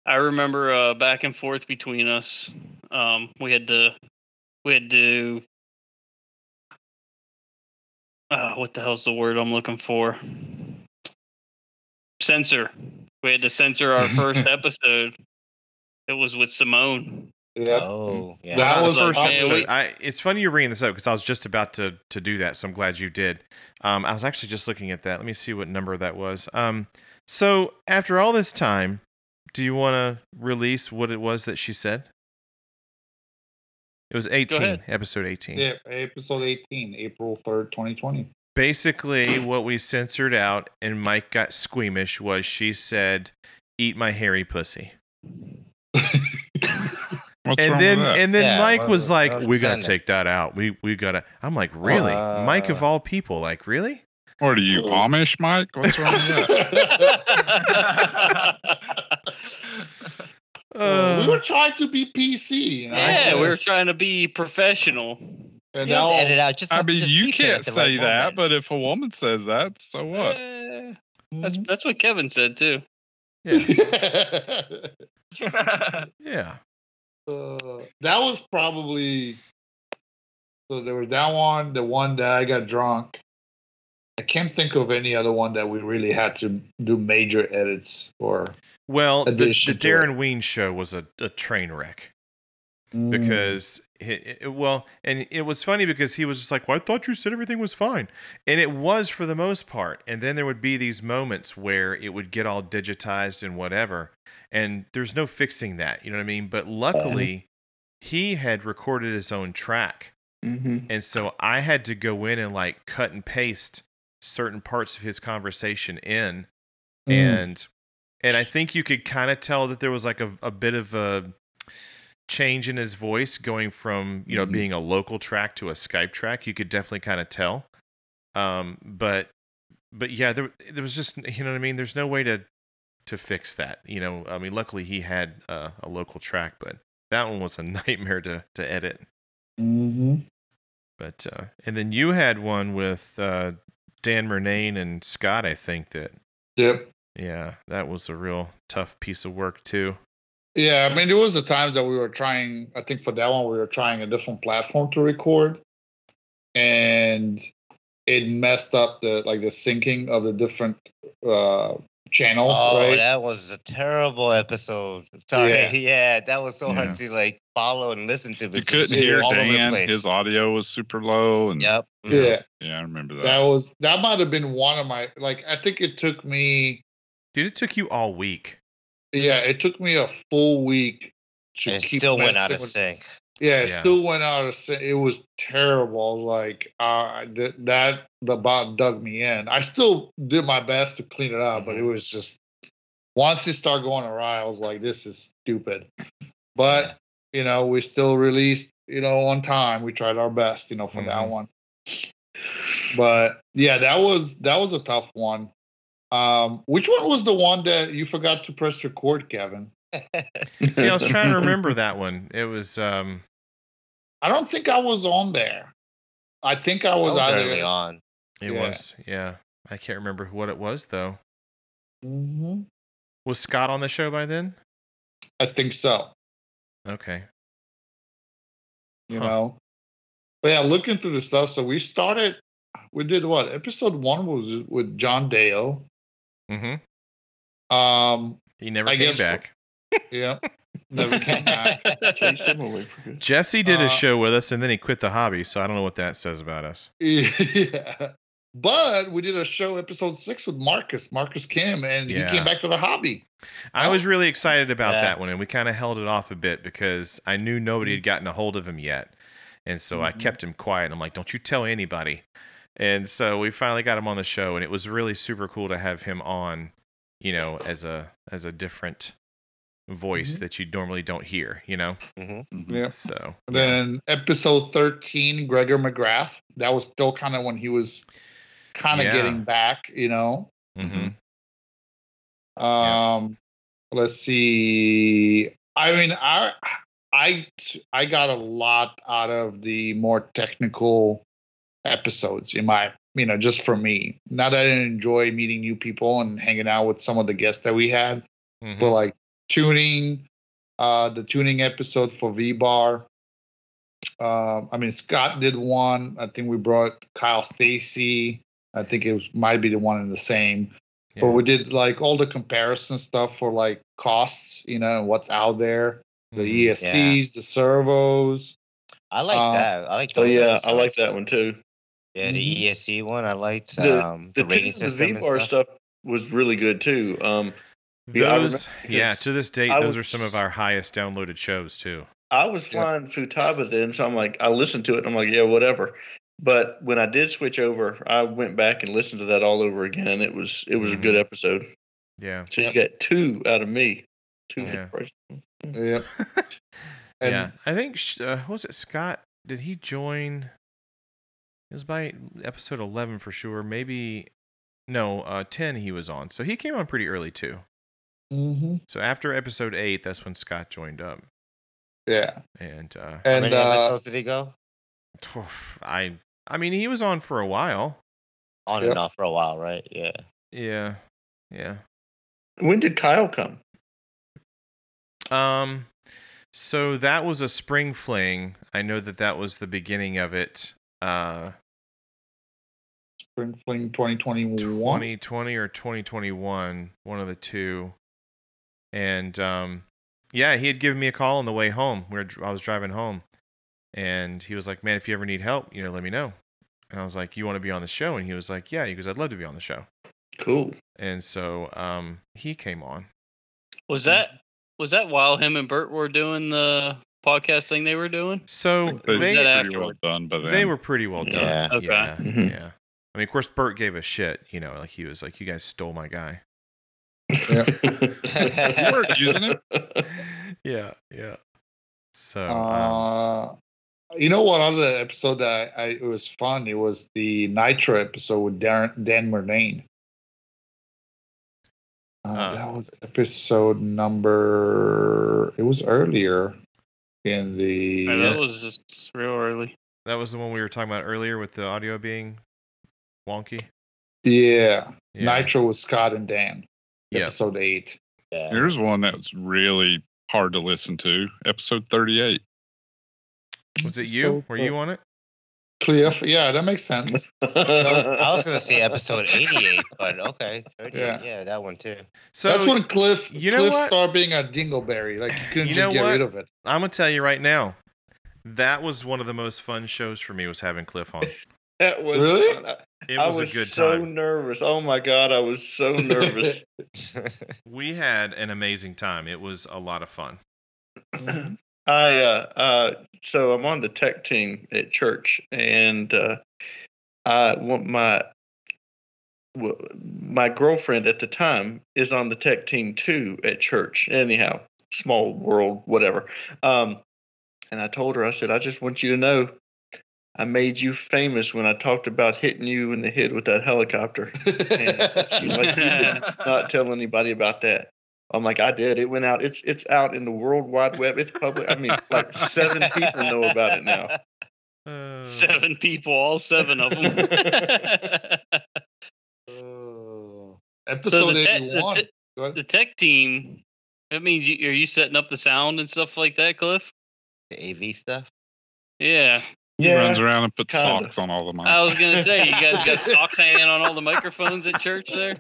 S5: I remember uh, back and forth between us. Um, we had to, we had to uh, what the hell's the word I'm looking for? Censor. We had to censor our first episode. It was with Simone.
S2: Yeah.
S3: Oh, yeah.
S2: That
S1: That
S5: I
S1: was
S5: was
S1: the
S5: like,
S1: first
S5: man,
S1: episode.
S5: we-
S1: I, it's funny you're bringing this up because I was just about to to do that, so I'm glad you did. Um, I was actually just looking at that. Let me see what number that was. Um, so after all this time, do you want to release what it was that she said? It was 18,
S5: ahead.
S1: episode 18.
S2: Yeah, episode 18, April 3rd, 2020.
S1: Basically, what we censored out and Mike got squeamish was she said, "Eat my hairy pussy,"
S4: What's
S1: and
S4: wrong
S1: then
S4: with that?
S1: and then
S3: Yeah,
S1: Mike
S3: well,
S1: was like,
S3: well,
S1: "We gotta
S3: send it."
S1: take that out. We we gotta." I'm like, "Really, Mike of
S3: Uh.
S1: all people? Like, really?"
S4: what are you, Amish, Mike? What's wrong with that?
S2: we were trying to be PC. and I
S5: yeah, we were
S2: guess-
S5: trying to be professional.
S2: And
S3: You don't have to
S2: now-
S3: edit out. Just
S4: I
S3: have to
S4: mean,
S3: just
S4: you
S3: beep it at
S4: can't
S3: the
S4: say
S3: right
S4: that,
S3: moment.
S4: but if a woman says that, so what?
S5: Eh, that's
S2: Mm-hmm.
S5: that's what Kevin said too.
S1: Yeah.
S7: yeah.
S1: Yeah.
S2: Uh, that was probably so there was that one, the one that I got drunk. I can't think of any other one that we really had to do major edits or
S1: Well, the, the
S2: Addition to
S1: Darren Ween show was a, a train wreck because he- it- well, and it was funny because he was just like, "Well, I thought you said everything was fine," and it was for the most part. And then there would be these moments where it would get all digitized and whatever, and there's no fixing that. You know what I mean? But luckily, he had recorded his own track,
S6: Mm-hmm.
S1: And so I had to go in and like cut and paste certain parts of his conversation in.
S2: Mm.
S1: And and I think you could kind of tell that there was like a, a bit of a change in his voice going from, you know,
S2: Mhm.
S1: being a local track to a Skype track. You could definitely kind of tell. Um, but but yeah, there there was just you know what I mean, there's no way to to fix that. You know, I mean luckily he had uh, a local track, but that one was a nightmare to to edit.
S8: Mm-hmm.
S2: hmm
S1: But uh, and then you had one with uh, Dan Murnane and Scott, I think that
S2: Yep.
S1: yeah, that was a real tough piece of work too.
S2: Yeah, I mean, there was a time that we were trying. I think for that one, we were trying a different platform to record, and it messed up the like the syncing of the different uh channels.
S3: Oh,
S2: right?
S3: that was a terrible episode. Sorry.
S2: Yeah.
S3: Yeah, that was so
S4: Yeah.
S3: hard to like follow and listen to.
S4: You
S3: because it was
S4: couldn't
S3: just
S4: hear
S3: all over the
S4: Dan.
S3: place.
S4: His audio was super low. And
S3: Yep.
S2: yeah,
S4: yeah, I remember that.
S2: that was that might have been one of my like. I think it took me.
S1: Dude, it took you all week.
S2: Yeah, it took me a full week. To
S3: And it
S2: keep
S3: still went out
S2: messing
S3: of
S2: with-
S3: sync.
S2: Yeah, it
S1: Yeah.
S2: still went out of sync. It was terrible. Like uh, th- that, the bot dug me in. I still did my best to clean it up, but
S1: Mm-hmm.
S2: it was just once it started going awry, I was like, "This is stupid." But you know, we still released. You know, on time. We tried our best. You know, for that
S1: Mhm.
S2: one. But yeah, that was that was a tough one. Um, which one was the one that you forgot to press record, Kevin?
S1: See, I was trying to remember that one. It was um
S2: I don't think I was on there. I think I
S3: That
S2: was,
S3: was
S2: either
S3: early on.
S1: it
S2: Yeah.
S1: was yeah. I can't remember what it was though.
S2: Mhm.
S1: Was Scott on the show by then?
S2: I think so.
S1: Okay.
S2: You
S1: Huh.
S2: know, but yeah, looking through the stuff. So we started. We did what episode one was with John Dale.
S1: Mm-hmm.
S2: Um,
S1: He never
S2: I
S1: came
S2: guess-
S1: back.
S2: yeah, never came back.
S6: Chase him away from it.
S1: Jesse did
S2: uh,
S1: a show with us and then he quit the hobby, so I don't know what that says about us.
S2: Yeah, but we did a show episode six with Marcus, Marcus Kim, and
S1: Yeah.
S2: he came back to the hobby.
S1: I was really excited about
S3: Yeah.
S1: that one, and we kind of held it off a bit because I knew nobody had gotten a hold of him yet, and so I kept him quiet. And I'm like, "Don't you tell anybody." And so we finally got him on the show, and it was really super cool to have him on, you know, as a as a different voice that you normally don't hear, you know.
S2: Yeah.
S1: So
S2: And then episode thirteen, Gregor McGrath. That was still kind of when he was kind of
S1: Yeah.
S2: getting back. You know,
S1: hmm Yeah.
S2: Um, let's see. I mean, I, I, I got a lot out of the more technical episodes in my, you know, just for me. Not that I didn't enjoy meeting new people and hanging out with some of the guests that we had,
S1: Mm-hmm.
S2: but like tuning, uh, the tuning episode for V Bar, Uh, I mean, Scott did one. I think we brought Kyle Stacy. I think it was, might be the one and the same. But
S1: Yeah.
S2: we did like all the comparison stuff for like costs, you know, and what's out there,
S8: Mm-hmm.
S2: the E
S1: Mhm.
S2: ESCs, the servos.
S3: I like
S2: Uh,
S3: that. I like
S6: Oh
S3: those
S6: yeah, I
S3: episodes.
S6: like that one too.
S2: Mm-hmm.
S3: Yeah, the ESC one. I liked
S6: The-
S3: um, the,
S6: The,
S3: rating
S6: Tales of
S3: system
S6: the
S3: and
S6: V-Bar
S3: stuff.
S6: stuff was really good too. Um, Yeah, I
S1: Those,
S6: remember
S1: yeah,
S6: this.
S1: to this date,
S6: I
S1: those
S6: was-
S1: are some of our highest downloaded shows too.
S6: I was
S2: Yeah.
S6: flying Futaba then, so I'm like, I listened to it and I'm like, yeah, whatever. But when I did switch over, I went back and listened to that all over again, and it was it was a good episode.
S1: Mm-hmm. Yeah,
S6: So you got two out of me, two.
S1: Yeah.
S6: for-
S2: Yep. And-
S1: yeah. I think sh- uh, what was it Scott? Did he join? It was by episode eleven for sure. Maybe no, uh, ten. He was on, so he came on pretty early too.
S3: Mm-hmm.
S2: hmm
S1: So after episode eight, that's when Scott joined up,
S2: Yeah.
S1: and uh,
S3: How
S2: And
S3: many
S2: uh,
S3: episodes did he go?
S1: I, I mean, he was on for a while.
S3: On
S2: yep.
S3: and off for a while, right? Yeah.
S1: Yeah, yeah.
S6: When did Kyle come?
S1: Um, so that was a spring fling. I know that that was the beginning of it. Uh,
S2: Spring Fling 2021.
S1: 2020 or 2021, one of the two. And um, yeah, he had given me a call on the way home. We were, I was driving home, and he was like, "Man, if you ever need help, you know, let me know." And I was like, "You want to be on the show?" And he was like, "Yeah." He goes, "I'd love to be on the show."
S6: Cool.
S1: And so um, he came on.
S5: Was that was that while him and Bert were doing the podcast thing they were doing?
S4: I
S1: So
S4: think
S5: Was
S4: They,
S5: that
S4: were Mm-hmm.
S1: they,
S4: pretty well
S5: afterward?
S4: done by then.
S1: they were pretty well done.
S3: Yeah.
S5: Okay.
S1: Yeah.
S6: Mhm.
S1: Yeah. I mean, of course, Bert gave a shit. You know, like he was like, "You guys stole my guy."
S4: You were using it.
S1: yeah. Yeah. So. um,
S2: Uh, you know what other episode that I, it was fun? It was the Nitro episode with Darren, Dan Murnane. Uh,
S1: Ah.
S2: that was episode number. It was earlier in the.
S1: Oh,
S5: Yeah, that was just real early.
S1: That was the one we were talking about earlier with the audio being wonky.
S2: yeah,
S1: Yeah.
S2: Nitro with Scott and Dan.
S1: Yeah.
S2: Episode eight.
S3: Yeah.
S4: Here's one that's really hard to listen to. Episode 38.
S1: Was it you? Were you on it?
S2: Cliff. Yeah, that makes sense.
S3: I was gonna say episode 88, but okay, 38,
S2: Yeah.
S3: yeah. that one too.
S1: So
S2: That's when Cliff.
S1: you know
S2: Cliff
S1: what?
S2: started being a dingleberry. Like you couldn't
S1: You
S2: just
S1: know
S2: get
S1: what?
S2: rid of it.
S1: I'm gonna tell you right now, that was one of the most fun shows for me. Was having Cliff on.
S6: That was
S2: Really?
S6: fun. I-
S1: It
S6: I
S1: was, a good
S6: so
S1: time.
S6: nervous. Oh my god, I was so nervous.
S1: We had an amazing time. It was a lot of fun.
S6: I uh, uh, so I'm on the tech team at church, and uh, I want my w- my girlfriend at the time is on the tech team too at church. Anyhow, small world, whatever. Um, and I told her, I said, I just want you to know, I made you famous when I talked about hitting you in the head with that helicopter. She's like, you did not tell anybody about that. I'm like, I did. It went out. It's it's out in the world wide web. It's public. I mean, like seven people know about it now.
S1: Uh,
S5: Seven people, all seven of them. so
S2: Oh. Episode
S5: the, te- the,
S2: eighty-one.
S5: te-
S2: Go ahead.
S5: the tech team. That means you, are you setting up the sound and stuff like that, Cliff?
S3: The AV stuff.
S5: Yeah,
S4: He
S6: Yeah.
S4: runs around and puts
S6: kinda.
S4: socks on all the
S5: I
S4: mics.
S5: was gonna say you guys got socks hanging on all the microphones at church. There,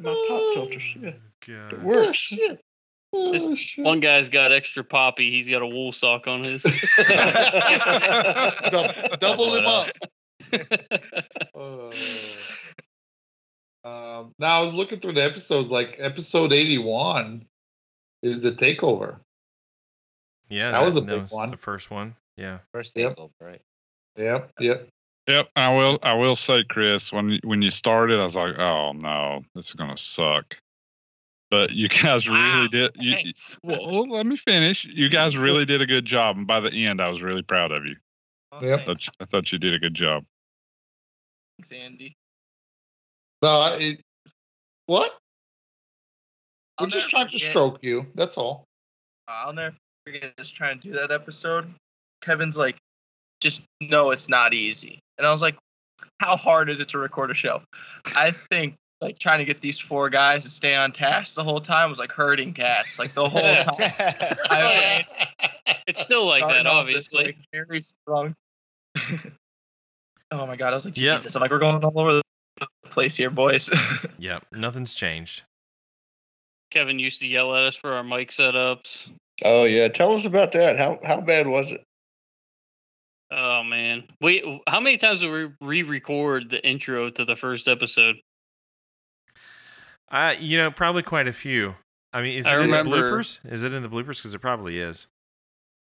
S6: My pop filters. Yeah. It
S1: God.
S11: Oh,
S6: works.
S2: Oh,
S5: This one guy's got extra poppy. He's got a wool sock on his.
S2: Dou- double him up. Uh, um, now I was looking through the episodes. Like episode eighty-one is the takeover.
S1: Yeah,
S2: That was a big one.
S1: The first one. Yeah.
S3: First
S2: Yep.
S3: takeover, right?
S2: Yep, yep.
S4: Yep, I will. I will say, Chris, when you- when you started, I was like, "Oh no, this is gonna suck." But you guys really
S7: Wow,
S4: did. You, you-
S7: Thanks.
S4: well, let me finish. You guys really did a good job, and by the end, I was really proud of you. I
S2: Yep.
S4: thought, you- I thought you did a good job.
S7: Thanks, Andy.
S2: No, it, what?
S7: I'll
S2: We're just
S7: never
S2: trying to
S7: forget-
S2: stroke you. That's all.
S7: I'll never forget just trying to do that episode. Kevin's like, just no, it's not easy. And I was like, how hard is it to record a show? I think like trying to get these four guys to stay on task the whole time was like herding cats. Like the whole time. I,
S5: It's still like
S7: starting
S5: that,
S7: off this,
S5: obviously.
S7: like, very strong. oh my god, I was like,
S1: Yeah.
S7: Jesus! I'm like, we're going all over the place here, boys.
S1: Yep, nothing's changed.
S5: Kevin used to yell at us for our mic setups.
S6: Oh yeah, tell us about that. How how bad was it?
S5: Oh man, we how many times did we re-record the intro to the first episode?
S1: Uh, you know, probably quite a few. I mean, is it
S5: I
S1: in the
S5: remember-
S1: bloopers? Is it in the bloopers? Because it probably is.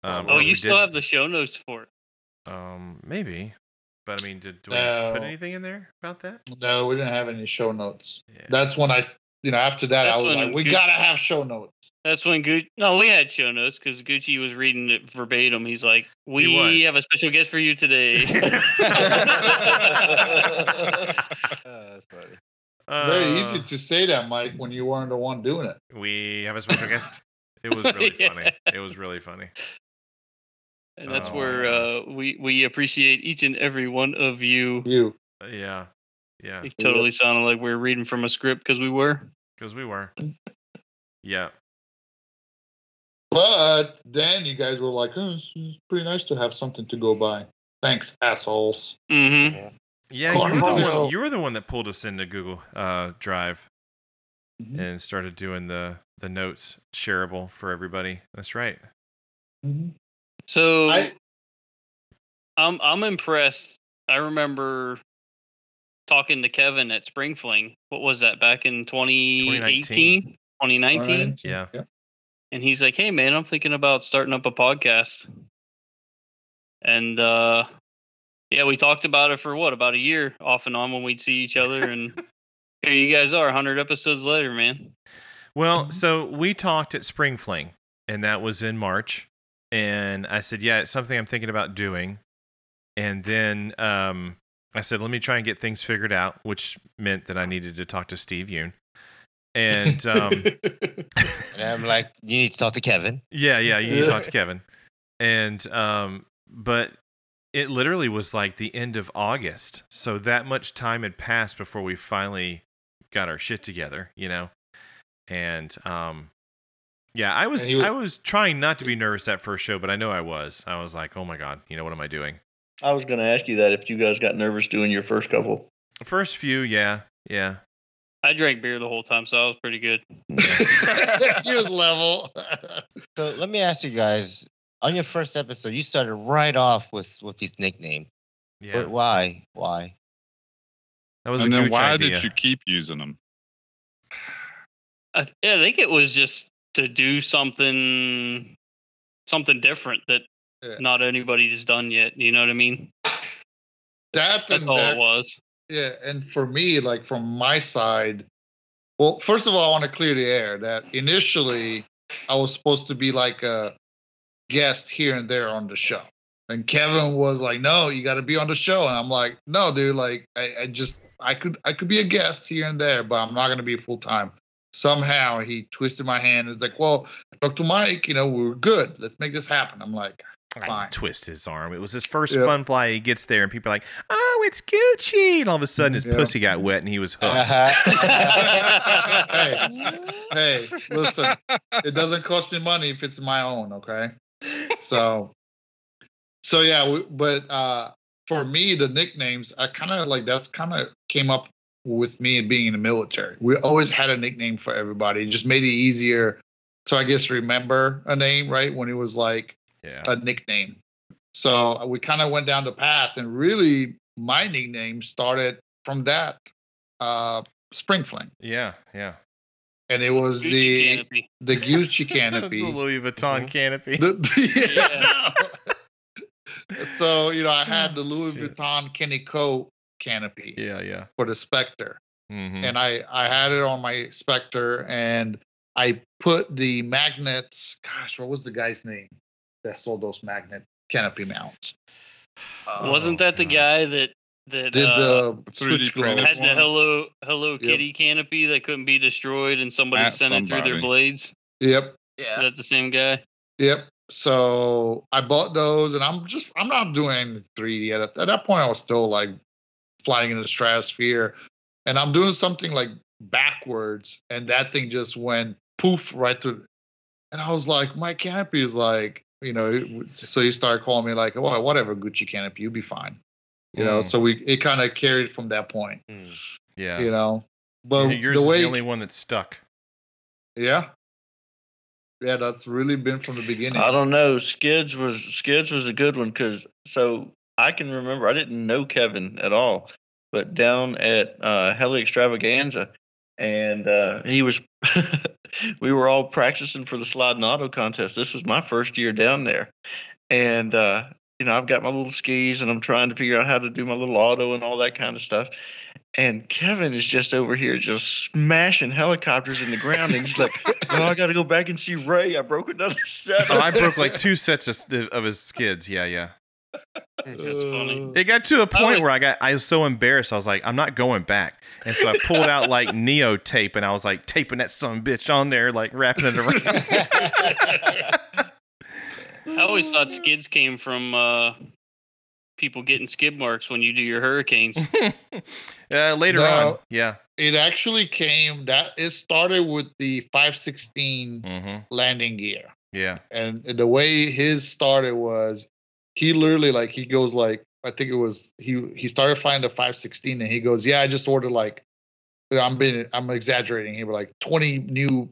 S1: Um,
S5: oh,
S1: or
S5: you
S1: we
S5: still
S1: did-
S5: have the show notes for it.
S1: Um, maybe. But I mean, did do we put
S2: No.
S1: anything in there about that?
S2: No, we didn't have any show notes.
S1: Yeah.
S2: That's when I, s- you know, after that,
S5: That's
S2: I was
S5: when
S2: like, we
S5: Goose-
S2: gotta have show notes.
S5: That's when Gucci. No, we had show notes because Gucci was reading it verbatim. He's like, "We
S1: was.
S5: have a special guest for you today."
S3: Oh, that's funny.
S2: Very
S1: Uh,
S2: easy to say that, Mike, when you weren't the one doing it.
S1: We have a special guest. It was really
S5: Yeah.
S1: funny. It was really funny.
S5: and that's
S1: Oh, my
S5: where uh,
S1: gosh.
S5: we we appreciate each and every one of you.
S2: You.
S1: Uh, Yeah, yeah,
S5: It totally sounded like we were reading from a script because we were.
S1: because we were. Yeah,
S2: But then you guys were like, oh, it's it's pretty nice to have something to go by. Thanks, assholes.
S5: Mm-hmm.
S1: yeah. You were, the one,
S2: Cornholio.
S1: you were the one that pulled us into Google uh, Drive
S2: Mhm.
S1: and started doing the the notes shareable for everybody. That's right.
S3: Mm-hmm.
S2: Mhm.
S5: So
S2: I-
S5: I'm I'm impressed. I remember talking to Kevin at Spring Fling. What was that back in
S1: 2019.
S5: 2018, 2019? 2019?
S2: Alright.
S1: Yeah.
S5: And he's like, "Hey man, I'm thinking about starting up a podcast." And uh yeah, we talked about it for what, about a year off and on when we'd see each other and here you guys are 100 episodes later, man.
S3: Mm-hmm.
S1: Well, so we talked at Spring Fling, and that was in March. And I said, Yeah, it's something I'm thinking about doing. And then um, I said, Let me try and get things figured out, which meant that I needed to talk to Steve Yoon. And um,
S3: And I'm like, you need to talk to Kevin.
S1: yeah, yeah, you need to talk to Kevin. And um, but it literally was like the end of August, so that much time had passed before we finally got our shit together, you know. And um, yeah, I was,
S2: And you-
S1: I was trying not to be nervous that first show, but I know I was. I was like, oh my god, you know what am I doing?
S6: I was going to ask you that if you guys got nervous doing your first couple.
S1: The first few, yeah, yeah.
S5: I drank beer the whole time, so I was pretty good.
S2: Here's level.
S3: So let me ask you guys. On your first episode, you started right off with with this nickname.
S1: Yeah,
S3: Wh- Why? Why?
S1: that was
S4: and
S1: a
S4: then
S1: Gooch
S4: why
S1: idea.
S4: did you keep using them?
S5: I, th- yeah, I think it was just to do something something different that
S2: Yeah.
S5: not anybody has done yet. You know what I mean?
S2: that
S5: That's
S2: and
S5: all
S2: that,
S5: it was.
S2: Yeah, and for me, like from my side, well, first of all, I want to clear the air that initially I was supposed to be like a guest here and there on the show. And Kevin was like, No, you gotta be on the show. And I'm like, No, dude, like I, I just I could I could be a guest here and there, but I'm not gonna be full time. Somehow he twisted my hand and was like, Well, I talked to Mike, you know, we were good. Let's make this happen. I'm like,
S1: I
S2: Fine.
S1: twist his arm. It was his first
S2: Yep.
S1: fun fly. He gets there, and people are like, "Oh, it's Gucci!" And all of a sudden, his
S2: Yeah.
S1: pussy got wet, and he was hooked.
S2: Hey, hey, listen, it doesn't cost me money if it's my own okay so so yeah w but uh for me the nicknames i kind of like that's kind of came up with me and being in the military we always had a nickname for everybody it just made it easier to i guess remember a name right when it was like
S1: Yeah.
S2: a nickname so we kind of went down the path and really my nickname started from that uh spring fling
S1: Yeah, yeah.
S2: and it was
S5: Gucci
S2: the
S5: canopy.
S2: the gucci canopy Mm-hmm.
S1: the Louis Vuitton canopy.
S2: The- the- so you know, I had the Louis
S1: Oh, Shit.
S2: Vuitton Kenny Coat canopy
S1: yeah, yeah.
S2: for the Spectre,
S1: Mm-hmm.
S2: and I I had it on my Spectre, and I put the magnets. Gosh, what was the guy's name that sold those magnet canopy mounts?
S7: Uh,
S5: Wasn't that the
S1: gosh.
S5: guy that that
S2: Did
S5: uh,
S2: the
S4: 3D
S2: Oh, switch glow?
S4: printed
S5: had the Hello Hello
S2: Yep.
S5: Kitty canopy that couldn't be destroyed and somebody
S4: That's
S5: sent it through
S4: somebody.
S5: their blades?
S2: Uh, Yep,
S5: Is
S7: yeah.
S5: that the same guy?
S2: yep. So I bought those, and I'm just I'm not doing any 3D yet. At that point, I was still like flying in the stratosphere. and I'm doing something like backwards, and that thing just went poof right through. And I was like, my canopy is like, you know. it was- So he started calling me like, well, whatever, Gucci canopy, you'll be fine. You know.
S1: Mm.
S2: So we it kind of carried from that point.
S6: Mm.
S1: Yeah.
S2: You know. But
S1: Yours
S2: the way,
S1: is the only one that's stuck.
S2: yeah, yeah, that's really been from the beginning.
S6: I don't know. Skids was Skids was a good one because so I can remember I didn't know Kevin at all, but down at uh, Heli Extravaganza, and uh, he was. we were all practicing for the sliding auto contest. This was my first year down there, and uh, you know I've got my little skis and I'm trying to figure out how to do my little auto and all that kind of stuff. And Kevin is just over here just smashing helicopters in the ground, and he's like, "Well, I got to go back and see Ray. I broke another set."
S1: Oh, I broke like two sets of, s- of his skids. Yeah, yeah.
S5: That's funny.
S1: It got to a point
S5: always-
S1: where I got I was so embarrassed. I was like, I'm not going back. And so I pulled out like neo tape and I was like taping that son of a bitch on there, like wrapping it around.
S5: I always thought skids came from uh, people getting skid marks when you do your hurricanes.
S1: uh, later
S2: No.
S1: on. Yeah.
S2: It actually came that it started with the 516
S1: Mm-hmm.
S2: landing gear.
S1: Yeah.
S2: and the way his started was he literally like he goes like I think it was he he started flying the 516 and he goes yeah I just ordered like I'm being I'm exaggerating he was like 20 new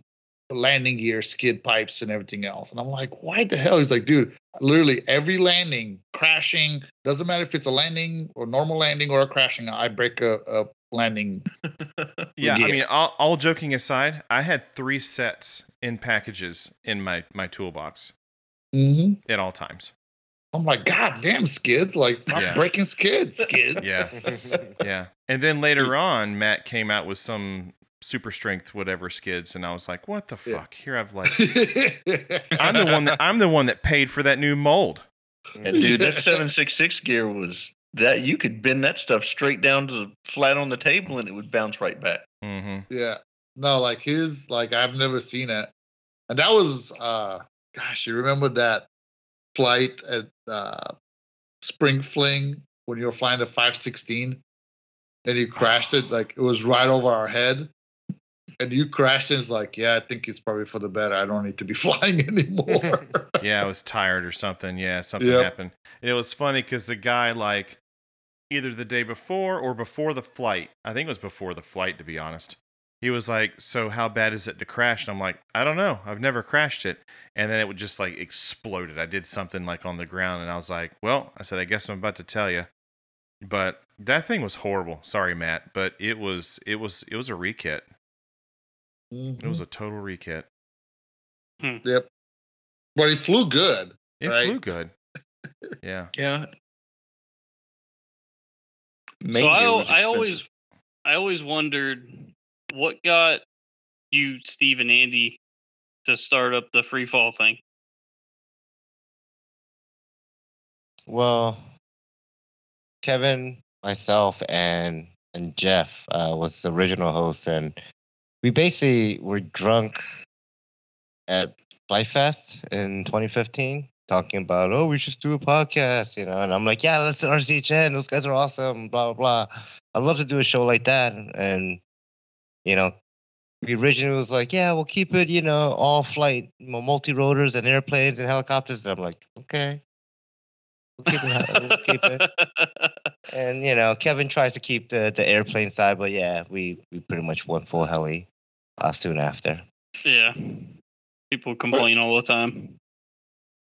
S2: landing gear skid pipes and everything else and I'm like why the hell he's like dude literally every landing crashing doesn't matter if it's a landing or normal landing or a crashing I break a, a landing
S1: Yeah, I
S2: Yeah.
S1: mean, all, all joking aside, I had three sets in packages in my my toolbox
S2: Mhm.
S1: at all times. Oh
S2: I'm like god damn skids like stop
S1: Yeah.
S2: breaking skids skids
S1: Yeah, yeah. And then later on, Matt came out with some super strength whatever skids, and I was like, "What the
S2: Yeah.
S1: fuck?" Here I've like, I'm the one that I'm the one that paid for that new mold.
S6: And dude, that 766 gear was that you could bend that stuff straight down to the flat on the table and it would bounce right back.
S1: Mm-hmm.
S2: Yeah. No, like his, like I've never seen it. And that was uh gosh, you remember that flight at uh Spring Fling when you were flying the 516 and you crashed it, like it was right over our head. And you crashed and it's like, yeah, I think it's probably for the better. I don't need to be flying anymore.
S1: yeah, I was tired or something. Yeah, something
S2: Yep.
S1: happened. And it was funny because the guy, like, either the day before or before the flight, I think it was before the flight, to be honest, he was like, So, how bad is it to crash? And I'm like, I don't know. I've never crashed it. And then it would just like exploded. I did something like on the ground and I was like, Well, I said, I guess I'm about to tell you. But that thing was horrible. Sorry, Matt, but it was it was it was a rekit.
S3: Mm-hmm.
S1: It
S2: Mm-hmm.
S1: was a total rekit.
S5: Hmm.
S2: yep. But he flew good.
S1: It
S2: Right.
S1: flew good. Yeah.
S6: Yeah.
S5: so I, al- I always I always wondered what got you, Steve and Andy, to start up the free fall thing.
S3: Well, Kevin, myself, and and Jeff uh, was the original host, and we basically were drunk at Life Fest in 2015, talking about oh we should do a podcast, you know, and I'm like yeah let's do RCHN, those guys are awesome, blah blah blah. I'd love to do a show like that, and you know. We originally was like, yeah, we'll keep it, you know, all flight, multi rotors and airplanes and helicopters. And I'm like, okay, we'll keep it, we'll keep it and you know, Kevin tries to keep the the airplane side, but yeah, we we pretty much went full heli uh, soon after.
S5: yeah. People complain all the time.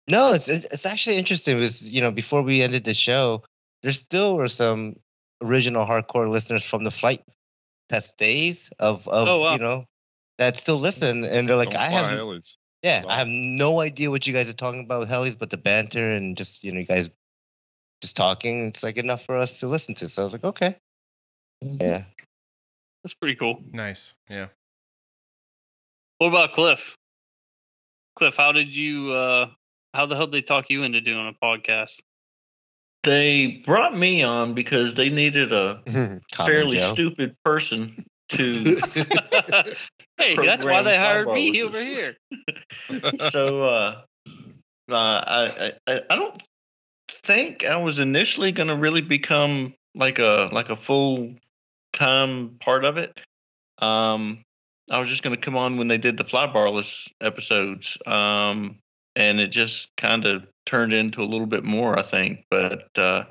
S3: No, it's it's it's actually interesting because you know before we ended the show, there still were some original hardcore listeners from the flight test days of of
S5: Oh, wow.
S3: you know that still listen and they're like,
S4: Don't
S3: I
S4: fly
S3: have
S4: helis.
S3: yeah,
S4: Wow.
S3: I have no idea what you guys are talking about with helis, but the banter and just you know you guys just talking, it's like enough for us to listen to. So I was like, okay,
S2: Mm-hmm.
S3: yeah.
S5: That's pretty cool.
S1: Nice. Yeah.
S5: What about Cliff? Cliff, how did you uh how the hell did they talk you into doing a podcast?
S6: They brought me on because they needed a
S3: Common
S6: fairly
S3: Joe.
S6: stupid person to
S5: hey, that's why
S6: Program
S5: they hired
S6: soundbar
S5: me over
S6: listeners.
S5: here.
S6: so uh, uh I, I- I I don't think I was initially gonna really become like a like a full time part of it. Um, I was just going to come on when they did the fly barless episodes, um, and it just kind of turned into a little bit more, I think. But uh,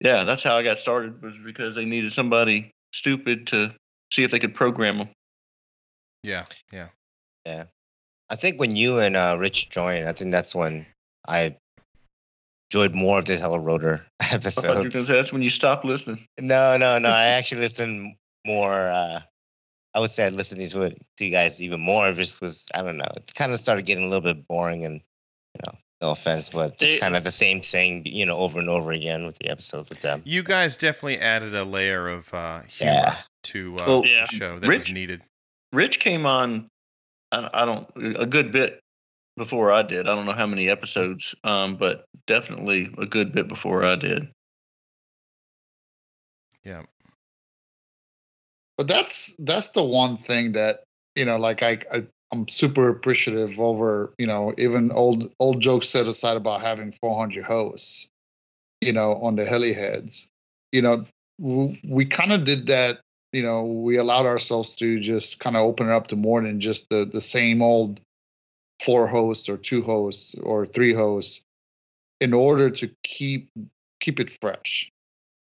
S6: yeah, that's how I got started was because they needed somebody stupid to see if they could program them.
S1: Yeah, yeah.
S3: Yeah. I think when you and uh, Rich joined, I think that's when I enjoyed more of the Hello Rotor
S1: Oh,
S6: I thought you were gonna
S3: episodes.
S6: say that's when you stop listening.
S3: No, no, no. I actually listened more. Uh, I would say I listened to it to you guys even more. Just was I don't know. It kind of started getting a little bit boring, and you know, no offense, but
S5: They-
S3: it's kind of the same thing, you know, over and over again with the episodes with them.
S1: You guys definitely added a layer of uh, humor
S3: Yeah.
S1: to uh,
S6: Well,
S1: the
S5: yeah.
S1: show that was
S6: Rich-
S1: needed.
S6: Rich came on, I, I don't a good bit before I did. I don't know how many episodes, um, but definitely a good bit before I did.
S1: Yeah.
S2: but that's that's the one thing that you know like I, I i'm super appreciative over you know even old old jokes set aside about having 400 hosts you know on the heli heads you know w- we kind of did that you know we allowed ourselves to just kind of open it up to more than just the the same old four hosts or two hosts or three hosts in order to keep keep it fresh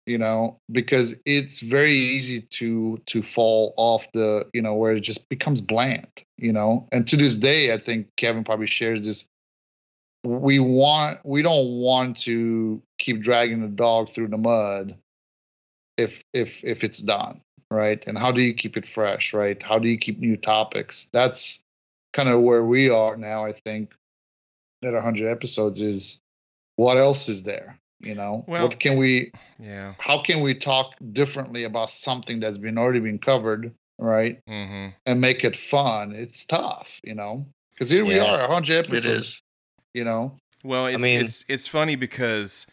S2: you know because it's very easy to to fall off the you know where it just becomes bland you know and to this day i think kevin probably shares this we want we don't want to keep dragging the dog through the mud if if if it's done right and how do you keep it fresh right how do you keep new topics that's kind of where we are now i think at 100 episodes is what else is there you know
S1: Well-
S2: what can we
S1: Yeah.
S2: how can we talk differently about something that's been already been covered right
S1: Mm-hmm.
S2: and make it fun it's tough you know because here we
S3: Yeah.
S2: are 100
S6: It
S2: episodes
S6: is.
S2: you know
S1: Well, it's
S3: mean-
S1: it's it's funny because,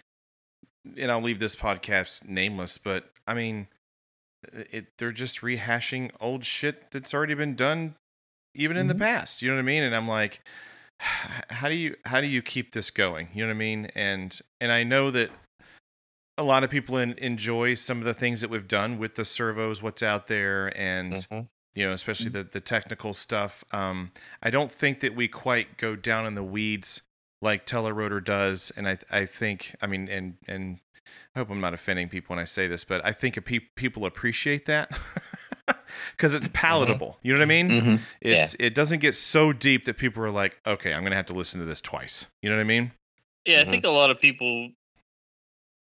S1: and I'll leave this podcast nameless, but I mean, it they're just rehashing old shit that's already been done, even in the past. You know what I mean? And I'm like, how do you how do you keep this going? You know what I mean? And and I know that a lot of people in, enjoy some of the things that we've done with the servos, what's out there, and
S3: Mhm.
S1: you know, especially the the technical stuff. Um, I don't think that we quite go down in the weeds like Telerotor does, and I I think I mean and and I hope I'm not offending people when I say this, but I think pe- people appreciate that because it's palatable. You know what I mean?
S6: Mhm.
S1: It's it doesn't get so deep that people are like, okay, I'm gonna have to listen to this twice. You know what I mean?
S5: Yeah,
S3: Mhm.
S5: I think a lot of people,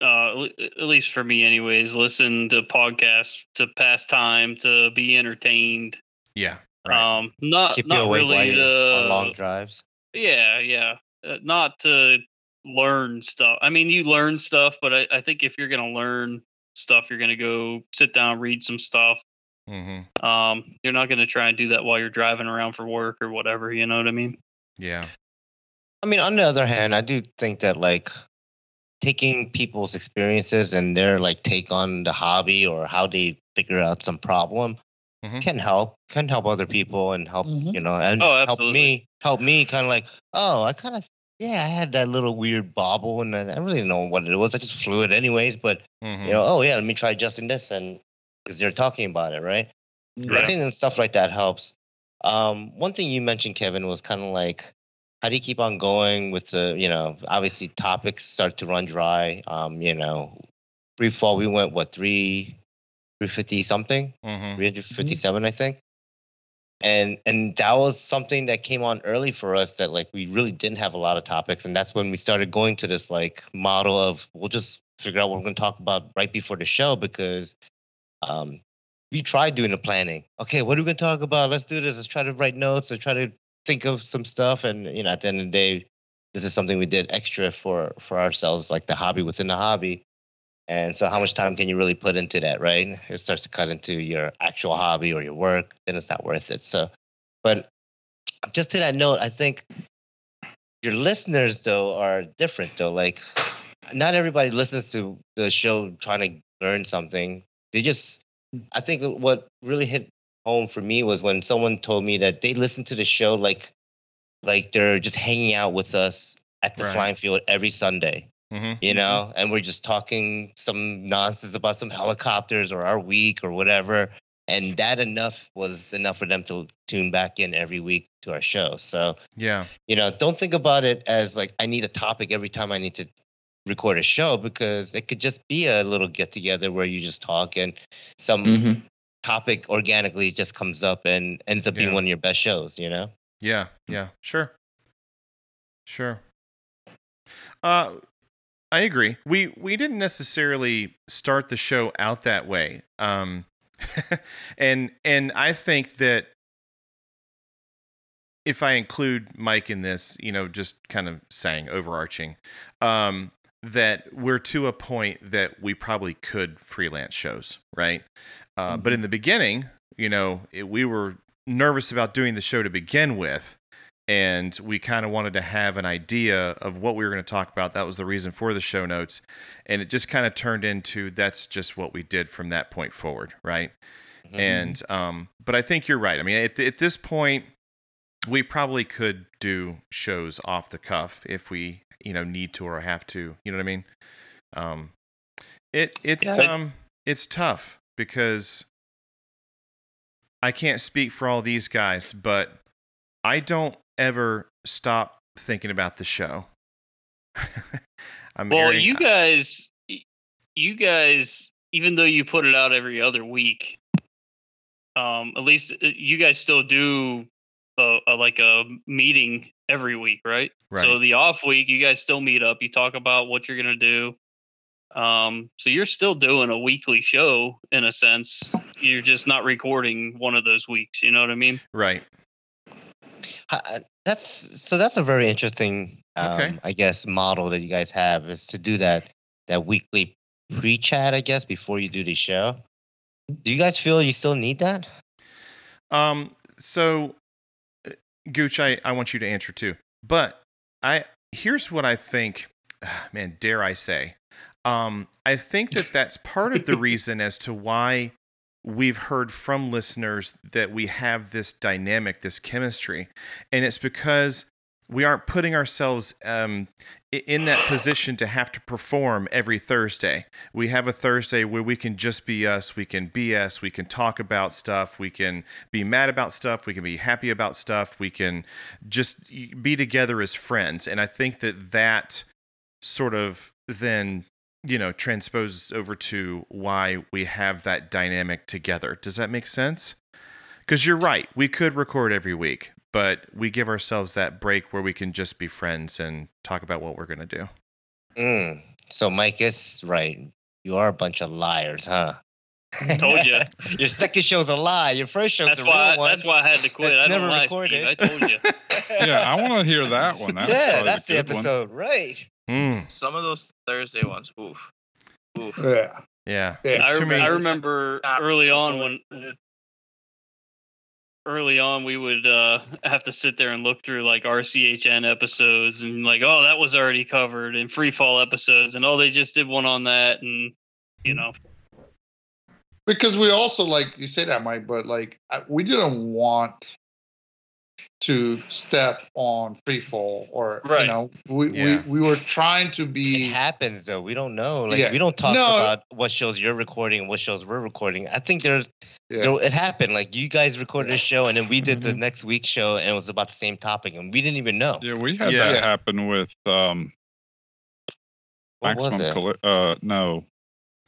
S5: uh, l- at least for me, anyways, listen to podcasts to pass time, to be entertained.
S1: Yeah. Right.
S5: Um, not
S3: Keep you
S5: not
S3: awake while
S5: really uh,
S3: you're on long
S5: to,
S3: drives.
S5: yeah, yeah, uh, not to learn stuff. I mean, you learn stuff, but I, I think if you're gonna learn stuff, you're gonna go sit down, read some stuff.
S1: mm-hmm.
S5: Um, you're not gonna try and do that while you're driving around for work or whatever. You know what I mean?
S1: Yeah.
S3: I mean, on the other hand, I do think that like taking people's experiences and their like take on the hobby or how they figure out some problem
S1: Mhm.
S3: can help can help other people and help
S2: Mhm.
S3: you know and
S5: Oh,
S3: help
S5: absolutely.
S3: me help me kind of like oh I kind of yeah I had that little weird bobble and I I really didn't know what it was I just flew it anyways but
S1: Mm-hmm.
S3: you know oh yeah let me try adjusting this and because they're talking about it right I
S5: Yeah.
S3: think that stuff like that helps. Um, one thing you mentioned, Kevin, was kind of like, how do you keep on going with the, you know, obviously topics start to run dry. Um, you know, free fall, we went what three, three fifty something,
S1: Mm-hmm.
S3: three hundred fifty seven, I think. And and that was something that came on early for us that like we really didn't have a lot of topics, and that's when we started going to this like model of we'll just figure out what we're going to talk about right before the show because um, we tried doing the planning. Okay, what are we gonna talk about? "Oh, Let's do this. Let's try to write notes and try to think of some stuff. And you know, at the end of the day, this is something we did extra for for ourselves, like the hobby within the hobby. And so, how much time can you really put into that? Right? It starts to cut into your actual hobby or your work. Then it's not worth it. So, but just to that note, I think your listeners though are different though. Like, not everybody listens to the show trying to learn something. They just I think what really hit home for me was when someone told me that they listen to the show like like they're just hanging out with us at the
S1: Right.
S3: flying field every Sunday.
S4: Mm-hmm.
S1: Mhm.
S3: you know, and we're just talking some nonsense about some helicopters or our week or whatever. And that enough was enough for them to tune back in every week to our show. So,
S1: Yeah.
S3: you know, don't think about it as like I need a topic every time I need to record a show because it could just be a little get together where you just talk and some
S6: Mhm.
S3: topic organically just comes up and ends up
S1: Yeah.
S3: being one of your best shows, you know?
S1: Yeah, yeah, sure, sure. Uh, I agree. We we didn't necessarily start the show out that way. Um, and and I think that if I include Mike in this, you know, just kind of saying overarching, um, that we're to a point that we probably could freelance shows, right? Uh, But in the beginning, you know, it, we were nervous about doing the show to begin with. And we kind of wanted to have an idea of what we were going to talk about. That was the reason for the show notes. And it just kind of turned into that's just what we did from that point forward, right? And, um, but I think you're right. I mean, at, at this point, we probably could do shows off the cuff if we, you know, need to or have to. You know what I mean? Um, it it's
S6: Yeah.
S1: um it's tough because I can't speak for all these guys, but I don't ever stop thinking about the show. I'm
S5: Well,
S1: airing-
S5: you guys, you guys, even though you put it out every other week, um, at least uh, you guys still do a, a like a meeting every week, right?
S1: Right.
S5: So the off week, you guys still meet up. You talk about what you're gonna do. Um, so you're still doing a weekly show in a sense. You're just not recording one of those weeks. You know what I mean?
S1: right.
S3: Ha- uh, that's so that's a very interesting um,
S1: Okay.
S3: i guess model that you guys have is to do that that weekly pre-chat i guess before you do the show do you guys feel you still need that
S1: Um, so, uh, Gooch, I, I want you to answer too. But I here's what I think. ah, Man, dare I say? Um, I think that that's part of the reason as to why we've heard from listeners that we have this dynamic, this chemistry, and it's because we aren't putting ourselves um, i- in that position to have to perform every Thursday. We have a Thursday where we can just be us, we can BS, we can talk about stuff, we can be mad about stuff, we can be happy about stuff, we can just y- be together as friends. And I think that that sort of then, you know, transposes over to why we have that dynamic together. Does that make sense? Because you're right, we could record every week, but we give ourselves that break where we can just be friends and talk about what we're going to do.
S3: mm. so mike is right you are a bunch of liars huh
S5: Told you.
S3: your second show's a lie your first show's
S5: That's
S3: a
S5: why.
S3: real
S5: I,
S3: one
S5: that's why I had to quit.
S3: that's
S5: I don't
S3: never
S5: lie,
S3: recorded.
S5: Steve. I told you.
S4: Yeah, I want to hear that one. That was
S3: yeah
S4: probably
S3: that's the
S4: good one.
S3: episode right
S1: Mm,
S7: Some of those Thursday ones, oof. Oof.
S2: Yeah.
S1: yeah.
S2: Yeah.
S5: I,
S1: Too
S5: rem-
S1: many-
S5: I remember
S7: Not
S5: early on when
S7: recorded.
S5: early on we would uh, have to sit there and look through like RCHN episodes and like oh that was already covered and freefall episodes and oh they just did one on that and you know
S2: because we also like you say that mike but like I- we didn't want to step on freefall or
S5: Right.
S2: you know we,
S1: Yeah.
S2: we we were trying to
S3: it
S2: be
S3: happens though we don't know like
S2: Yeah.
S3: we don't talk
S2: No.
S3: about what shows you're recording and what shows we're recording i think there's
S2: Yeah.
S3: there, it happened like you guys recorded a show and then we did the
S1: Mm-hmm.
S2: Mhm.
S3: next week's show and it was about the same topic and we didn't even know
S4: Yeah, we had
S1: Yeah.
S4: that happen with um,
S3: what was
S4: Maximum
S3: it
S4: Colli- uh, no,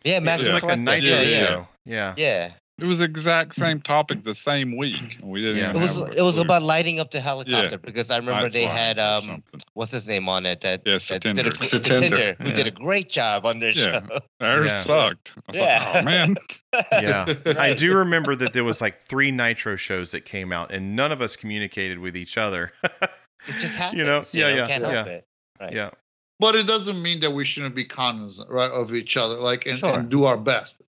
S3: yeah
S1: It was
S3: maximum
S1: like a
S3: Collective.
S1: nitro
S3: yeah,
S4: yeah.
S1: show. Yeah.
S3: yeah yeah Mm-hmm.
S4: it was the exact same topic the same week. and We didn't.
S1: Yeah.
S4: even
S3: it was
S4: have a
S3: it was
S4: clue.
S3: about lighting up the helicopter because i remember they
S4: Lifeline
S3: had
S4: or
S3: um
S4: something.
S3: what's his name on it that
S4: Yeah,
S3: that did a,
S4: Satinder.
S3: Satinder, who did
S1: Yeah.
S3: a great job on their
S4: Yeah.
S3: show
S4: Ours
S1: Yeah.
S4: sucked. I was
S3: Yeah.
S4: like, oh man.
S1: Yeah. I do remember that there was like three Nitro shows that came out, and none of us communicated with each other.
S3: it just happens
S1: You know, yeah, yeah,
S3: can't help
S1: yeah.
S3: it
S1: yeah,
S2: but it doesn't mean that we shouldn't be cognizant right of each other like and,
S3: Sure.
S2: and do our best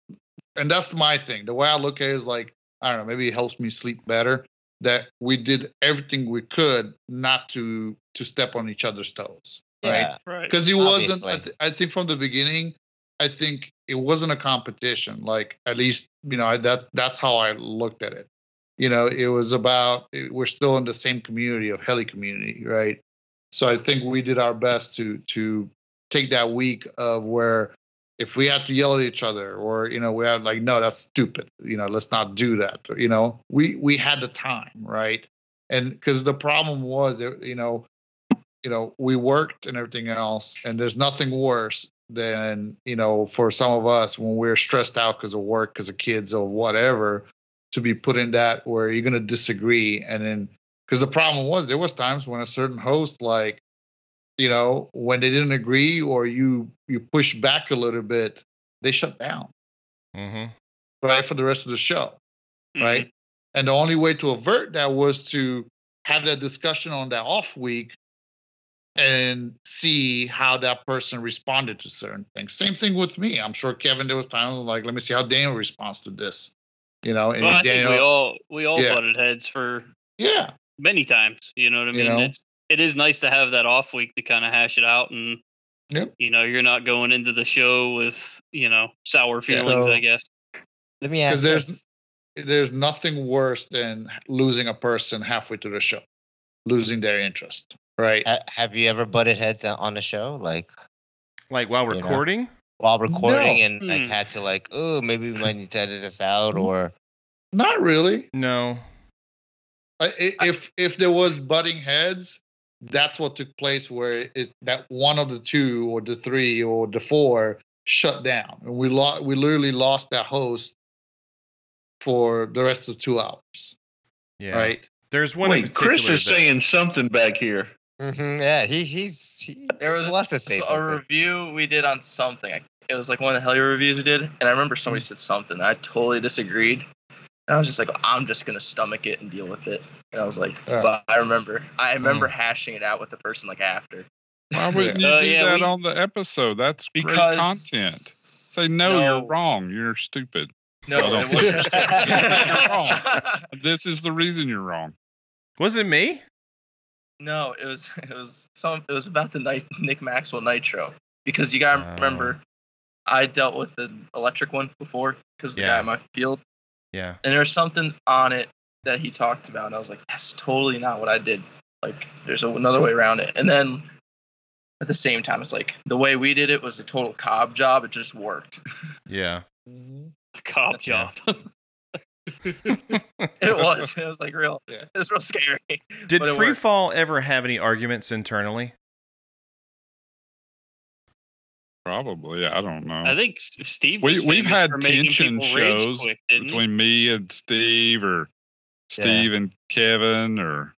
S2: and that's my thing the way i look at it is like i don't know maybe it helps me sleep better that we did everything we could not to to step on each other's toes right
S3: yeah
S5: right
S2: because it wasn't I,
S3: Obviously.
S2: th- I think from the beginning i think it wasn't a competition like at least you know I, that that's how i looked at it you know it was about it- we're still in the same community of heli community right so i think we did our best to to take that week of where if we had to yell at each other or you know we had like no that's stupid you know let's not do that you know we we had the time right and because the problem was that, you know you know we worked and everything else and there's nothing worse than you know for some of us when we're stressed out because of work because of kids or whatever to be put in that where you're going to disagree and then because the problem was there was times when a certain host like you know when they didn't agree or you you push back a little bit they shut down
S1: Mm-hmm.
S2: right for the rest of the show
S5: Mm-hmm.
S2: right and the only way to avert that was to have that discussion on that off week and see how that person responded to certain things same thing with me i'm sure kevin there was times like let me see how daniel responds to this you know and
S5: Well,
S2: if
S5: I think
S2: Daniel-
S5: we all we all
S2: Yeah.
S5: butted heads for
S2: yeah
S5: many times. You know what I
S2: You
S5: mean?
S2: know?
S5: It's it is nice to have that off week to kind of hash it out and
S2: Yep.
S5: you know you're not going into the show with you know sour feelings.
S3: So-
S5: I guess.
S3: Let me ask
S2: because
S3: this.
S2: there's there's nothing worse than losing a person halfway through the show losing their interest right
S3: ha- Have you ever butted heads on the show, like
S1: Like while
S3: You know.
S1: recording,
S3: while recording,
S2: No.
S3: and like
S5: Hmm.
S3: had to like, oh, maybe we might need to edit this
S1: Mm-hmm.
S3: out, or
S2: not really
S1: no.
S2: I- i- if if there was butting heads that's what took place where it that one of the two or the three or the four shut down and we lost we literally lost that host for the rest of two hours
S1: Yeah,
S2: right
S1: There's one. in
S6: Wait,
S1: particular
S6: Chris is
S1: that-
S6: saying something back here.
S3: Mhm, yeah, he he's he
S7: There was
S3: wants to say
S7: a
S3: something.
S7: review we did on something. I- It was like one of the Hellier reviews we did, and I remember somebody said something. and I totally disagreed. And I was just like, I'm just gonna stomach it and deal with it. And I was like,
S2: Yeah.
S7: but I remember,
S1: Mm.
S7: I remember hashing it out with the person like after
S4: Why wouldn't you
S5: Uh,
S4: do
S5: yeah,
S4: that
S5: we-
S4: on the episode? That's
S7: because
S4: great content. Say no, you're wrong. You're stupid.
S7: No,
S4: I
S7: it
S4: don't
S7: wasn't.
S4: You're wrong. This is the reason you're wrong.
S1: Was it me?
S7: No, it was it was some it was about the night Nick Maxwell Nitro because you gotta
S1: Oh.
S7: remember I dealt with the electric one before because the
S1: Yeah.
S7: guy in my field
S1: Yeah.
S7: and there was something on it that he talked about and I was like that's totally not what I did like there's a, another way around it and then at the same time it's like the way we did it was a total cob job it just worked
S1: Yeah.
S5: A cop
S1: Yeah.
S5: job.
S7: it was it was like real
S2: Yeah.
S7: it was real scary
S1: Did
S7: But it worked.
S1: Freefall ever have any arguments internally?
S4: Probably. I don't know.
S5: I think S- Steve.
S4: We-
S5: was
S4: we've
S5: famous
S4: had
S5: for making
S4: tension
S5: people rage
S4: shows
S5: quick, didn't he?
S4: Between me and Steve or Steve and Kevin or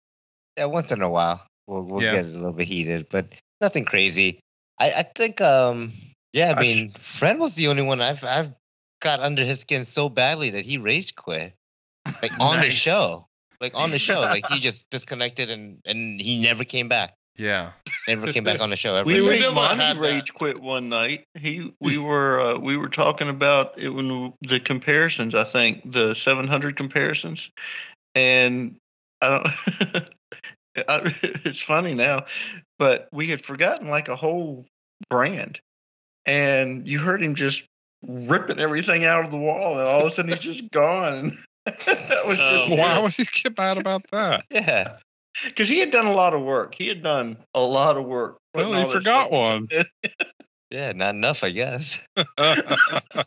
S3: Yeah, uh, once in a while, we'll we'll
S1: Yeah.
S3: get a little bit heated, but nothing crazy. I I think um yeah, I
S7: I-
S3: mean, Fred was the only one I've I've got under his skin so badly that he rage quit, like on the
S1: Nice.
S3: show, like on the show, like he just disconnected and and he never came back,
S1: Yeah.
S3: never came back on the show ever.
S6: We
S3: again.
S6: made
S2: never had
S6: Monty
S2: that.
S6: rage quit one night. He we were uh, we were talking about it when the comparisons. I think the 700 comparisons, and I don't. I, it's funny now, but we had forgotten like a whole brand, and you heard him just ripping everything out of the wall, and all of a sudden he's just gone. that was just
S5: Oh.
S4: why would he get mad about that?
S3: yeah,
S6: because he had done a lot of work. He had done a lot of work.
S4: Well,
S6: putting all
S4: he
S6: this
S4: forgot
S6: stuff-
S4: one.
S3: yeah, not enough, I guess.
S6: Uh,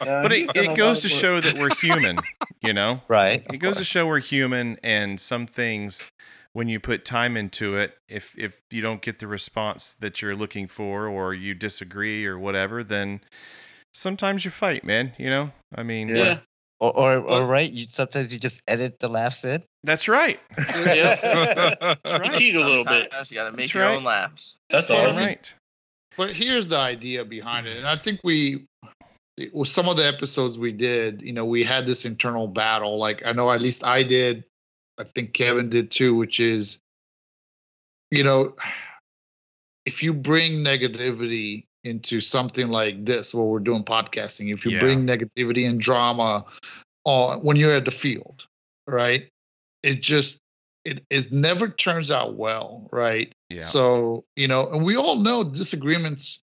S1: But
S6: he
S1: it,
S6: had done a
S1: it
S6: lot
S1: goes
S6: of
S1: to
S6: work.
S1: show that we're human, you know?
S3: Right.
S1: It
S3: of
S1: goes to
S3: course.
S1: show we're human and some things when you put time into it, if if you don't get the response that you're looking for or you disagree or whatever, then sometimes you fight, man, you know? I mean,
S5: Yeah.
S3: Or or, or right, you sometimes you just edit the laughs in.
S1: that's right. That's
S5: You
S1: right.
S5: cheat a little bit.
S7: Sometimes you gotta make
S1: That's
S7: your
S1: right.
S7: own laps
S6: That's
S1: All
S6: awesome.
S1: right.
S2: but here's the idea behind it and i think we it was some of the episodes we did you know we had this internal battle like i know at least i did i think kevin did too which is you know if you bring negativity into something like this where we're doing podcasting if you
S1: Yeah.
S2: bring negativity and drama on when you're at the field right it just it, it never turns out well right
S1: Yeah.
S2: so, you know, and we all know disagreements,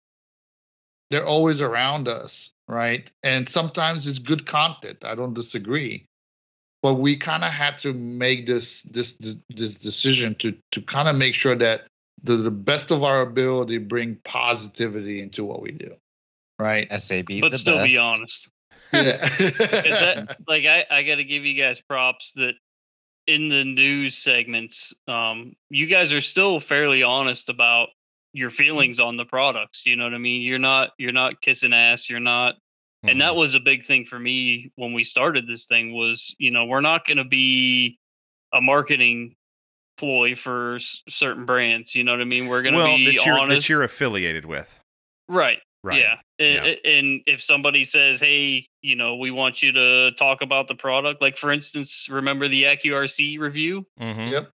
S2: they're always around us, right? And sometimes it's good content. I don't disagree. But we kind of had to make this this this, this decision to to kind of make sure that to the best of our ability bring positivity into what we do. Right?
S3: SAB's
S5: but
S3: the
S5: still
S3: best.
S5: be honest.
S2: Yeah.
S5: 'Cause that- like I, I got to give you guys props that in the news segments, um, you guys are still fairly honest about your feelings on the products. You know what I mean? You're not you're not kissing ass. You're not and that was a big thing for me when we started this thing was you know we're not going to be a marketing ploy for s- certain brands you know what i mean we're going to
S1: well,
S5: be
S1: that you're,
S5: honest
S1: that you're affiliated with,
S5: right
S1: right?
S5: yeah. A- a- And if somebody says, hey, you know, we want you to talk about the product, like for instance, remember the AccuRC review?
S1: Mhm.
S2: Yep.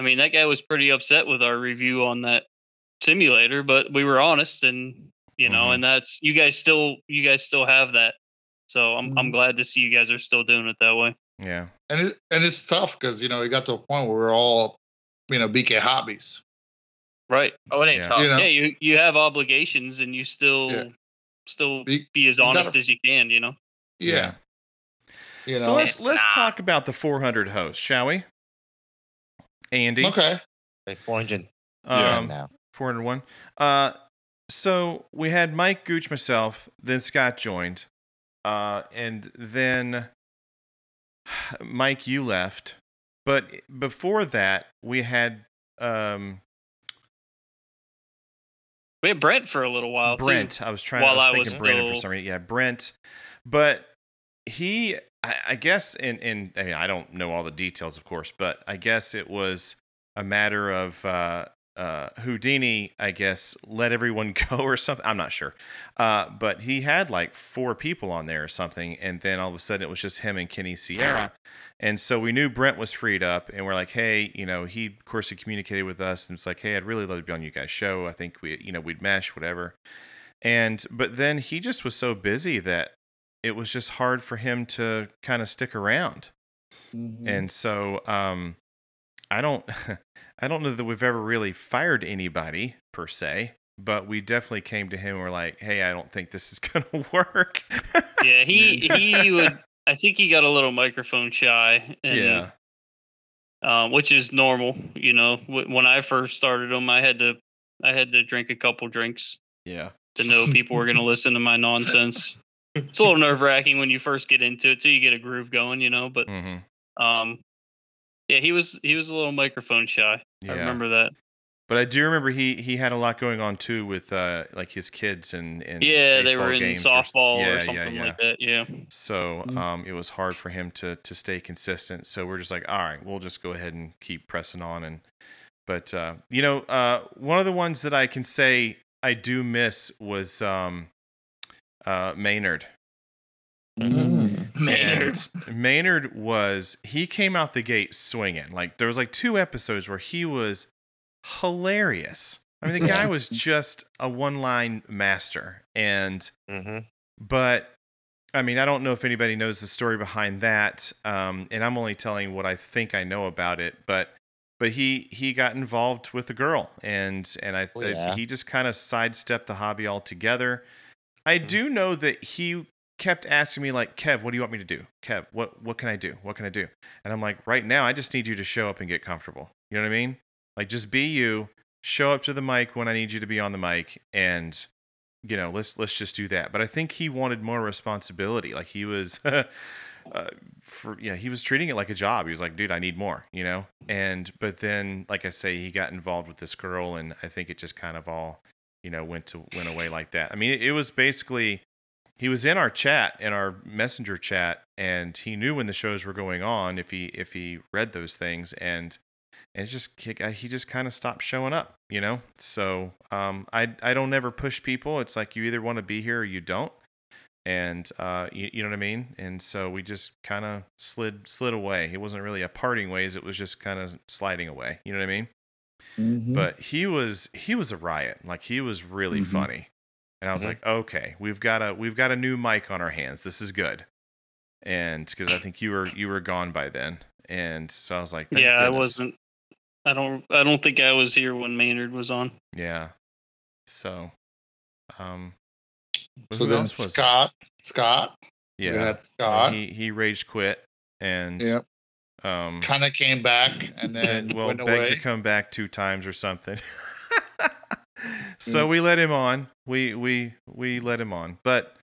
S5: I mean, that guy was pretty upset with our review on that simulator, but we were honest and, you know,
S1: Mhm.
S5: and that's, you guys still, you guys still have that. So I'm,
S1: Mm-hmm.
S5: I'm glad to see you guys are still doing it that way.
S1: Yeah.
S2: and it, and it's tough because you know it got to a point where we're all you know BK hobbies.
S5: Right.
S7: Oh, it ain't
S1: Yeah.
S7: tough.
S2: You know,
S5: Yeah. You, you have obligations and you still,
S2: Yeah.
S5: still
S2: You-
S5: be as
S2: you gotta-
S5: honest as you can, you know?
S2: yeah. You know,
S1: so let's
S7: it's
S1: let's
S7: not-
S1: talk about the 400 host, shall we? Andy,
S2: okay.
S3: Like 400
S1: um,
S3: now.
S1: 401. Uh, so we had Mike Gooch, myself, then Scott joined, uh, and then Mike, you left. But before that, we had um,
S5: We had Brent for a little while. too.
S1: Brent. I was trying.
S5: while
S1: I
S5: I
S1: was
S5: was
S1: thinking Brandon for
S5: still-
S1: some reason. Yeah, Brent. But he, I, I guess, and and I mean, I don't know all the details, of course, but I guess it was a matter of uh, uh, Houdini. I guess let everyone go or something. I'm not sure. Uh, but he had like four people on there or something, and then all of a sudden it was just him and Kenny Sierra. And so we knew Brent was freed up, and we're like, hey, you know, he of course he communicated with us, and it's like, hey, I'd really love to be on you guys' show. I think we, you know, we'd mesh, whatever. And but then he just was so busy that it was just hard for him to kind of stick around.
S8: Mm-hmm.
S2: Mhm.
S1: And so um I don't I don't know that we've ever really fired anybody per se, but we definitely came to him and were like, "Hey, I don't think this is going to work."
S5: yeah he he would i think he got a little microphone shy and
S1: yeah.
S5: uh, which is normal you know Wh- when i first started him i had to i had to drink a couple drinks
S1: Yeah.
S5: to know people were going to listen to my nonsense it's a little nerve wracking when you first get into it till you get a groove going you know but
S1: Mhm.
S5: um yeah he was he was a little microphone shy
S1: Yeah.
S5: i remember that
S1: But I do remember he he had a lot going on too with uh like his kids and and
S5: yeah they were
S1: baseball
S5: in
S1: games
S5: softball
S1: yeah,
S5: or
S1: yeah,
S5: something
S1: yeah.
S5: like that yeah
S1: So
S2: Mm.
S1: um, it was hard for him to to stay consistent. So we're just like, all right, we'll just go ahead and keep pressing on. And but uh, you know, uh, one of the ones that I can say I do miss was um, uh, Maynard.
S7: Maynard.
S1: And Maynard was he came out the gate swinging. Like there was like two episodes where he was hilarious. I mean, the guy was just a one line master, and
S3: Mm-hmm.
S1: but I mean, I don't know if anybody knows the story behind that, um, and I'm only telling what I think I know about it. But but he he got involved with a girl, and and I
S3: Oh,
S1: th-
S3: yeah.
S1: he just kind of sidestepped the hobby altogether. I do know that he kept asking me like, Kev, what do you want me to do? Kev, what what can I do? What can I do? And I'm like, right now, I just need you to show up and get comfortable. You know what I mean? Like, just be you. Show up to the mic when I need you to be on the mic, and you know, let's let's just do that. But I think he wanted more responsibility. Like he was, uh, for yeah, he was treating it like a job. He was like, dude, I need more. You know. And but then, like I say, he got involved with this girl, and I think it just kind of all, you know, went to went away like that. I mean, it, it was basically he was in our chat in our messenger chat and he knew when the shows were going on if he if he read those things and and it's just kick he just kind of stopped showing up you know so um i i don't ever push people it's like you either want to be here or you don't and uh you, you know what i mean and so we just kind of slid slid away it wasn't really a parting ways it was just kind of sliding away you know what i mean
S8: Mm-hmm.
S2: Mhm.
S1: but he was he was a riot like he was really
S8: Mhm.
S1: funny and i was
S3: Mhm.
S1: like okay we've got a we've got a new mic on our hands this is good and because i think you were you were gone by then and so i was like thank
S5: yeah i
S1: goodness.
S5: wasn't i don't i don't think i was here when maynard was on
S1: yeah so um
S2: so
S1: who
S2: then
S1: else was-
S2: Scott, Scott,
S1: yeah
S2: we had Scott,
S1: he he rage quit and
S2: Yep.
S1: um
S2: kind of came back and then
S1: and well
S2: went
S1: begged
S2: away.
S1: to come back two times or something so
S2: Mm.
S1: we let him on. We we we let him on. But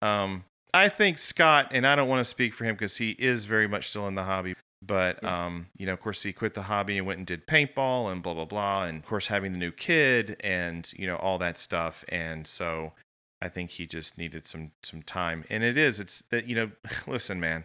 S1: um I think Scott and I don't want to speak for him cuz he is very much still in the hobby, but
S2: Mm.
S1: um you know of course he quit the hobby and went and did paintball and blah blah blah and of course having the new kid and you know all that stuff and so I think he just needed some some time. And it is it's that you know listen man.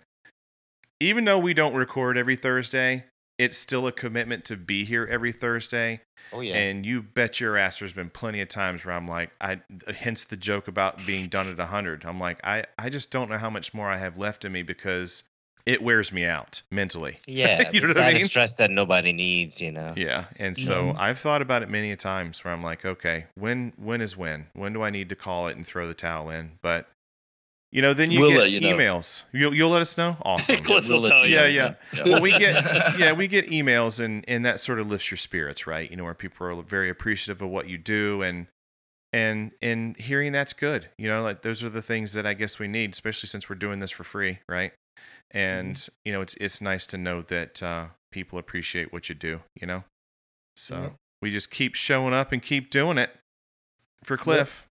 S1: Even though we don't record every Thursday, it's still a commitment to be here every Thursday.
S3: Oh yeah.
S1: And you bet your ass there's been plenty of times where I'm like, I hence the joke about being done at 100. I'm like, I, I just don't know how much more I have left in me because it wears me out mentally.
S3: yeah,
S1: You know
S3: it's
S1: what I
S3: added
S1: mean?
S3: stress that nobody needs. You know.
S1: Yeah. And so
S6: Mm-hmm.
S1: I've thought about it many a times where I'm like, okay, when when is when? When do I need to call it and throw the towel in? But you know, then you
S6: We'll
S1: get
S6: let you know.
S1: emails. You'll you'll let us know? Awesome.
S11: Cliff will
S6: We'll let
S11: tell
S6: you
S11: you.
S1: yeah,
S6: know.
S1: yeah.
S6: Yeah.
S1: well, we get yeah, we get emails and and that sort of lifts your spirits, right? You know, where people are very appreciative of what you do and and and hearing that's good. You know, like those are the things that I guess we need, especially since we're doing this for free, right? And
S3: Mm-hmm.
S1: you know, it's it's nice to know that uh, people appreciate what you do. You know, so we just keep showing up and keep doing it for Cliff.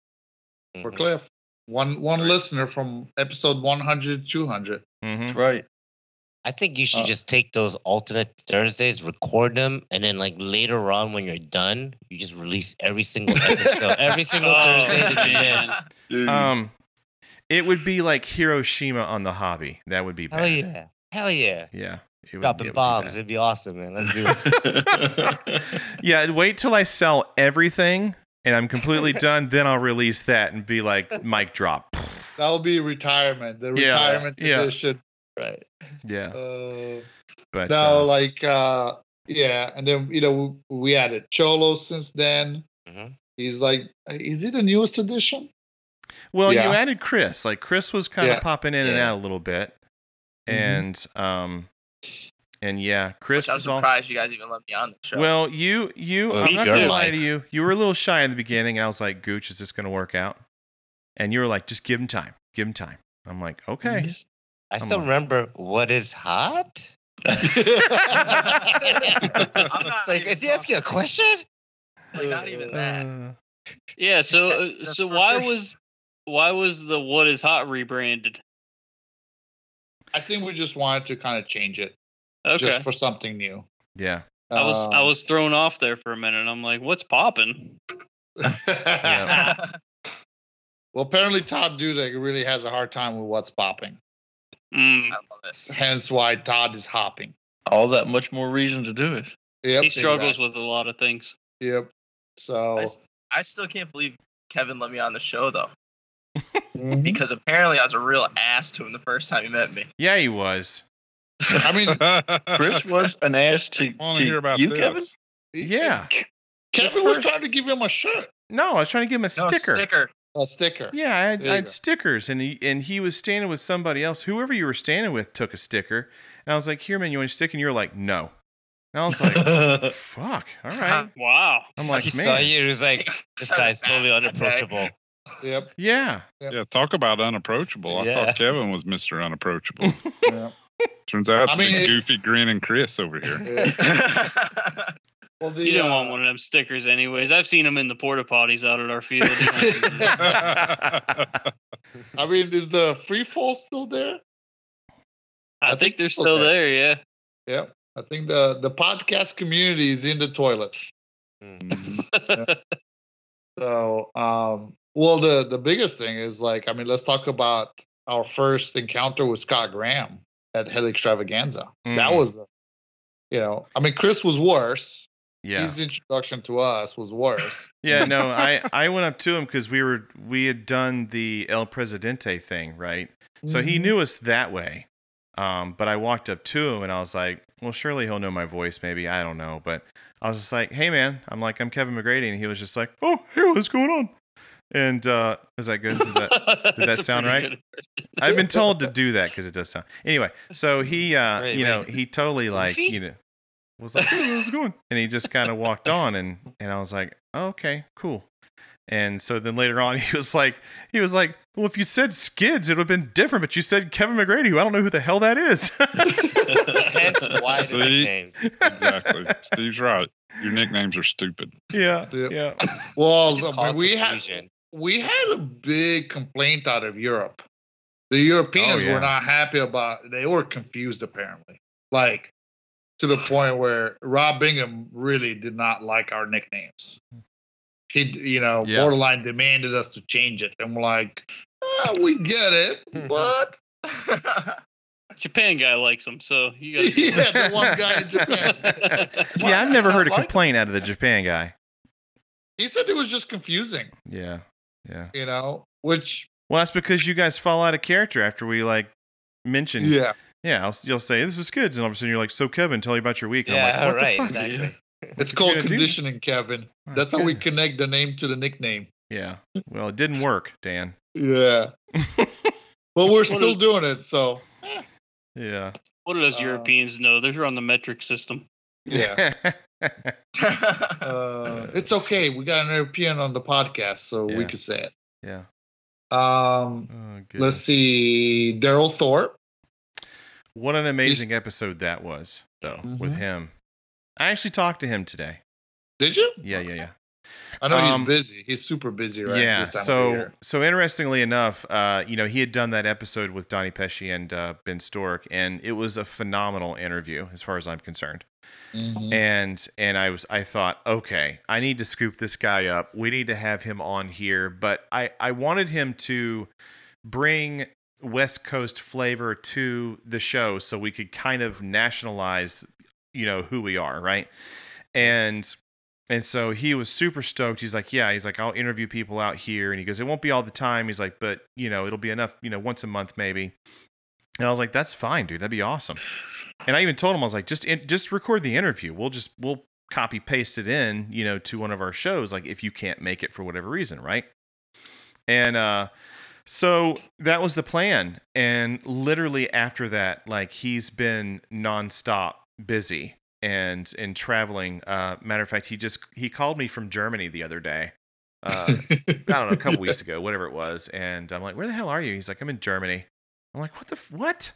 S3: Mhm.
S2: for Cliff. One one listener from episode 100 200.
S3: Mm-hmm.
S1: hmm
S6: That's right.
S3: I think you should
S2: Uh,
S3: just take those alternate Thursdays, record them, and then like later on when you're done, you just release every single episode, every single
S11: Oh,
S3: Thursday that you
S11: man.
S3: miss.
S6: Dude,
S1: Um, it would be like Hiroshima on the hobby. That would be bad.
S3: Hell yeah! Hell yeah!
S1: Yeah, it would- it
S3: Dropping
S1: would be
S3: bombs,
S1: bad.
S3: it'd be awesome, man. Let's do it.
S1: yeah, I'd wait till I sell everything and I'm completely done. Then I'll release that and be like, mic drop.
S2: That would be retirement, the
S1: Yeah,
S2: retirement
S1: yeah.
S2: edition.
S6: right.
S1: Yeah,
S2: Uh,
S1: but
S2: no,
S1: uh,
S2: like uh, yeah, and then you know we, we added Cholo since then.
S3: Mhm.
S2: He's like, is he the newest edition?
S1: well, you
S2: yeah.
S1: added Chris. Like Chris was kind of
S2: Yeah.
S1: popping in and
S3: Yeah.
S1: out a little bit,
S2: Mhm.
S1: and um, and yeah, Chris
S7: Which I was
S1: is also.
S7: surprised you guys even let me on the show.
S1: Well, you you
S3: Well,
S1: I'm
S3: he's
S1: not
S3: your
S1: gonna lie
S3: mic.
S1: to you. You were a little shy in the beginning. I was like, Gooch, is this gonna work out? And you were like, just give him time. Give him time. I'm like, okay.
S3: I
S1: Come
S3: still
S1: on.
S3: remember what is hot.
S7: I'm not
S3: It's like,
S7: even
S3: is he asking a question?
S7: Like, not even that.
S1: Uh,
S11: Yeah. So
S7: The
S11: uh, so why
S7: first-
S11: was why was the what is hot rebranded?
S2: I think we just wanted to kind of change it
S11: Okay.
S2: just for something new.
S1: yeah.
S11: I was I
S2: Um,
S11: was thrown off there for a minute. I'm like, what's popping?
S1: Yeah.
S2: well, apparently Todd Dudek really has a hard time with what's popping.
S11: Mm.
S7: I love it.
S2: Hence why Todd is hopping.
S6: All that much more reason to do it.
S2: Yep,
S11: he struggles with a lot of things.
S2: exactly. Yep. So
S7: I, s- I still can't believe Kevin let me on the show though,
S2: mhm.
S7: because apparently I was a real ass to him the first time he met me.
S1: Yeah, he was.
S2: I mean,
S6: Chris was an ass to,
S4: want
S6: to
S4: to hear about
S6: you,
S4: this.
S6: Kevin.
S1: Yeah.
S2: Kevin was trying to give him a shirt,
S1: No, I was trying to give him a
S7: No,
S1: sticker.
S7: sticker.
S2: a sticker.
S1: Yeah, I had,
S2: There
S1: I
S2: you
S1: had
S2: go.
S1: stickers, and he and he was standing with somebody else. Whoever you were standing with took a sticker, and I was like, "Here, man, you want a stick?" And you were like, "No," and I was like, "Fuck, all right."
S11: Wow.
S1: I'm like,
S3: he saw
S1: "Man,
S3: you. He was like, this guy's totally unapproachable.
S2: Yep.
S1: yeah,
S4: Yeah, talk about unapproachable. I
S3: Yeah.
S4: thought Kevin was Mr. Unapproachable.
S2: yeah.
S4: Turns out
S2: I
S4: to
S2: mean,
S4: be
S2: it-
S4: Goofy, Grin, and Chris over here.
S2: Well, the,
S11: You didn't
S2: uh,
S11: want one of them stickers, anyways. I've seen them in the porta potties out at our field.
S2: I mean, is the free fall still there?
S11: I,
S2: I
S11: think,
S2: think
S11: they're
S2: so,
S11: still
S2: okay.
S11: there. Yeah.
S2: Yep. I think the the podcast community is in the toilet.
S4: Mhm.
S2: So, um, well, the the biggest thing is like, I mean, let's talk about our first encounter with Scott Graham at Hell Extravaganza. That
S1: Mhm.
S2: was, you know, I mean, Chris was worse.
S1: yeah,
S2: His introduction to us was worse.
S1: yeah." No, I I went up to him because we were we had done the El Presidente thing, right? So
S11: Mm-hmm.
S1: he knew us that way. Um, but I walked up to him and I was like, well, surely he'll know my voice, maybe. I don't know. But I was just like, hey, man. I'm like, I'm Kevin McGrady. And he was just like, oh, hey, what's going on? And uh, is that good? Is that, did that
S11: That's a
S1: sound
S11: pretty
S1: right? I've been told to do that because it does sound. Anyway, so he, uh,
S3: Wait,
S1: you know,
S3: wait.
S1: he totally like,
S3: Goofy?
S1: you know, was like, oh, how's it going? And he just kind of walked on, and and I was like, oh, okay, cool. And so then later on, he was like, he was like, well, if you said Skids, it would have been different, but you said Kevin McGrady, who I don't know who the hell that is.
S3: Hence why the
S4: See?
S3: nickname.
S4: Exactly. Steve's right. Your nicknames are stupid.
S1: Yeah.
S2: Yep.
S1: Yeah.
S2: Well,
S3: Just
S2: I mean,
S3: cause
S2: we had
S3: confusion.
S2: we had a big complaint out of Europe. The Europeans
S1: Oh, yeah.
S2: were not happy about. They were confused apparently, like to the point where Rob Bingham really did not like our nicknames. He, you know,
S1: Yeah.
S2: borderline demanded us to change it, and we're like, "Ah, we get it, but
S5: Japan guy likes them, so you guys.
S2: yeah, the one guy in Japan.
S1: yeah, I've never
S6: not
S1: heard a
S6: like
S1: complaint out of the Japan guy.
S2: He said it was just confusing,
S1: Yeah. Yeah.
S2: you know, which
S1: Well, that's because you guys fall out of character after we like mention.
S2: yeah,
S1: Yeah. I'll, you'll say this is good, and all of a sudden you're like, "So Kevin, tell you about your week." And I'm
S3: Yeah,
S1: like, what
S3: right,
S1: the fuck?
S3: exactly.
S2: it's called
S1: gonna do-
S2: conditioning, Kevin.
S1: My
S2: That's how we
S1: goodness.
S2: connect the name to the nickname.
S1: Yeah. Well, it didn't work, Dan.
S2: Yeah. but we're still doing it, so
S1: Yeah.
S5: What do those
S2: Uh,
S5: Europeans know? They're on the metric system.
S2: yeah. Uh, it's okay. We got an European on the podcast, so we
S1: Yeah.
S2: could say it.
S1: yeah. Oh,
S2: Um, let's
S1: goodness.
S2: see. Daryl Thorpe.
S1: What an amazing episode that was, though, with
S2: Mhm.
S1: him. I actually talked to him today.
S2: Did you?
S1: Yeah, yeah, yeah.
S2: I know
S1: Um,
S2: he's busy. He's super busy right
S1: yeah.
S2: this time of
S1: So,
S2: year.
S1: so interestingly enough, uh, you know, he had done that episode with Donnie Pesci and uh, Ben Stork, and it was a phenomenal interview, as far as I'm concerned.
S2: Mhm.
S1: And and I was I thought, okay, I need to scoop this guy up. We need to have him on here, but I I wanted him to bring West Coast flavor to the show so we could kind of nationalize, you know, who we are, right? And and so he was super stoked. He's like, yeah, he's like, I'll interview people out here. And he goes, it won't be all the time. He's like, but you know, it'll be enough, you know, once a month maybe. And I was like, that's fine, dude. That'd be awesome. And I even told him, I was like, just in, just record the interview. We'll just we'll copy paste it in, you know, to one of our shows. Like if you can't make it for whatever reason, right? And uh, so that was the plan. And literally after that, like he's been nonstop busy and and traveling. Uh, matter of fact, he just he called me from Germany the other day. Uh, I don't know, a couple weeks ago, whatever it was. And I'm like, where the hell are you? He's like, I'm in Germany. I'm like, what the, f- what?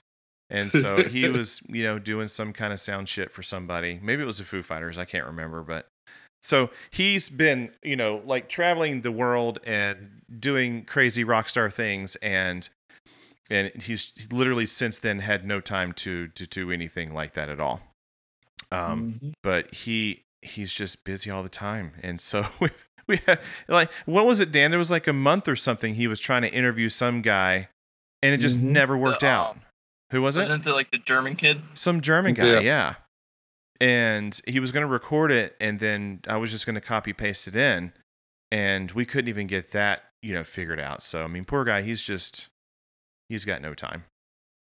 S1: And so he was, you know, doing some kind of sound shit for somebody. Maybe it was the Foo Fighters. I can't remember. But so he's been, you know, like traveling the world and doing crazy rock star things. And, and he's he's literally since then had no time to, to do anything like that at all. Um,
S2: Mhm.
S1: but he he's just busy all the time and so we, we had like what was it dan there was like a month or something he was trying to interview some guy and it just
S2: Mhm.
S1: never worked
S7: Uh,
S1: out who was it
S7: Wasn't it like the German kid?
S1: some german guy yeah,
S2: Yeah.
S1: and he was going to record it and then i was just going to copy paste it in and we couldn't even get that you know figured out so i mean poor guy he's just he's got no time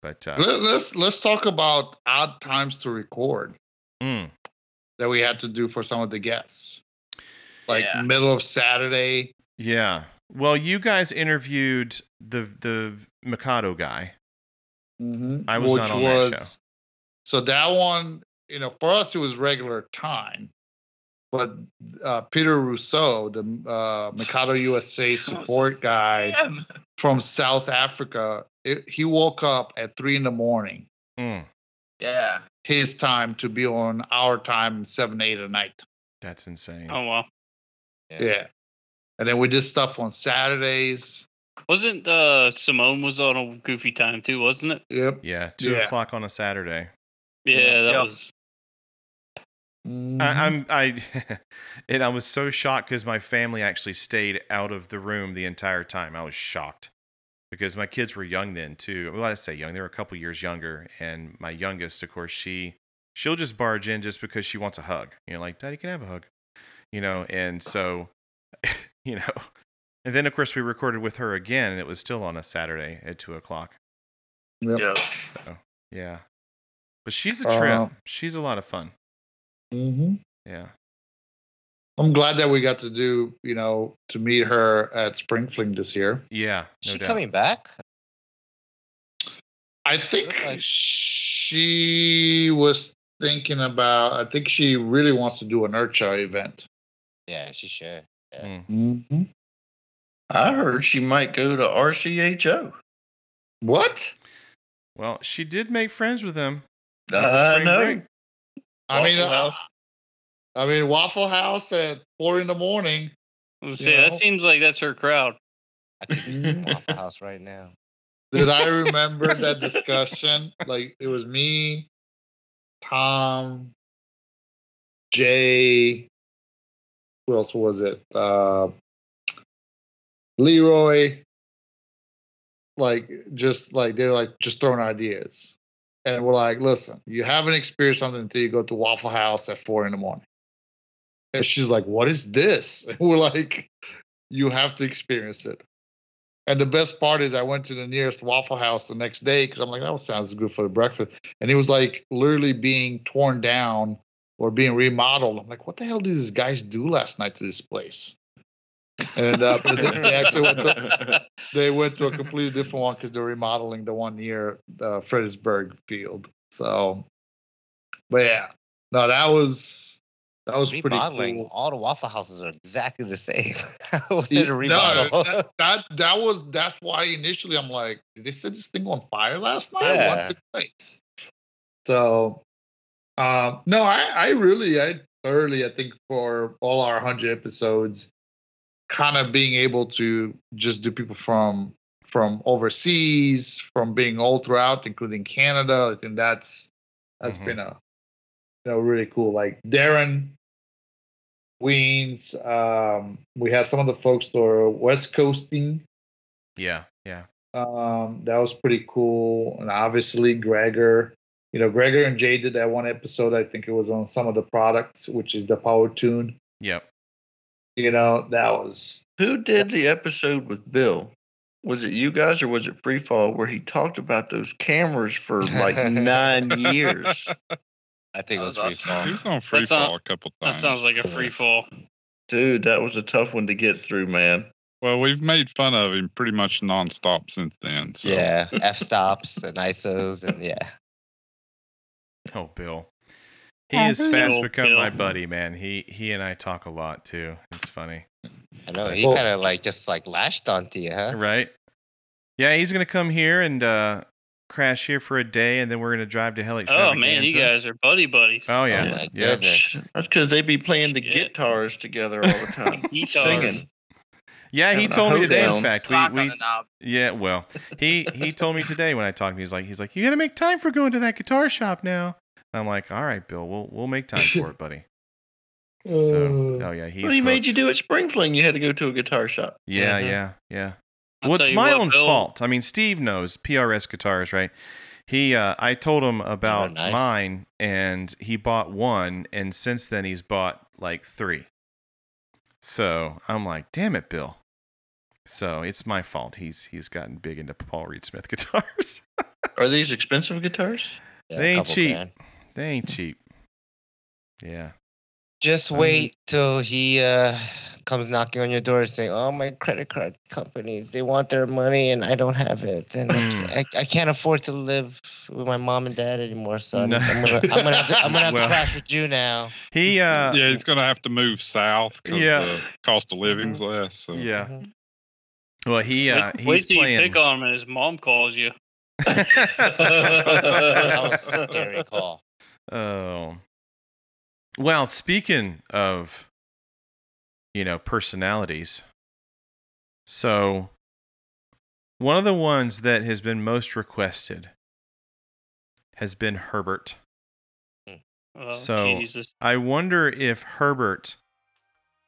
S1: but uh
S2: Let, let's let's talk about odd times to record
S1: mm,
S2: that we had to do for some of the guests, like
S7: Yeah.
S2: middle of Saturday.
S1: yeah well you guys interviewed the the mikado guy
S2: Mhm.
S1: I was not on that
S2: So that one, you know, for us it was regular time, but uh, Peter Rousseau, the uh, Mikado USA support guy
S7: Damn.
S2: from South Africa, it, he woke up at three in the morning
S1: Mm,
S7: Yeah.
S2: his time to be on our time seven eight at night.
S1: that's insane.
S5: Oh wow!
S2: Yeah. and then we did stuff on Saturdays.
S5: Wasn't uh, Simone was on a goofy time too, wasn't it?
S2: Yep.
S1: Yeah, two
S2: Yeah.
S1: o'clock on a Saturday.
S5: Yeah, that
S7: Yeah.
S5: was.
S2: Mm-hmm.
S1: I, I'm I, and I was so shocked because my family actually stayed out of the room the entire time. I was shocked because my kids were young then too. Well, I say young; they were a couple years younger, and my youngest, of course, she she'll just barge in just because she wants a hug. You know, like Daddy can I have a hug, you know, and so you know, and then of course we recorded with her again, and it was still on a Saturday at two o'clock.
S2: Yep.
S7: Yeah.
S1: So yeah, but she's a trip.
S2: Uh,
S1: she's a lot of fun.
S2: hmm
S1: Yeah.
S2: I'm glad that we got to do, you know, to meet her at Spring Fling this year.
S1: Yeah.
S3: Is she coming back?
S2: I think
S3: Looked like-
S2: she was thinking about. I think she really wants to do an Urcha event.
S3: Yeah, she should.
S1: Hmm.
S2: Mm-hmm.
S6: I heard she might go to RCHO.
S2: What?
S1: Well, she did make friends with him.
S6: Uh,
S1: Spring
S6: no.
S1: break.
S2: I mean,
S6: Waffle
S2: uh,
S6: House.
S2: I mean, Waffle House at four in the morning.
S5: Let's see,
S2: Yeah.
S5: that seems like that's her crowd.
S3: I could use some Mm-hmm. Waffle House right now.
S2: Did I remember that discussion? Like it was me, Tom, Jay. Who else was it? Uh, Leroy. Like just like they're like just throwing ideas, and we're like, listen, you haven't experienced something until you go to Waffle House at four in the morning. And she's like, what is this? And we're like, you have to experience it. And the best part is, I went to the nearest Waffle House the next day because I'm like, that sounds good for the breakfast. And it was like literally being torn down or being remodeled. I'm like, what the hell did these guys do last night to this place? And uh, but then they actually went to, they went to a completely different one because they're remodeling the one near uh, Fredericksburg Field. So, but yeah, no, that was that was pretty
S3: Remodeling. Oh,
S2: cool.
S3: All the Waffle Houses are exactly the same. What's
S2: Yeah,
S3: there to remodel?
S2: No, that, that that was that's why initially I'm like, did they set this thing on fire last night?
S3: Yeah.
S2: What took place? So, uh, no, I I really I thoroughly I think for all our hundred episodes, kind of being able to just do people from from overseas, from being all throughout, including Canada, I think that's that's
S1: Mhm.
S2: been a you know really cool. Like Darren Queens. Um, we had some of the folks that were West Coasting.
S1: Yeah, yeah.
S2: Um, that was pretty cool. And obviously, Gregor, you know, Gregor and Jay did that one episode. I think it was on some of the products, which is the Power Tune.
S1: Yep.
S2: You know, that was
S6: Who did the episode with Bill? Was it you guys or was it Free Fall where he talked about those cameras for like nine years?
S3: I think it was
S7: That was
S3: Freefall.
S4: He was on free
S5: sound-
S4: fall a couple
S5: That
S4: times.
S5: sounds like a free fall.
S6: Dude, that was a tough one to get through, man.
S4: well, we've made fun of him pretty much nonstop since then. So.
S3: Yeah, f stops and ISOs and yeah.
S1: Oh, Bill. He is fast
S5: Bill,
S1: become
S5: Bill.
S1: my buddy, man. He he and I talk a lot too. It's funny,
S3: I know he
S2: Well-
S3: kind of like just like lashed onto you, huh?
S1: right? Yeah, he's gonna come here and uh, crash here for a day, and then we're gonna drive to Hell
S5: Oh man, you guys are buddy buddies.
S1: Oh yeah,
S3: Oh, my
S1: yeah.
S3: goodness.
S6: That's because they be playing the
S5: Shit.
S6: guitars together all the time,
S5: Guitars.
S6: singing.
S1: Yeah, he
S6: Having a
S1: told me
S6: hoedown.
S1: today. In fact,
S7: Lock
S1: we,
S7: on
S1: we
S7: the knob.
S1: yeah. Well, he he told me today when I talked to him, he's like he's like you gotta make time for going to that guitar shop now. And I'm like, all right, Bill, we'll we'll make time for it, buddy. So oh yeah, he's
S6: Well, he made
S1: hooked.
S6: you do it spring fling. You had to go to a guitar shop.
S1: Yeah,
S3: Mhm.
S1: yeah, yeah.
S5: I'll
S1: well, it's
S5: tell you
S1: my
S5: what,
S1: own
S5: Bill-
S1: fault. I mean, Steve knows PRS guitars, right? He, uh, I told him about
S3: nice.
S1: mine, and he bought one, and since then he's bought like three. So I'm like, damn it, Bill. So it's my fault. He's he's gotten big into Paul Reed Smith guitars.
S6: Are these expensive guitars?
S3: Yeah,
S1: They ain't
S3: couple
S1: cheap.
S3: grand.
S1: they ain't cheap. Yeah.
S3: Just
S1: Mhm.
S3: wait till he uh, comes knocking on your door saying, "Oh, my credit card companies they want their money and I don't have it, and I,
S1: Mm.
S3: I, I can't afford to live with my mom and dad anymore, son.
S1: No.
S3: I'm gonna I'm gonna have to, I'm gonna have
S1: Well.
S3: to crash with you now."
S1: He. Uh,
S4: yeah, he's gonna have to move south because
S1: Yeah.
S4: the cost of living's
S6: Mm-hmm.
S4: less. So.
S1: yeah. Well, he. Uh,
S5: wait,
S1: he's
S5: wait till
S1: playing.
S5: you pick on him and his mom calls you.
S3: That was a scary call.
S1: Oh. Well, speaking of, you know, personalities, so one of the ones that has been most requested has been Herbert.
S5: Oh,
S1: So-
S5: Jesus.
S1: I wonder if Herbert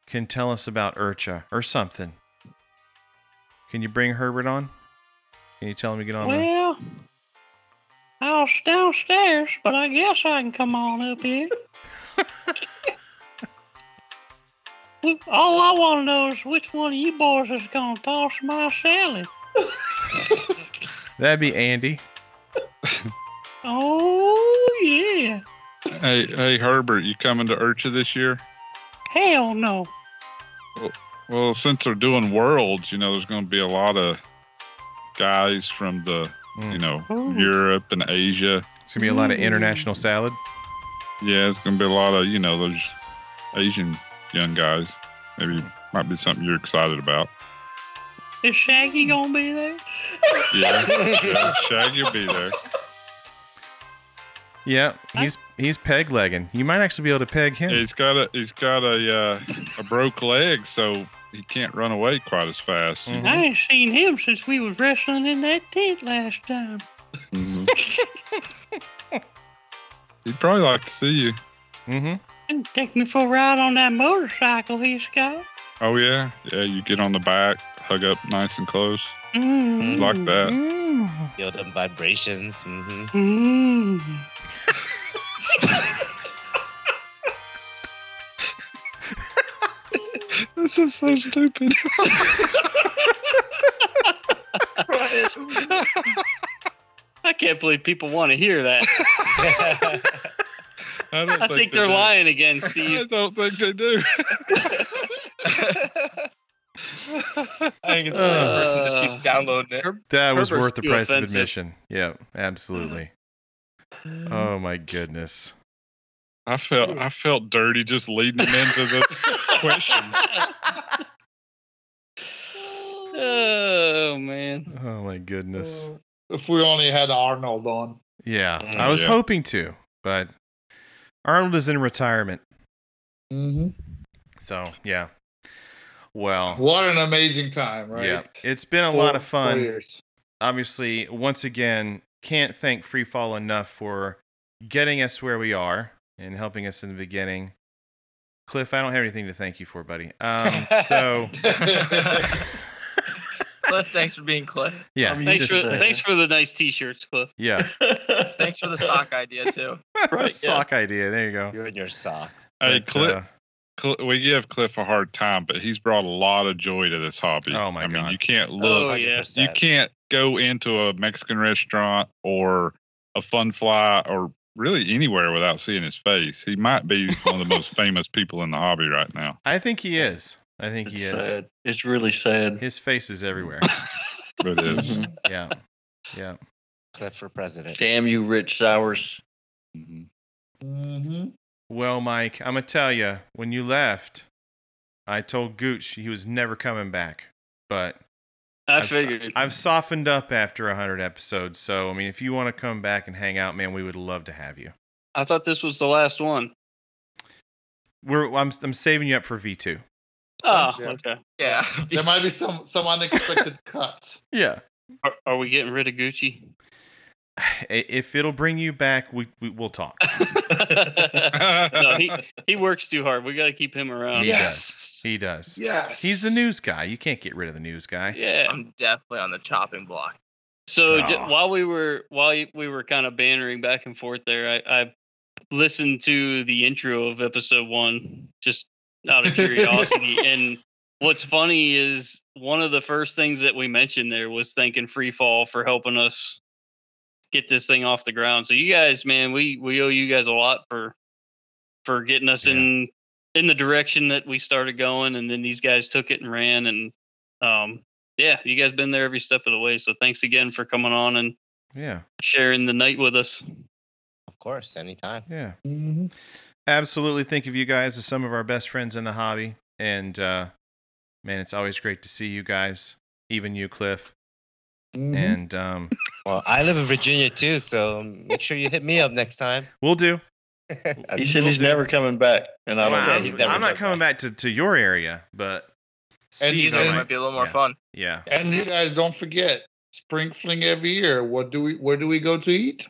S1: can tell us about Urcha or something. Can you bring Herbert on? Can you tell him to get on? the-
S5: Well, I was downstairs, but I guess I can come on up here. All I want to know is which one of you boys is going to toss my Sally.
S1: That'd be Andy.
S5: Oh, yeah.
S4: Hey, hey, Herbert, you coming to Urcha this year?
S5: Hell no.
S4: Well, since they're doing worlds, you know, there's going to be a lot of guys from the, you
S1: Mm.
S4: know,
S5: Ooh.
S4: Europe and Asia.
S1: It's gonna be a lot of international salad.
S4: Yeah, it's going to be a lot of, you know, those Asian young guys. Maybe might be something you're excited about.
S5: Is Shaggy going to be there?
S4: Yeah, yeah Shaggy will be there.
S1: Yeah, he's he's peg legging. You might actually be able to peg him.
S4: He's got a he's got a uh, a broke leg, so he can't run away quite as fast.
S1: Mhm.
S5: I ain't seen him since we was wrestling in that tent last time.
S4: Mhm. He'd probably like to see you.
S1: Mm-hmm.
S5: And take me for a ride on that motorcycle he's got.
S4: Oh yeah, yeah. You get on the back, hug up nice and close,
S5: Mm.
S4: like that.
S5: Mm.
S3: Feel them vibrations.
S1: mm-hmm.
S3: hmm
S5: Mm.
S4: This is so stupid.
S5: I can't believe people want to hear that.
S4: I, don't
S5: I think
S4: they
S5: they're
S4: do.
S5: lying again,
S4: I
S5: Steve.
S4: don't think they do.
S7: I think it's the same person just
S5: Uh,
S7: keeps downloading it.
S1: That was
S5: Herbert's
S1: worth the
S5: too
S1: price of
S5: offensive.
S1: admission. Yeah, absolutely. Oh my goodness.
S4: I felt I felt dirty just leading him into this question.
S5: oh man.
S1: Oh my goodness.
S2: Uh, If we only had Arnold on.
S1: Yeah,
S3: Mm,
S1: I was
S4: yeah.
S1: hoping to, but Arnold is in retirement.
S2: Mm-hmm.
S1: So yeah. Well,
S2: What an amazing time, right?
S1: yeah, it's been a
S2: Four-
S1: lot of
S2: four
S1: fun.
S2: years.
S1: Obviously, once again, can't thank Freefall enough for getting us where we are and helping us in the beginning. Cliff, I don't have anything to thank you for, buddy. Um, so
S7: Cliff, thanks for being Cliff.
S1: yeah,
S6: I mean, you
S5: Thanks
S1: just
S5: for
S6: uh,
S1: thank-
S5: thanks for the nice t-shirts, Cliff.
S1: yeah,
S7: Thanks for the sock idea too.
S1: right,
S6: Right,
S1: sock idea. There you go.
S3: You're in your socks.
S4: Hey,
S1: But,
S4: Cliff,
S1: uh,
S4: Cl- we give Cliff a hard time, but he's brought a lot of joy to this hobby.
S1: Oh, my
S4: I
S1: God.
S4: mean, you can't look.
S5: Oh, yeah.
S3: 100%.
S4: you can't go into a Mexican restaurant or a fun fly or really anywhere without seeing his face. He might be one of the most famous people in the hobby right now.
S1: I think he is. I think
S6: It's
S1: he is.
S6: sad. It's really sad.
S1: His face is everywhere.
S4: But it is.
S1: yeah, yeah.
S3: Clip for president.
S6: Damn you, Rich Sowers.
S4: Mhm.
S2: hmm
S1: Well, Mike, I'm gonna tell you, when you left, I told Gooch he was never coming back. But
S5: I
S1: I've so-
S5: figured.
S1: I've softened up after 100 episodes, so I mean, if you want to come back and hang out, man, we would love to have you.
S5: I thought this was the last one.
S1: We're I'm I'm saving you up for V2.
S5: Oh,
S2: Yeah.
S5: okay.
S7: Yeah.
S2: There might be some some unexpected cuts.
S1: Yeah.
S5: Are, are we getting rid of Gucci?
S1: If it'll bring you back, we, we we'll talk.
S5: no, he he works too hard. We got to keep him around.
S1: Yeah.
S5: Yeah.
S2: yes.
S1: He does.
S2: Yes.
S1: He's the news guy. You can't get rid of the news guy.
S7: I'm definitely on the chopping block.
S5: So j-
S1: Ah.
S5: while we were while y- we were kind of bantering back and forth there, I, I listened to the intro of episode one just out of curiosity. and what's funny is one of the first things that we mentioned there was thanking Freefall for helping us get this thing off the ground. So you guys, man, we we owe you guys a lot for for getting us in in the direction that we started going, and then these guys took it and ran and. Um, yeah, you guys been there every step of the way. So thanks again for coming on and
S1: Yeah.
S5: sharing the night with us.
S3: Of course, anytime.
S1: Yeah.
S2: Mhm.
S1: absolutely think of you guys as some of our best friends in the hobby. And uh, man, it's always great to see you guys, even you, Cliff.
S2: Mhm.
S1: And um,
S3: Well, I live in Virginia too, so make sure you hit me up next time.
S1: we'll do.
S6: He said he's never coming back, and I
S1: I'm,
S6: don't.
S3: Well,
S6: think
S1: I'm-
S3: he's
S1: I'm not coming back to, to your area, but
S2: And
S1: Steve's
S2: he's
S1: all
S2: in-
S7: Tuesday
S1: right.
S7: might be a little more
S1: Yeah.
S7: fun.
S1: Yeah.
S2: And you guys don't forget spring fling every year. What do we where do we go to eat?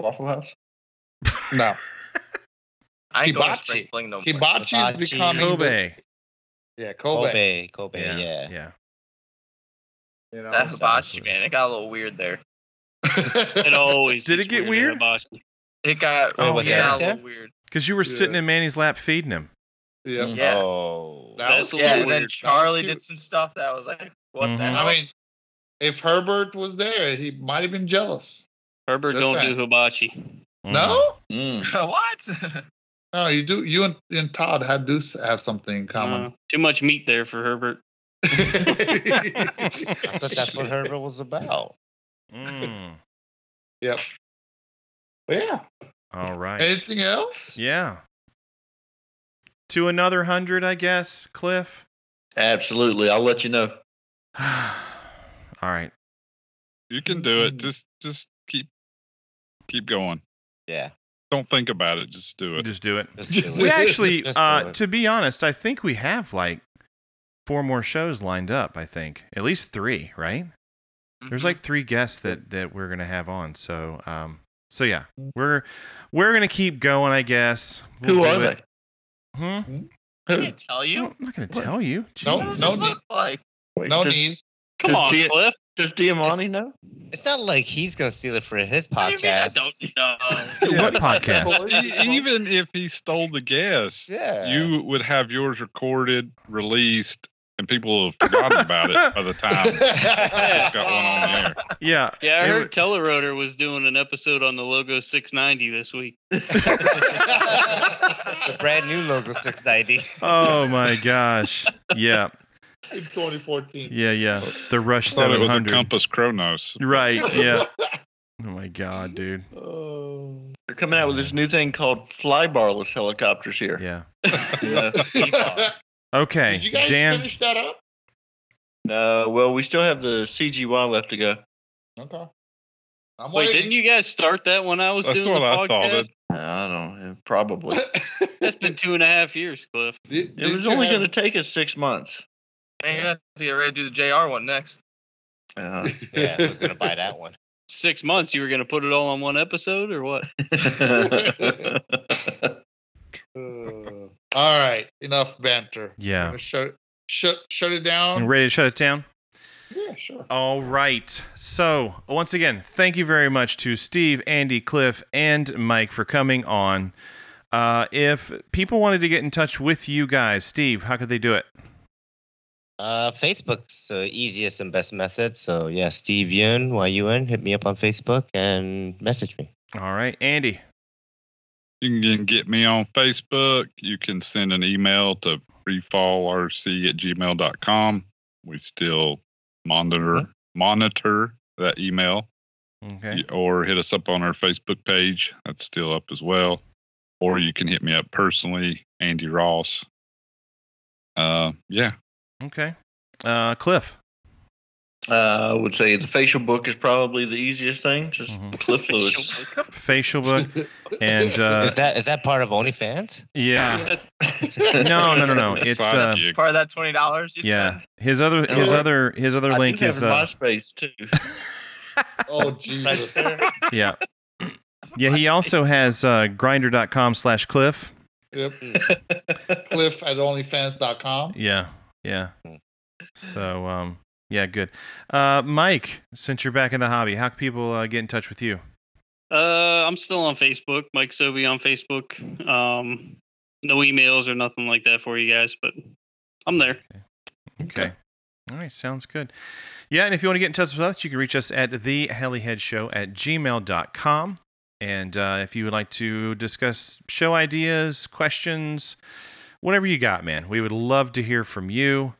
S6: Waffle House.
S2: Mm-hmm. No.
S7: I ain't going to
S2: Hibachi.
S7: spring fling no more.
S2: Hibachi is
S3: Hibachi.
S2: becoming the-
S1: Kobe.
S2: yeah, Kobe.
S3: Kobe, Kobe,
S1: Yeah.
S3: yeah.
S1: Yeah.
S2: You know?
S7: That hibachi,
S1: Absolutely.
S7: man, it got a little weird there.
S5: It always
S1: Did
S5: is
S1: it get
S5: in
S1: weird?
S5: Hibachi.
S7: It got,
S1: Oh,
S7: it
S1: was
S7: got
S1: that
S7: a
S3: there?
S7: little weird.
S1: Because you were sitting
S2: Yeah.
S1: in Manny's lap feeding him.
S2: yeah.
S6: Mm.
S7: Yeah.
S3: Oh.
S2: That
S5: That's
S2: was
S5: a
S7: yeah,
S5: little
S7: and then
S5: weird.
S7: Charlie
S2: That
S7: did
S2: was
S7: some stuff that was like, what the
S1: Mhm.
S7: hell?
S2: I mean, if Herbert was there, he might have been jealous.
S5: Herbert
S2: Just
S5: don't
S2: saying.
S5: do hibachi.
S2: No?
S6: Mm.
S7: what?
S2: No, you do you and, and Todd have do s- have something in
S5: Uh,
S2: common.
S5: too much meat there for Herbert.
S3: I thought that's what Herbert was about.
S1: Mm.
S2: Yep. But yeah.
S1: All right.
S2: Anything else?
S1: yeah. To another hundred, I guess, Cliff.
S6: Absolutely, I'll let you know.
S1: all right.
S4: You can do it. Just just keep Keep going.
S3: Yeah.
S4: Don't think about it. Just do it.
S1: Just do it.
S3: Just do
S1: We
S3: it.
S1: actually,
S3: Just do
S1: uh,
S3: it.
S1: to be honest, I think we have like four more shows lined up. I think at least three, right? There's like three guests that that we're gonna have on. So, um, so yeah, we're we're gonna keep going, I guess. We'll
S6: Who
S1: do
S6: are
S1: it.
S6: they?
S1: Hmm?
S7: I
S6: Who?
S7: can't tell you.
S1: I'm not gonna tell you.
S2: No,
S7: What does
S2: no
S7: this
S2: need.
S7: look like?
S6: Wait,
S2: No
S6: does,
S2: need.
S5: Come
S6: Does
S5: on,
S6: the-
S5: Cliff.
S6: Does Diamante know?
S3: It's not like he's gonna steal it for his
S7: What do you mean I
S3: podcast.
S7: don't know.
S1: What podcast?
S4: Well, e- even if he stole the guest,
S3: Yeah.
S4: you would have yours recorded, released, and people have forgotten about it by the time you've got one on the air.
S1: Yeah,
S5: Yeah, I
S1: It
S5: heard Telerotor was doing an episode on the Logo 690 this week.
S3: the brand new logo 690.
S1: Oh my gosh. Yeah.
S2: In 2014.
S1: Yeah. Yeah. The Rush
S4: So it
S1: Seven
S4: was a
S1: Hundred.
S4: Compass Kronos.
S1: Right. Yeah. Oh my God, dude.
S2: Oh.
S6: They're coming out with this new thing called fly barless helicopters here.
S1: Yeah.
S6: Yeah.
S1: Okay,
S2: Did you guys
S1: Dan.
S2: finish that up?
S6: No, Uh, well, we still have the CGY left to go.
S2: Okay. I'm
S5: Wait, didn't you guys start that when I was
S4: That's what
S5: doing the
S4: I thought.
S5: podcast?
S6: I don't know. Probably.
S5: That's been two and a half years, Cliff.
S2: Did-
S6: It
S2: didn't
S6: was
S2: you
S6: only
S2: have-
S6: going to take us six months.
S7: Man, you're gonna have to get ready to do the JR one next.
S6: Uh,
S3: yeah, I was gonna buy that one.
S5: Six months, you were going to put it all on one episode or what?
S2: Uh, all right, enough banter. I'm
S1: Yeah.
S2: gonna Shut, shut, shut it
S1: I'm
S2: down.
S1: ready to shut it down.
S2: Um, Yeah, sure.
S1: All right. So, once again, thank you very much to Steve, Andy, Cliff, and Mike for coming on. Uh, if people wanted to get in touch with you guys, Steve, how could they do it?
S3: Uh, Facebook's the easiest and best method. So yeah, Steve Yun, Y U N, hit me up on Facebook and message me.
S1: All right, Andy.
S4: You can get me on Facebook. You can send an email to freefallrc at gmail.com. We still monitor monitor that email
S1: Mm-hmm. Okay.
S4: or hit us up on our Facebook page. That's still up as well. Or you can hit me up personally, Andy Ross. Uh, yeah.
S1: Okay. Uh, Cliff.
S6: Uh, I would say the facial book is probably the easiest thing. Just
S1: Mhm.
S6: Cliff Lewis.
S1: Facial book and uh,
S3: is that is that part of OnlyFans?
S1: yeah.
S5: That's
S1: No, no, no, no. It's
S4: Side
S1: uh,
S4: gig.
S7: Part of that twenty dollars.
S2: uh,
S1: yeah. His other his other his other
S6: I
S1: link
S6: do have
S1: is
S6: it in
S1: uh,
S6: MySpace too.
S2: Oh Jesus.
S1: uh, yeah. Yeah, he also has uh, grinder.com slash cliff.
S2: Yep. Cliff at OnlyFans.com.
S1: Yeah, yeah. So, um, yeah, good. Uh, Mike, since you're back in the hobby, how can people uh, get in touch with you?
S5: Uh, I'm still on Facebook. Mike Sobey on Facebook. Um, no emails or nothing like that for you guys, but I'm there.
S1: Okay. All right, sounds good. Yeah, and if you want to get in touch with us, you can reach us at theheliheadshow at gmail.com. And uh, if you would like to discuss show ideas, questions, whatever you got, man, we would love to hear from you.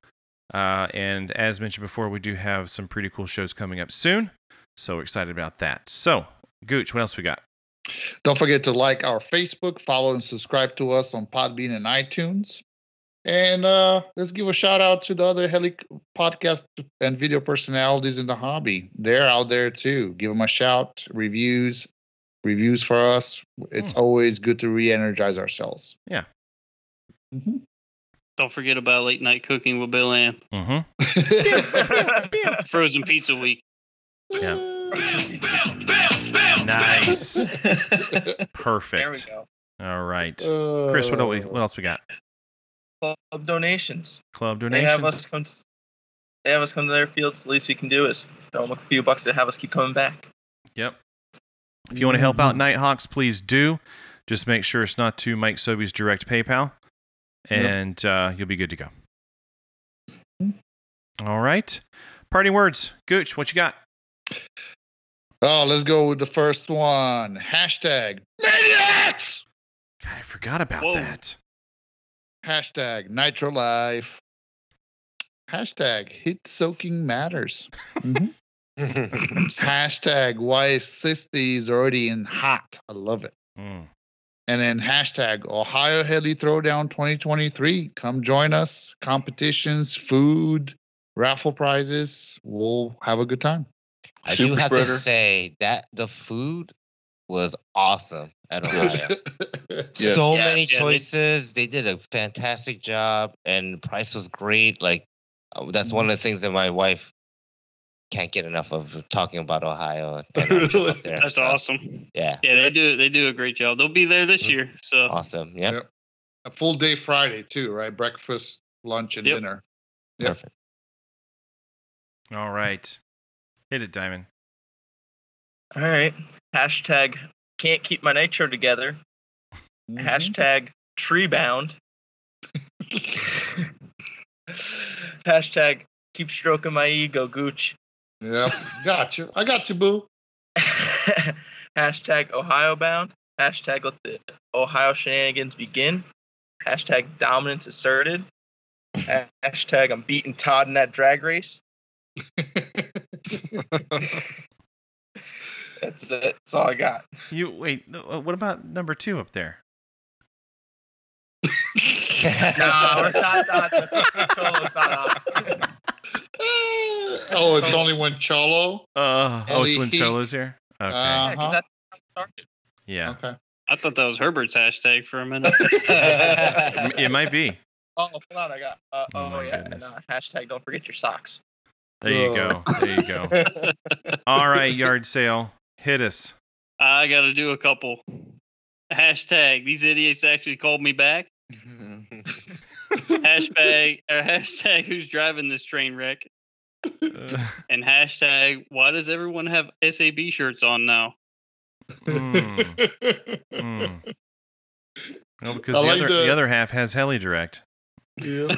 S1: Uh, and as mentioned before, we do have some pretty cool shows coming up soon. So we're excited about that. So, Gooch, what else we got?
S2: Don't forget to like our Facebook, follow and subscribe to us on Podbean and iTunes. And uh, let's give a shout out to the other heli podcast and video personalities in the hobby. They're out there too. Give them a shout. Reviews, reviews for us. It's always good to re-energize ourselves.
S1: Yeah.
S2: Mhm.
S5: Don't forget about late night cooking with Bill Ann.
S1: Mm-hmm.
S5: Frozen pizza week.
S1: Nice.
S7: There we
S1: Perfect.
S7: go. Uh,
S1: All right. Chris, what, do we, what else we got?
S7: Club donations.
S1: Club
S7: They
S1: donations.
S7: have us come. To, they have us come to their fields. The least we can do is throw them a few bucks to have us keep coming back.
S1: Yep. If you want to help
S7: Mm-hmm.
S1: out Nighthawks, please do. Just make sure it's not to Mike Sobey's direct PayPal, and uh, you'll be good to go. All right. Parting words, Gooch. What you got?
S2: Oh, let's go with the first one. Hashtag maniacs.
S1: God, I forgot about
S5: Whoa.
S1: that.
S2: Hashtag Nitro Life. Hashtag Heat Soaking Matters. Mhm. hashtag Why 60 is already in hot. I love it.
S1: Mm.
S2: And then hashtag Ohio Heli Throwdown 2023. Come join us. Competitions, food, raffle prizes. We'll have a good time.
S3: I do
S6: Super
S3: have to
S6: spreader.
S3: say that the food was awesome at Ohio.
S2: Yeah.
S3: So many
S5: Yes. Yeah, they-
S3: choices. They did a fantastic job, and the price was great. Like uh, that's one of the things that my wife can't get enough of talking about Ohio. And our trip up there.
S5: That's
S3: So,
S5: awesome.
S3: Yeah,
S5: Yeah, they do they do a great job. They'll be there this year. So
S3: awesome. Yep.
S2: Yeah. a full day Friday too, right? Breakfast, lunch, and
S5: Yep.
S2: dinner. Yep.
S3: Perfect.
S1: All right. Hit it, Diamond.
S7: All right. Hashtag can't keep my nitro together.
S2: Mm-hmm.
S7: Hashtag tree bound. Hashtag keep stroking my ego, Gooch.
S2: Yeah, got you. I got you, boo.
S7: Hashtag Ohio bound. Hashtag let the Ohio shenanigans begin. Hashtag dominance asserted. Hashtag I'm beating Todd in that drag race. That's it. That's all I got.
S1: You wait. no, uh, What about number two up there?
S7: No, we're not on this. Cholo's not on.
S2: oh, it's only when Cholo.
S1: Uh, oh,
S2: Ellie
S1: Slim
S2: Heat.
S1: Cholo's here.
S3: Uh-huh.
S4: Uh-huh.
S1: Okay.
S7: Yeah,
S2: Uh,
S7: 'cause that's how it
S1: yeah,
S2: Okay.
S5: I thought that was Herbert's hashtag for a minute.
S1: It m- it might be.
S7: Oh, hold on, I got. Uh,
S1: Oh
S7: oh,
S1: my
S7: yeah. And,
S1: goodness.
S7: uh, hashtag don't forget your socks.
S1: There you go. There you go. All right, yard sale. Hit us.
S5: I got to do a couple. Hashtag these idiots actually called me back. hashtag or hashtag who's driving this train wreck
S1: Uh,
S5: and hashtag why does everyone have SAB shirts on now?
S1: mm, mm. Well, because
S2: I
S1: the
S2: like
S1: other
S2: the-
S1: the other half has heli direct.
S2: Yeah.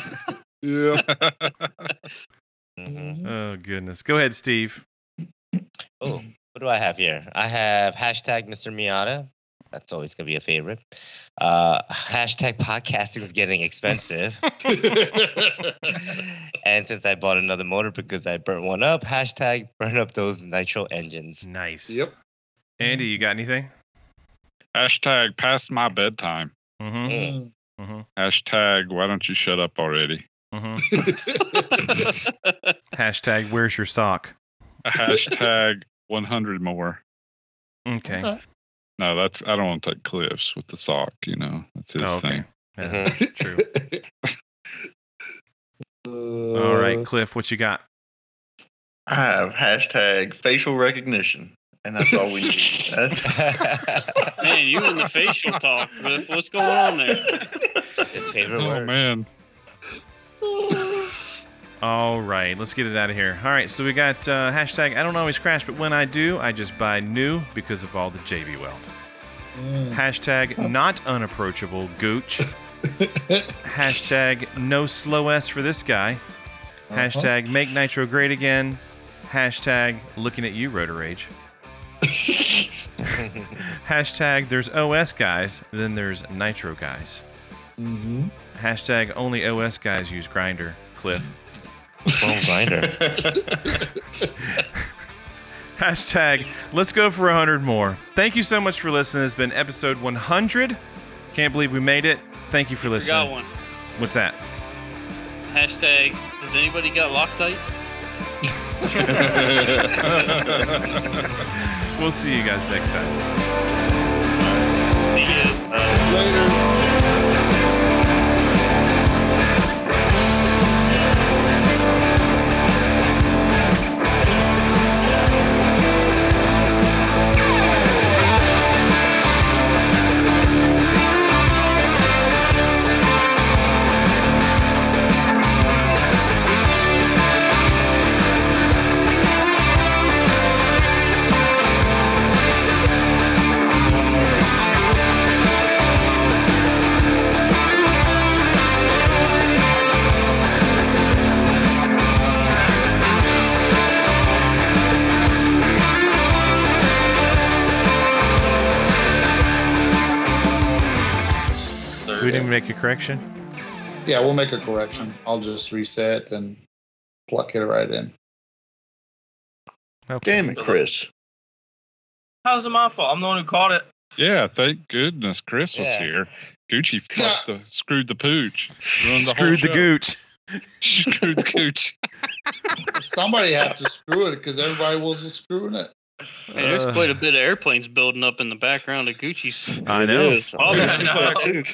S2: Yeah.
S3: Mhm.
S1: Oh goodness. Go ahead, Steve.
S3: Oh, what do I have here? I have hashtag Mr. Miata. That's always gonna be a favorite. Uh, hashtag podcasting is getting expensive. and since I bought another motor because I burnt one up, hashtag burn up those nitro engines.
S1: Nice.
S2: Yep.
S1: Andy, you got anything?
S4: Hashtag past my bedtime.
S1: Mm-hmm.
S2: Mm.
S1: Mm-hmm.
S4: Hashtag why don't you shut up already?
S1: Mm-hmm. Hashtag Where's your sock?
S4: Hashtag 100 more.
S1: Okay.
S2: Okay.
S4: No, that's I don't want to take clips with the sock. You know, that's his
S1: Oh, okay.
S4: thing.
S11: Mm-hmm.
S1: Yeah, True. All
S2: Uh,
S1: right, Cliff, what you got?
S6: I have hashtag facial recognition, and that's all we need. That's-
S5: Man, you in the facial talk, Cliff. What's going on there?
S3: His favorite
S4: Oh
S3: word.
S4: man,
S1: All right, let's get it out of here. All right, so we got uh, hashtag I don't always crash, but when I do, I just buy new because of all the JB Weld. Mm-hmm.
S2: Mm.
S1: Hashtag not unapproachable gooch. hashtag no slow S for this guy. Hashtag make nitro great again. Hashtag looking at you, Rotor Rage. hashtag there's OS guys, then there's nitro guys. Mm-hmm.
S2: Mhm.
S1: Hashtag only OS guys use grinder. Cliff.
S3: Chrome grinder.
S1: Hashtag let's go for 100 more. Thank you so much for listening. It's been episode 100. Can't believe we made it. Thank you for
S5: We got
S1: listening.
S5: one.
S1: What's that?
S5: Hashtag does anybody got Loctite?
S1: We'll see you guys next time.
S5: See ya.
S2: Later.
S1: We didn't make a correction.
S2: Yeah, we'll make a correction. I'll just reset and pluck it right in.
S6: Damn it, Chris.
S7: How's it my fault? I'm the one who called it.
S4: yeah! Thank goodness Chris was
S3: Yeah.
S4: here. Gucci fucked the, screwed the pooch, ruined the
S1: Screwed the
S4: whole show.
S1: gooch.
S4: screwed the gooch.
S2: Somebody had to screw it because everybody was just screwing it.
S5: Man, there's
S1: Uh.
S5: quite a bit of airplanes building up in the background of Gucci's.
S1: I
S11: It
S1: know.
S11: is.
S5: Oh,
S4: Yeah,
S5: Gucci's
S4: I
S5: like, dude,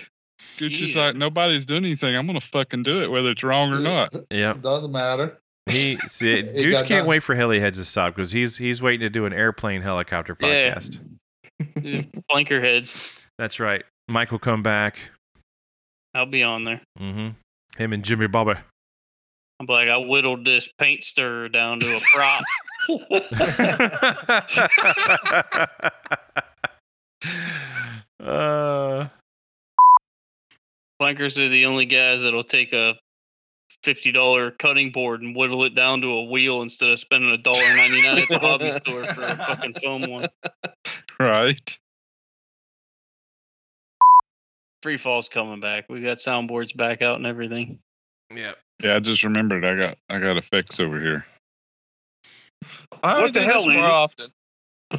S4: Gucci's
S5: Yeah.
S4: like, nobody's doing anything. I'm gonna fucking do it, whether it's wrong or not.
S1: Yep.
S2: Doesn't matter.
S1: He see,
S2: It
S1: dudes
S2: got
S1: can't
S2: done.
S1: wait for heli heads to stop because he's he's waiting to do an airplane helicopter
S5: Yeah.
S1: podcast.
S5: blanker heads.
S1: That's right. Mike will come back.
S5: I'll be on there.
S1: Mm-hmm. Him and Jimmy Bobber.
S5: I'm like, I whittled this paint stirrer down to a prop.
S1: uh,
S5: Blankers are the only guys that'll take a fifty dollar cutting board and whittle it down to a wheel instead of spending a dollar ninety nine at the hobby store for a fucking foam one.
S4: Right.
S5: Free fall's coming back. We got soundboards back out and everything.
S1: yeah.
S4: Yeah, I just remembered I got I got effects over here.
S7: I ought
S5: What
S7: to
S5: the
S7: do
S5: hell,
S7: this more
S5: Andy?
S7: often.
S6: I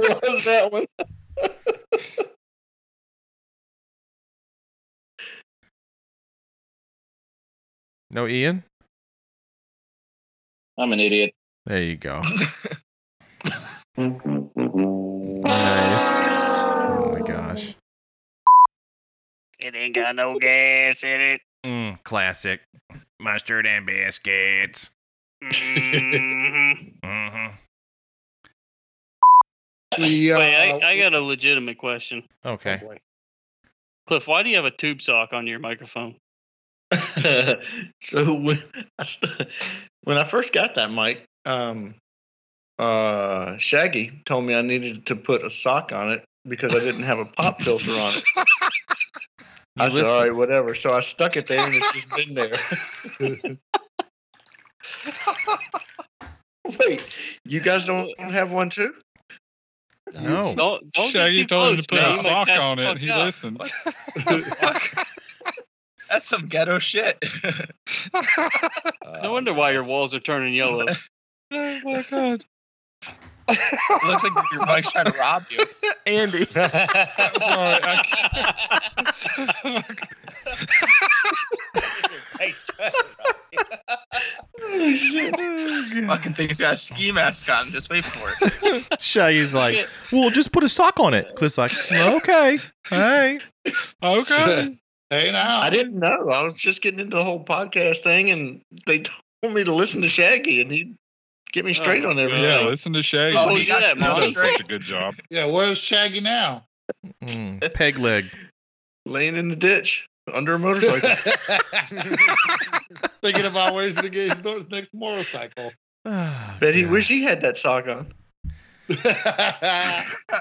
S6: love that one.
S1: No Ian?
S6: I'm an idiot.
S1: There you go. nice. Oh my gosh.
S5: It ain't got no gas in it.
S1: Mm, classic. Mustard and biscuits.
S5: Mhm.
S1: Mm-hmm.
S2: The, uh,
S5: Wait, I, I got a legitimate question.
S1: Okay.
S5: Cliff, why do you have a tube sock on your microphone?
S6: so when I, st- when I first got that mic, um, uh, Shaggy told me I needed to put a sock on it because I didn't have a pop filter on it.
S1: You
S6: I said,
S1: listen-
S6: "All right, whatever." So I stuck it there, and it's just been there. Wait, you guys don't have one too?
S1: No.
S5: Don't, don't get
S4: Shaggy
S5: too
S4: told him
S5: close,
S4: to put a sock
S5: man. You might pass the
S4: on it.
S5: fuck
S4: He
S5: out.
S4: listened.
S7: That's some ghetto shit.
S5: No wonder why your walls are turning yellow.
S4: Oh my god.
S7: Looks like your mic's trying to rob you.
S1: Andy.
S4: Sorry, I
S7: Fucking thing's got a ski mask on. Just wait for it.
S1: Shaggy's like, well, just put a sock on it. Cliff's like, well, okay. All right.
S4: Okay.
S2: hey now.
S6: I didn't know. I was just getting into the whole podcast thing, and they told me to listen to Shaggy, and he'd get me straight
S5: Oh,
S6: on
S5: God.
S6: everything.
S4: Yeah, listen to Shaggy.
S7: Oh,
S4: he
S7: he got
S5: that,
S7: you all
S5: Monty.
S4: does such
S7: straight.
S4: a good job.
S2: Yeah, where's Shaggy now?
S1: Mm, peg leg.
S6: Laying in the ditch under a motorcycle.
S2: Thinking about ways to get his nor- next motorcycle.
S1: Ah,
S6: Bet he
S1: God.
S6: wish he had that sock on.
S2: yeah,